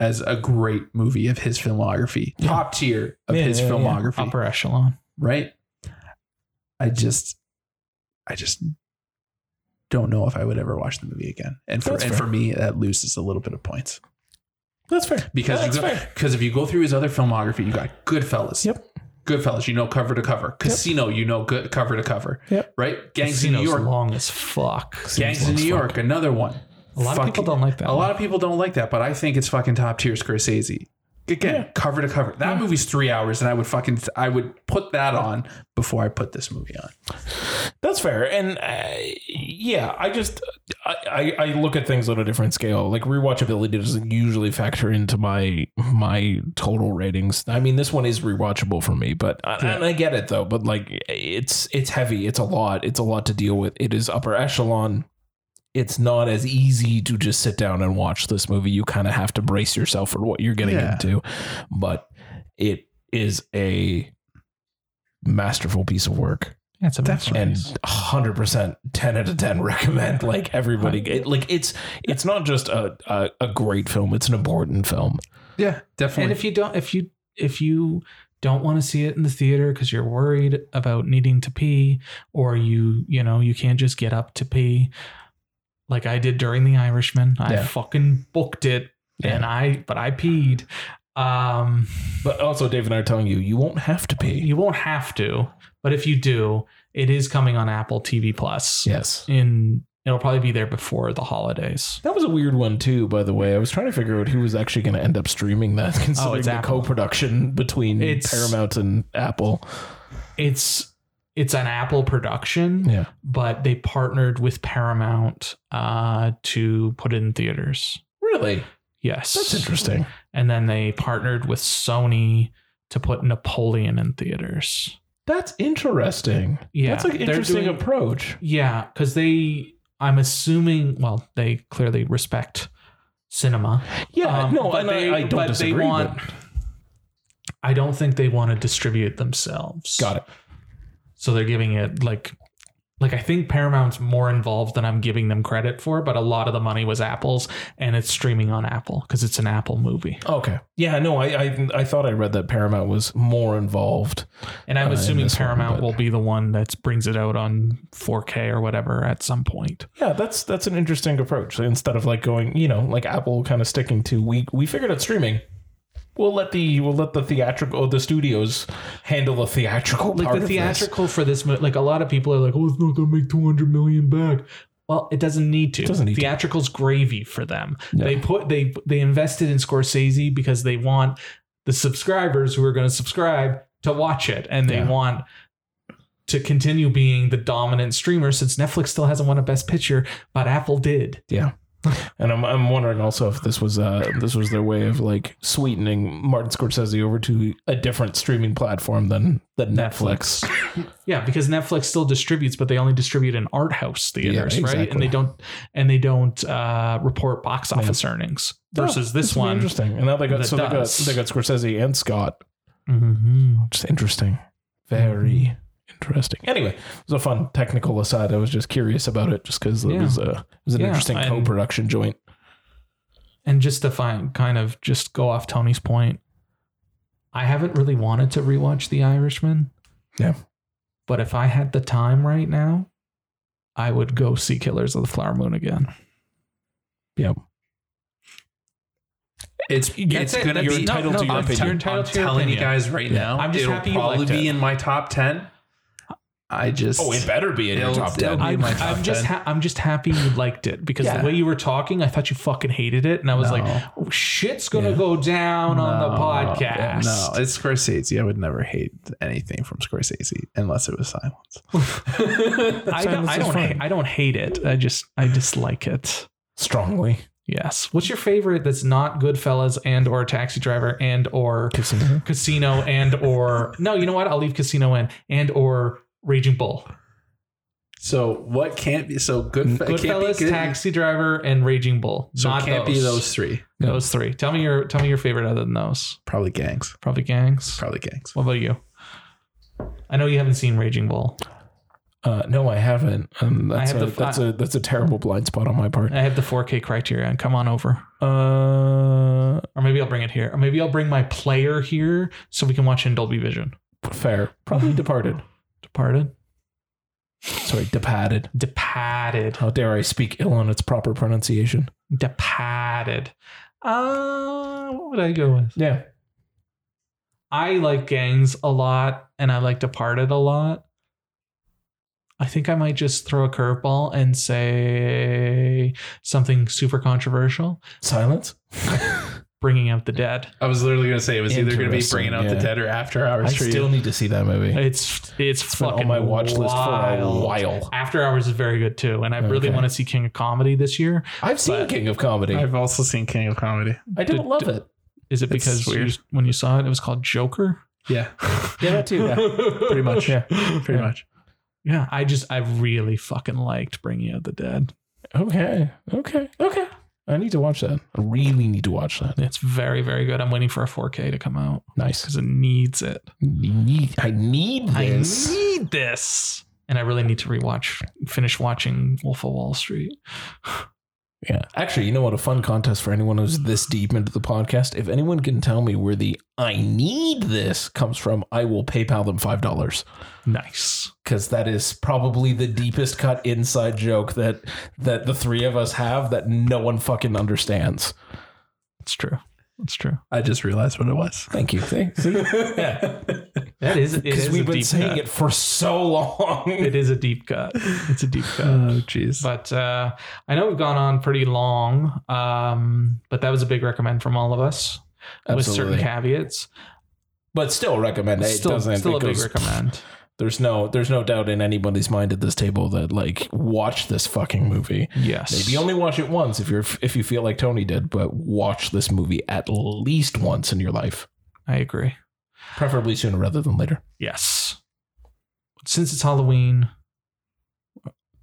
B: as a great movie of his filmography
A: Yeah.
B: top tier of
A: Yeah,
B: his
A: yeah, yeah.
B: filmography
C: Upper echelon.
B: right i just i just don't know if i would ever watch the movie again and for
A: That's
B: and
A: fair.
B: for me that loses a little bit of points
A: That's fair.
B: because
A: That's
B: you go,
A: fair.
B: because if you go through his other filmography, you got Goodfellas.
A: Yep.
B: Goodfellas, you know cover to cover. Casino, you know good cover to cover.
A: Yep.
B: Right. Gangs
C: Casino's
B: in New York.
C: long as fuck.
B: Gangs in New York. Another one.
C: A lot of people don't like that.
B: A lot of people don't like that, but I think it's fucking top tier Scorsese. Again, cover to cover. That movie's three hours, and I would fucking I would put that on before I put this movie on.
A: That's fair. And uh, yeah, I just I, I I look at things on a different scale. Like rewatchability doesn't usually factor into my my total ratings. I mean, this one is rewatchable for me, but I, and I get it though. But like, it's it's heavy. It's a lot. It's a lot to deal with. It is upper echelon. It's not as easy to just sit down and watch this movie. You kind of have to brace yourself for what you're getting
B: Yeah.
A: into. But it is a masterful piece of work
C: That's a
B: That's
A: and
C: masterpiece.
A: 100% 10 out of 10 [LAUGHS] recommend like everybody it, like it's it's not just a, a a great film it's an important film
B: Yeah, definitely.
C: And if you don't, if you if you don't want to see it in the theater because you're worried about needing to pee, or you you know you can't just get up to pee, like I did during The Irishman. I
A: Yeah.
C: fucking booked it, and I but I peed. Um,
A: but also dave and i are telling you you won't have to pee
C: you won't have to, but if you do, it is coming on Apple TV Plus.
A: yes
C: In it'll probably be there before the holidays.
A: that was a weird one too by the way i was trying to figure out who was actually going to end up streaming that [LAUGHS] considering
C: it's
A: the
C: Apple.
A: co-production between
C: It's-
A: paramount and apple
C: It's it's an Apple production.
A: yeah
C: but they partnered with Paramount uh, to put it in theaters.
A: really
C: Yes.
A: that's interesting
C: And then they partnered with Sony to put Napoleon in theaters.
A: that's interesting
C: Yeah.
A: that's an
C: they're
A: interesting
C: doing-
A: approach
C: yeah, because they, I'm assuming, well, they clearly respect cinema.
A: yeah
C: Um,
A: no
C: but
A: and
C: they-
A: I, I don't
C: but they
A: disagree
C: want-
A: but-
C: I don't think they want to distribute themselves.
A: got it
C: So they're giving it like, like I think Paramount's more involved than I'm giving them credit for, but a lot of the money was Apple's, and it's streaming on Apple because it's an Apple movie.
A: Okay. Yeah, no, I, I I thought I read that Paramount was more involved.
C: And I'm
A: uh, in
C: assuming
A: this one,
C: Paramount
A: but-
C: will be the one that brings it out on 4K or whatever at some point.
A: Yeah, that's that's an interesting approach. Instead of like going, you know, like Apple kind of sticking to we we figured out streaming. We'll let the we'll let the theatrical the studios handle the theatrical
C: Like
A: part
C: the
A: of this.
C: theatrical for this movie, like a lot of people are like, oh, it's not going to make 200 million back. Well, it doesn't need to.
A: Doesn't need to.
C: Theatrical's gravy for them.
A: Yeah.
C: They put they they invested in Scorsese because they want the subscribers who are going to subscribe to watch it, and they
A: Yeah.
C: want to continue being the dominant streamer since Netflix still hasn't won a Best Picture, but Apple did.
A: Yeah. And I'm I'm wondering also if this was uh this was their way of like sweetening Martin Scorsese over to a different streaming platform than than Netflix.
C: Yeah, because Netflix still distributes, but they only distribute in art house theaters, right?
A: exactly.
C: And they don't and they don't uh, report box office earnings versus
A: Oh,
C: this
A: this will be
C: one.
A: interesting. And now they got
C: that
A: so they got
C: does.
A: they got Scorsese and Scott.
C: Mm-hmm.
A: Just interesting. Very interesting. Anyway, it was a fun technical aside. I was just curious about it just because it
C: Yeah.
A: was a it was an
C: Yeah,
A: interesting
C: and-
A: co-production joint.
C: And just to find kind of just go off Tony's point, I haven't really wanted to rewatch The Irishman.
A: Yeah.
C: But if I had the time right now, I would go see Killers of the Flower Moon again.
B: It's
C: That's
B: it's
C: it.
B: gonna
C: You're
B: be.
A: entitled
C: no,
A: to your
C: I'm-
A: opinion.
C: you're
B: I'm
C: entitled to your
B: telling you
C: opinion.
B: guys right
A: Yeah.
B: now,
C: I'm just
B: it'll
C: happy you
B: probably
C: liked
B: be
C: it.
B: in my top ten. I just
A: Oh, it better be in your
B: It'll-
A: top
B: it'll
A: ten.
B: be-
C: I'm,
B: my top
C: I'm just
B: 10.
C: ha- I'm just happy you liked it because
B: Yeah.
C: the way you were talking, I thought you fucking hated it, and I was
B: No.
C: like, oh, "Shit's gonna
A: Yeah.
C: go down on the
B: No,
C: podcast."
B: No, it's Scorsese. I would never hate anything from Scorsese unless it was silence.
C: [LAUGHS] I
A: Silence
C: don't. I
A: is
C: don't,
A: fine.
C: ha- I don't hate it. I just I dislike it.
A: Strongly.
C: Yes. What's your favorite that's not Goodfellas and or Taxi Driver and or
A: Casino.
C: Casino and or [LAUGHS] no? You know what? I'll leave Casino in and or Raging Bull.
B: So what can't be so good? it can't be
C: Goodfellas,
B: good-
C: Taxi Driver, and Raging Bull.
B: So it
C: not
B: can't
C: those.
B: be those three.
C: Those three. Tell me your tell me your favorite other than those.
B: Probably gangs.
C: Probably gangs.
B: Probably gangs.
C: What about you? I know you haven't seen Raging Bull.
A: Uh, no, I haven't. Um, that's
C: have
A: a,
C: the-
A: that's a that's a terrible blind spot on my part.
C: I have the 4K criterion. Come on over.
A: Uh,
C: Or maybe I'll bring it here. Or maybe I'll bring my player here so we can watch in Dolby Vision.
A: fair.
C: [LAUGHS]
A: Probably departed.
C: Departed.
A: Sorry, departed.
C: Departed.
A: How dare I speak ill on its proper pronunciation?
C: Departed. Uh, what would I go with?
A: Yeah.
C: I like Gangs a lot and I like Departed a lot. I think I might just throw a curveball and say something super controversial [LAUGHS]
A: Silence.
C: bringing out the dead.
B: I was literally gonna say it was either gonna be
A: Interesting,
B: bringing out
A: yeah.
B: the dead or after hours.
A: I
B: for you.
A: still need to see that movie.
C: It's it's,
A: It's been
C: fucking
A: on my watch list for a
C: wild.
A: while.
C: After Hours is very good too, and I really
A: Okay.
C: want to see King of Comedy this year.
A: I've seen
C: But-
A: King of Comedy. I've,
B: I've also seen King of Comedy.
A: I do not
C: d-
A: love
C: d-
A: it.
C: Is it
B: It's
C: because you-
B: weird.
C: when you saw it, it was called Joker? [LAUGHS]
B: Yeah,
A: Yeah, that too.
B: pretty much.
A: Yeah.
B: pretty
A: Yeah.
B: much.
C: Yeah, I just I really fucking liked Bringing Out the Dead.
A: Okay. Okay. Okay. I need to watch that. I really need to watch that.
C: It's very very good. I'm waiting for a 4K to come out
A: Nice.
C: because it needs it.
A: You Need, I need this.
C: I need this, and I really need to rewatch, finish watching Wolf of Wall Street.
A: yeah. Actually, you know what? A fun contest for anyone who's this deep into the podcast. If anyone can tell me where the I need this comes from, I will PayPal them $5.
C: Nice.
A: because that is probably the deepest cut inside joke that that the three of us have that no one fucking understands.
C: It's true. It's true.
B: I just realized what it was.
A: Thank you. Thanks. [LAUGHS] yeah,
C: That is it
A: because
C: is
A: we've
C: a
A: been
C: deep
A: saying
C: cut.
A: it for so long.
C: It is a deep cut. It's a deep [LAUGHS] cut.
B: Oh, jeez.
C: But uh, I know we've gone on pretty long, um, but that was a big recommend from all of us with certain
A: Absolutely.
C: caveats.
A: but still recommend it. It
C: Still,
A: doesn't.
C: still
A: it
C: a big
A: goes-
C: [LAUGHS] recommend.
A: There's no. There's no doubt in anybody's mind at this table that like watch this fucking movie.
C: Yes.
A: Maybe only watch it once if you're if you feel like Tony did, but watch this movie at least once in your life,
C: I agree.
A: preferably sooner rather than later.
C: Yes. Since it's Halloween,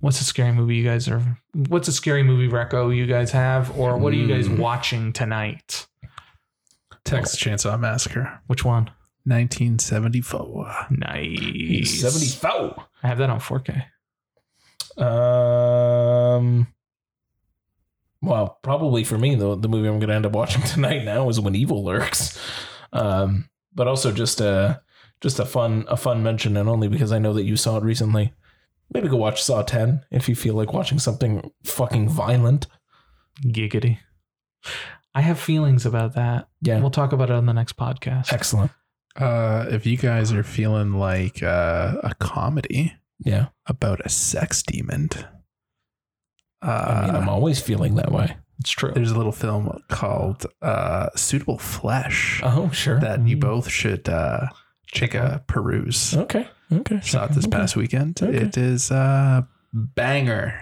C: what's a scary movie you guys are? What's a scary movie reco you guys have, or what are you guys
A: Mm.
C: watching tonight?
B: Texas Chainsaw Massacre,
C: Which one?
B: 1974.
C: Nice.
A: Seventy four.
C: I have that on 4K.
A: Um. Well, probably for me, the the movie I'm going to end up watching [LAUGHS] tonight now is When Evil Lurks. Um, but also just a just a fun a fun mention, and only because I know that you saw it recently. Maybe go watch Saw Ten if you feel like watching something fucking violent.
C: Giggity. I have feelings about that.
A: Yeah,
C: We'll talk about it on the next podcast.
A: excellent.
B: Uh, if you guys are feeling like uh, a comedy
A: Yeah,
B: about a sex demon, uh,
A: I mean, I'm always feeling that way.
C: It's true.
B: there's a little film called uh, Suitable Flesh
A: Oh, sure.
B: that you
C: Mm.
B: both should uh, take a peruse.
A: Oh, okay, okay.
B: Shot this
A: Okay.
B: past weekend.
A: Okay.
B: It is a uh, banger.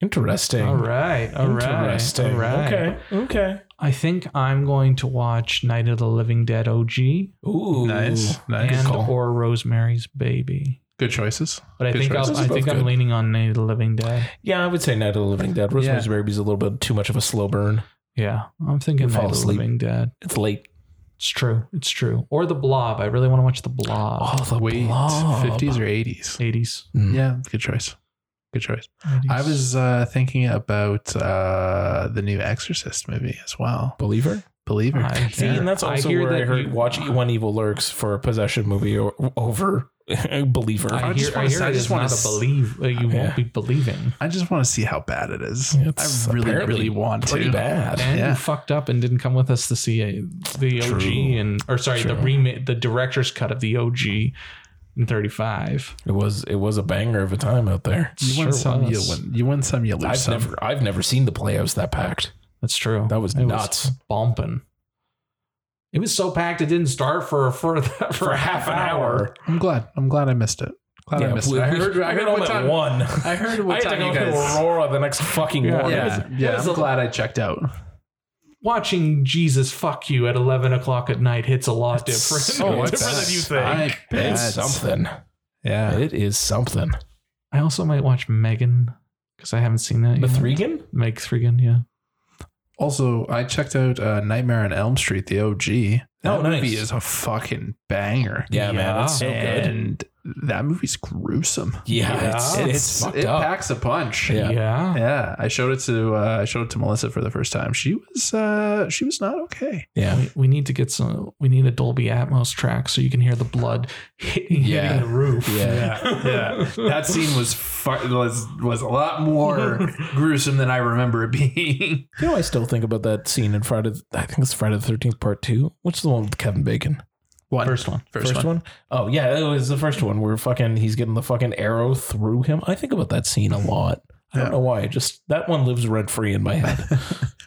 A: Interesting.
C: All right. All right.
A: Interesting.
C: All right.
A: Okay. Okay.
C: I think I'm going to watch Night of the Living Dead OG
A: Ooh.
B: Nice. Nice.
C: and
B: call.
C: or Rosemary's Baby.
B: Good choices.
C: But I
B: Good
C: think I'll,
B: choices.
C: I
A: Those are
C: think
A: both
C: I'm
A: good.
C: leaning on Night of the Living Dead.
A: Yeah, I would say Night of the Living Dead. Rosemary's Baby's a little bit too much of a slow burn.
C: Yeah, I'm thinking
A: You fall
C: Night of the
A: asleep.
C: Living Dead.
A: It's late.
C: It's true. It's true. Or The Blob. I really want to watch The Blob.
A: the
B: Oh, Wait,
A: blob.
B: 50s or 80s?
C: 80s.
A: Mm.
B: Yeah, good choice. Good choice.
C: 80s.
B: I was uh, thinking about uh, the new Exorcist movie as well.
A: Believer.
B: Believer.
C: I
A: See,
C: hear-
A: and that's also
C: I hear
A: where I
C: that
A: heard
C: you-
A: watch E One Evil Lurks for a possession movie or, over [LAUGHS] Believer.
C: I,
B: I just
C: hear, I
B: wanna
C: hear
B: say- I
C: it
B: just
C: is
B: wanna
C: not a
B: s-
C: believe. Uh, you
A: Yeah.
C: won't be believing.
B: I just want to see how bad it is.
A: It's
B: I really,
A: apparently
B: really want
A: pretty
B: to.
A: bad.
C: And
B: Yeah.
C: you fucked up and didn't come with us to see a, the OG
A: True.
C: and or sorry the
A: True.
C: remake the director's cut of the OG in 35.
A: It was it was a banger of a time out there.
B: You win
C: Sure
B: some,
C: was.
B: you win. You win some, you lose
A: I've
B: some.
A: never I've never seen the playoffs that
B: [LAUGHS]
A: packed.
C: That's true.
A: That was
C: It
A: nuts.
C: bumping. It was so packed it didn't start for for [LAUGHS] for half an hour.
B: I'm glad. I'm glad I missed it. Glad I missed
A: we-
B: it. I
A: we-
B: heard. I
A: we
B: heard
A: went
B: what
A: home at
B: time.
A: one.
B: [LAUGHS] I heard
A: I
B: what
A: had to
B: time
A: go
B: you
A: to
B: guys.
A: Aurora the next fucking
C: Yeah.
A: morning.
B: Yeah, yeah. I'm glad I checked out.
C: Watching Jesus fuck you at 11 o'clock at night hits a
A: [LAUGHS]
C: lot
A: It's
C: different.
A: so
B: Oh,
C: different
A: much
C: than you think.
B: I bet.
A: It's something.
B: Yeah.
A: It is something.
C: I also might watch Megan because I haven't seen that.
A: The
C: yet.
A: Threegan?
C: Meg Threegan, yeah.
B: Also, I checked out uh, Nightmare on Elm Street, the OG. That
A: Oh, nice.
B: movie is a fucking banger.
A: Yeah, man,
C: Yeah.
A: it's so good.
B: and that movie's gruesome.
A: Yeah,
C: Yeah.
A: it's, it's,
B: It's,
A: fucked
B: it
A: up.
B: packs a punch.
A: Yeah.
C: yeah.
B: Yeah, I showed it to uh, I showed it to Melissa for the first time. She was uh, she was not okay.
A: yeah,
C: We, we need to get some. We need a Dolby Atmos track so you can hear the blood hitting,
A: Yeah.
C: hitting the roof.
A: yeah.
B: yeah.
C: [LAUGHS]
B: That scene was far, was was a lot [LAUGHS] more gruesome than I remember it being.
A: You know, I still think about that scene in Friday. th- I think it's Friday the Thirteenth Part Two. What's the one with Kevin Bacon?
B: One
C: First one.
B: first
A: one. Oh yeah, it was the first one where fucking he's getting the fucking arrow through him. I think about that scene a lot. I
B: Yeah.
A: don't know why. I Just that one lives rent free in my head.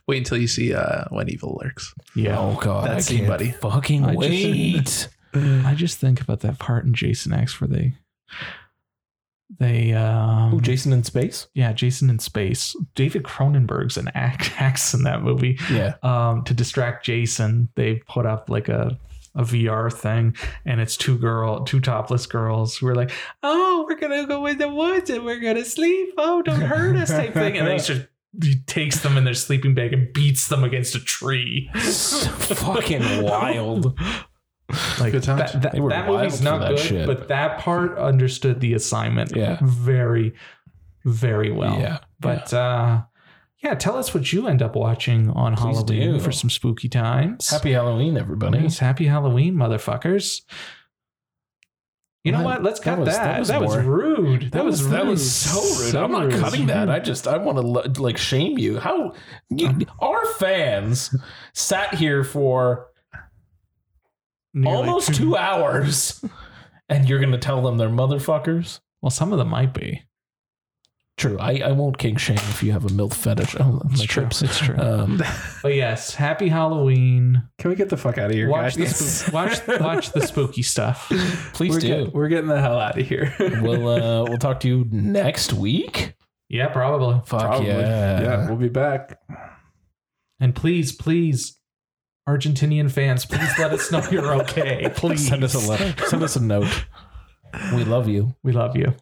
B: Wait until you see uh, when evil lurks.
C: Yeah.
A: Oh god,
B: That
A: I
B: scene,
A: can't
B: buddy.
A: Fucking
C: I just-
A: wait.
C: I just think about that part in Jason X where they, they, um,
A: Ooh, Oh, Jason in space.
C: yeah, Jason in space. David Cronenberg's an act [LAUGHS] acts in that movie.
A: Yeah. [LAUGHS]
C: um, to distract Jason, they put up like a a VR thing, and it's two girl, two topless girls who are like, "Oh, we're gonna go in the woods and we're gonna sleep. Oh, don't hurt us," type thing. And then he just he takes them in their sleeping bag and beats them against a tree.
A: So fucking wild.
C: Like
B: Good times.
C: that, that,
A: They were
C: that
A: wild
C: movie's
A: for
C: not
A: that
C: good,
A: shit.
C: but that part understood the assignment
A: Yeah.
C: very, very well.
A: yeah.
C: But uh, yeah, tell us what you end up watching on
A: Please
C: Halloween
A: do.
C: for some spooky times.
A: Happy Halloween, everybody.
C: Nice. Happy Halloween, motherfuckers. You know
A: Man,
C: what? Let's
A: that
C: cut that.
A: was-
C: That,
A: that was
C: was,
A: more-
C: rude. That,
A: That was that was so rude. I'm not
C: rude.
A: cutting that. I just I want to like shame you. How
C: Um,
A: you, our fans sat here for
C: Nearly
A: almost two hours, [LAUGHS] and you're gonna tell them they're motherfuckers.
C: Well, some of them might be.
A: True. I, I won't kink shame if you have a milf fetish. Oh, that's my trips.
C: It's true. [LAUGHS]
A: Um,
C: but yes, happy Halloween.
B: Can we get the fuck out of here,
C: Watch
B: guys?
C: the
A: [LAUGHS]
B: [LAUGHS]
C: spook, watch watch the spooky stuff.
A: please
B: we're,
A: do.
B: get- we're getting the hell out of here.
A: We'll uh, we'll talk to you next week.
C: Yeah, probably.
A: Fuck
B: [LAUGHS] Probably.
A: yeah.
B: yeah, we'll be back.
C: And please, please, Argentinian fans, please let
A: [LAUGHS]
C: us know you're okay. Please
A: Send us a letter. Send us a note. We love you.
C: We love you.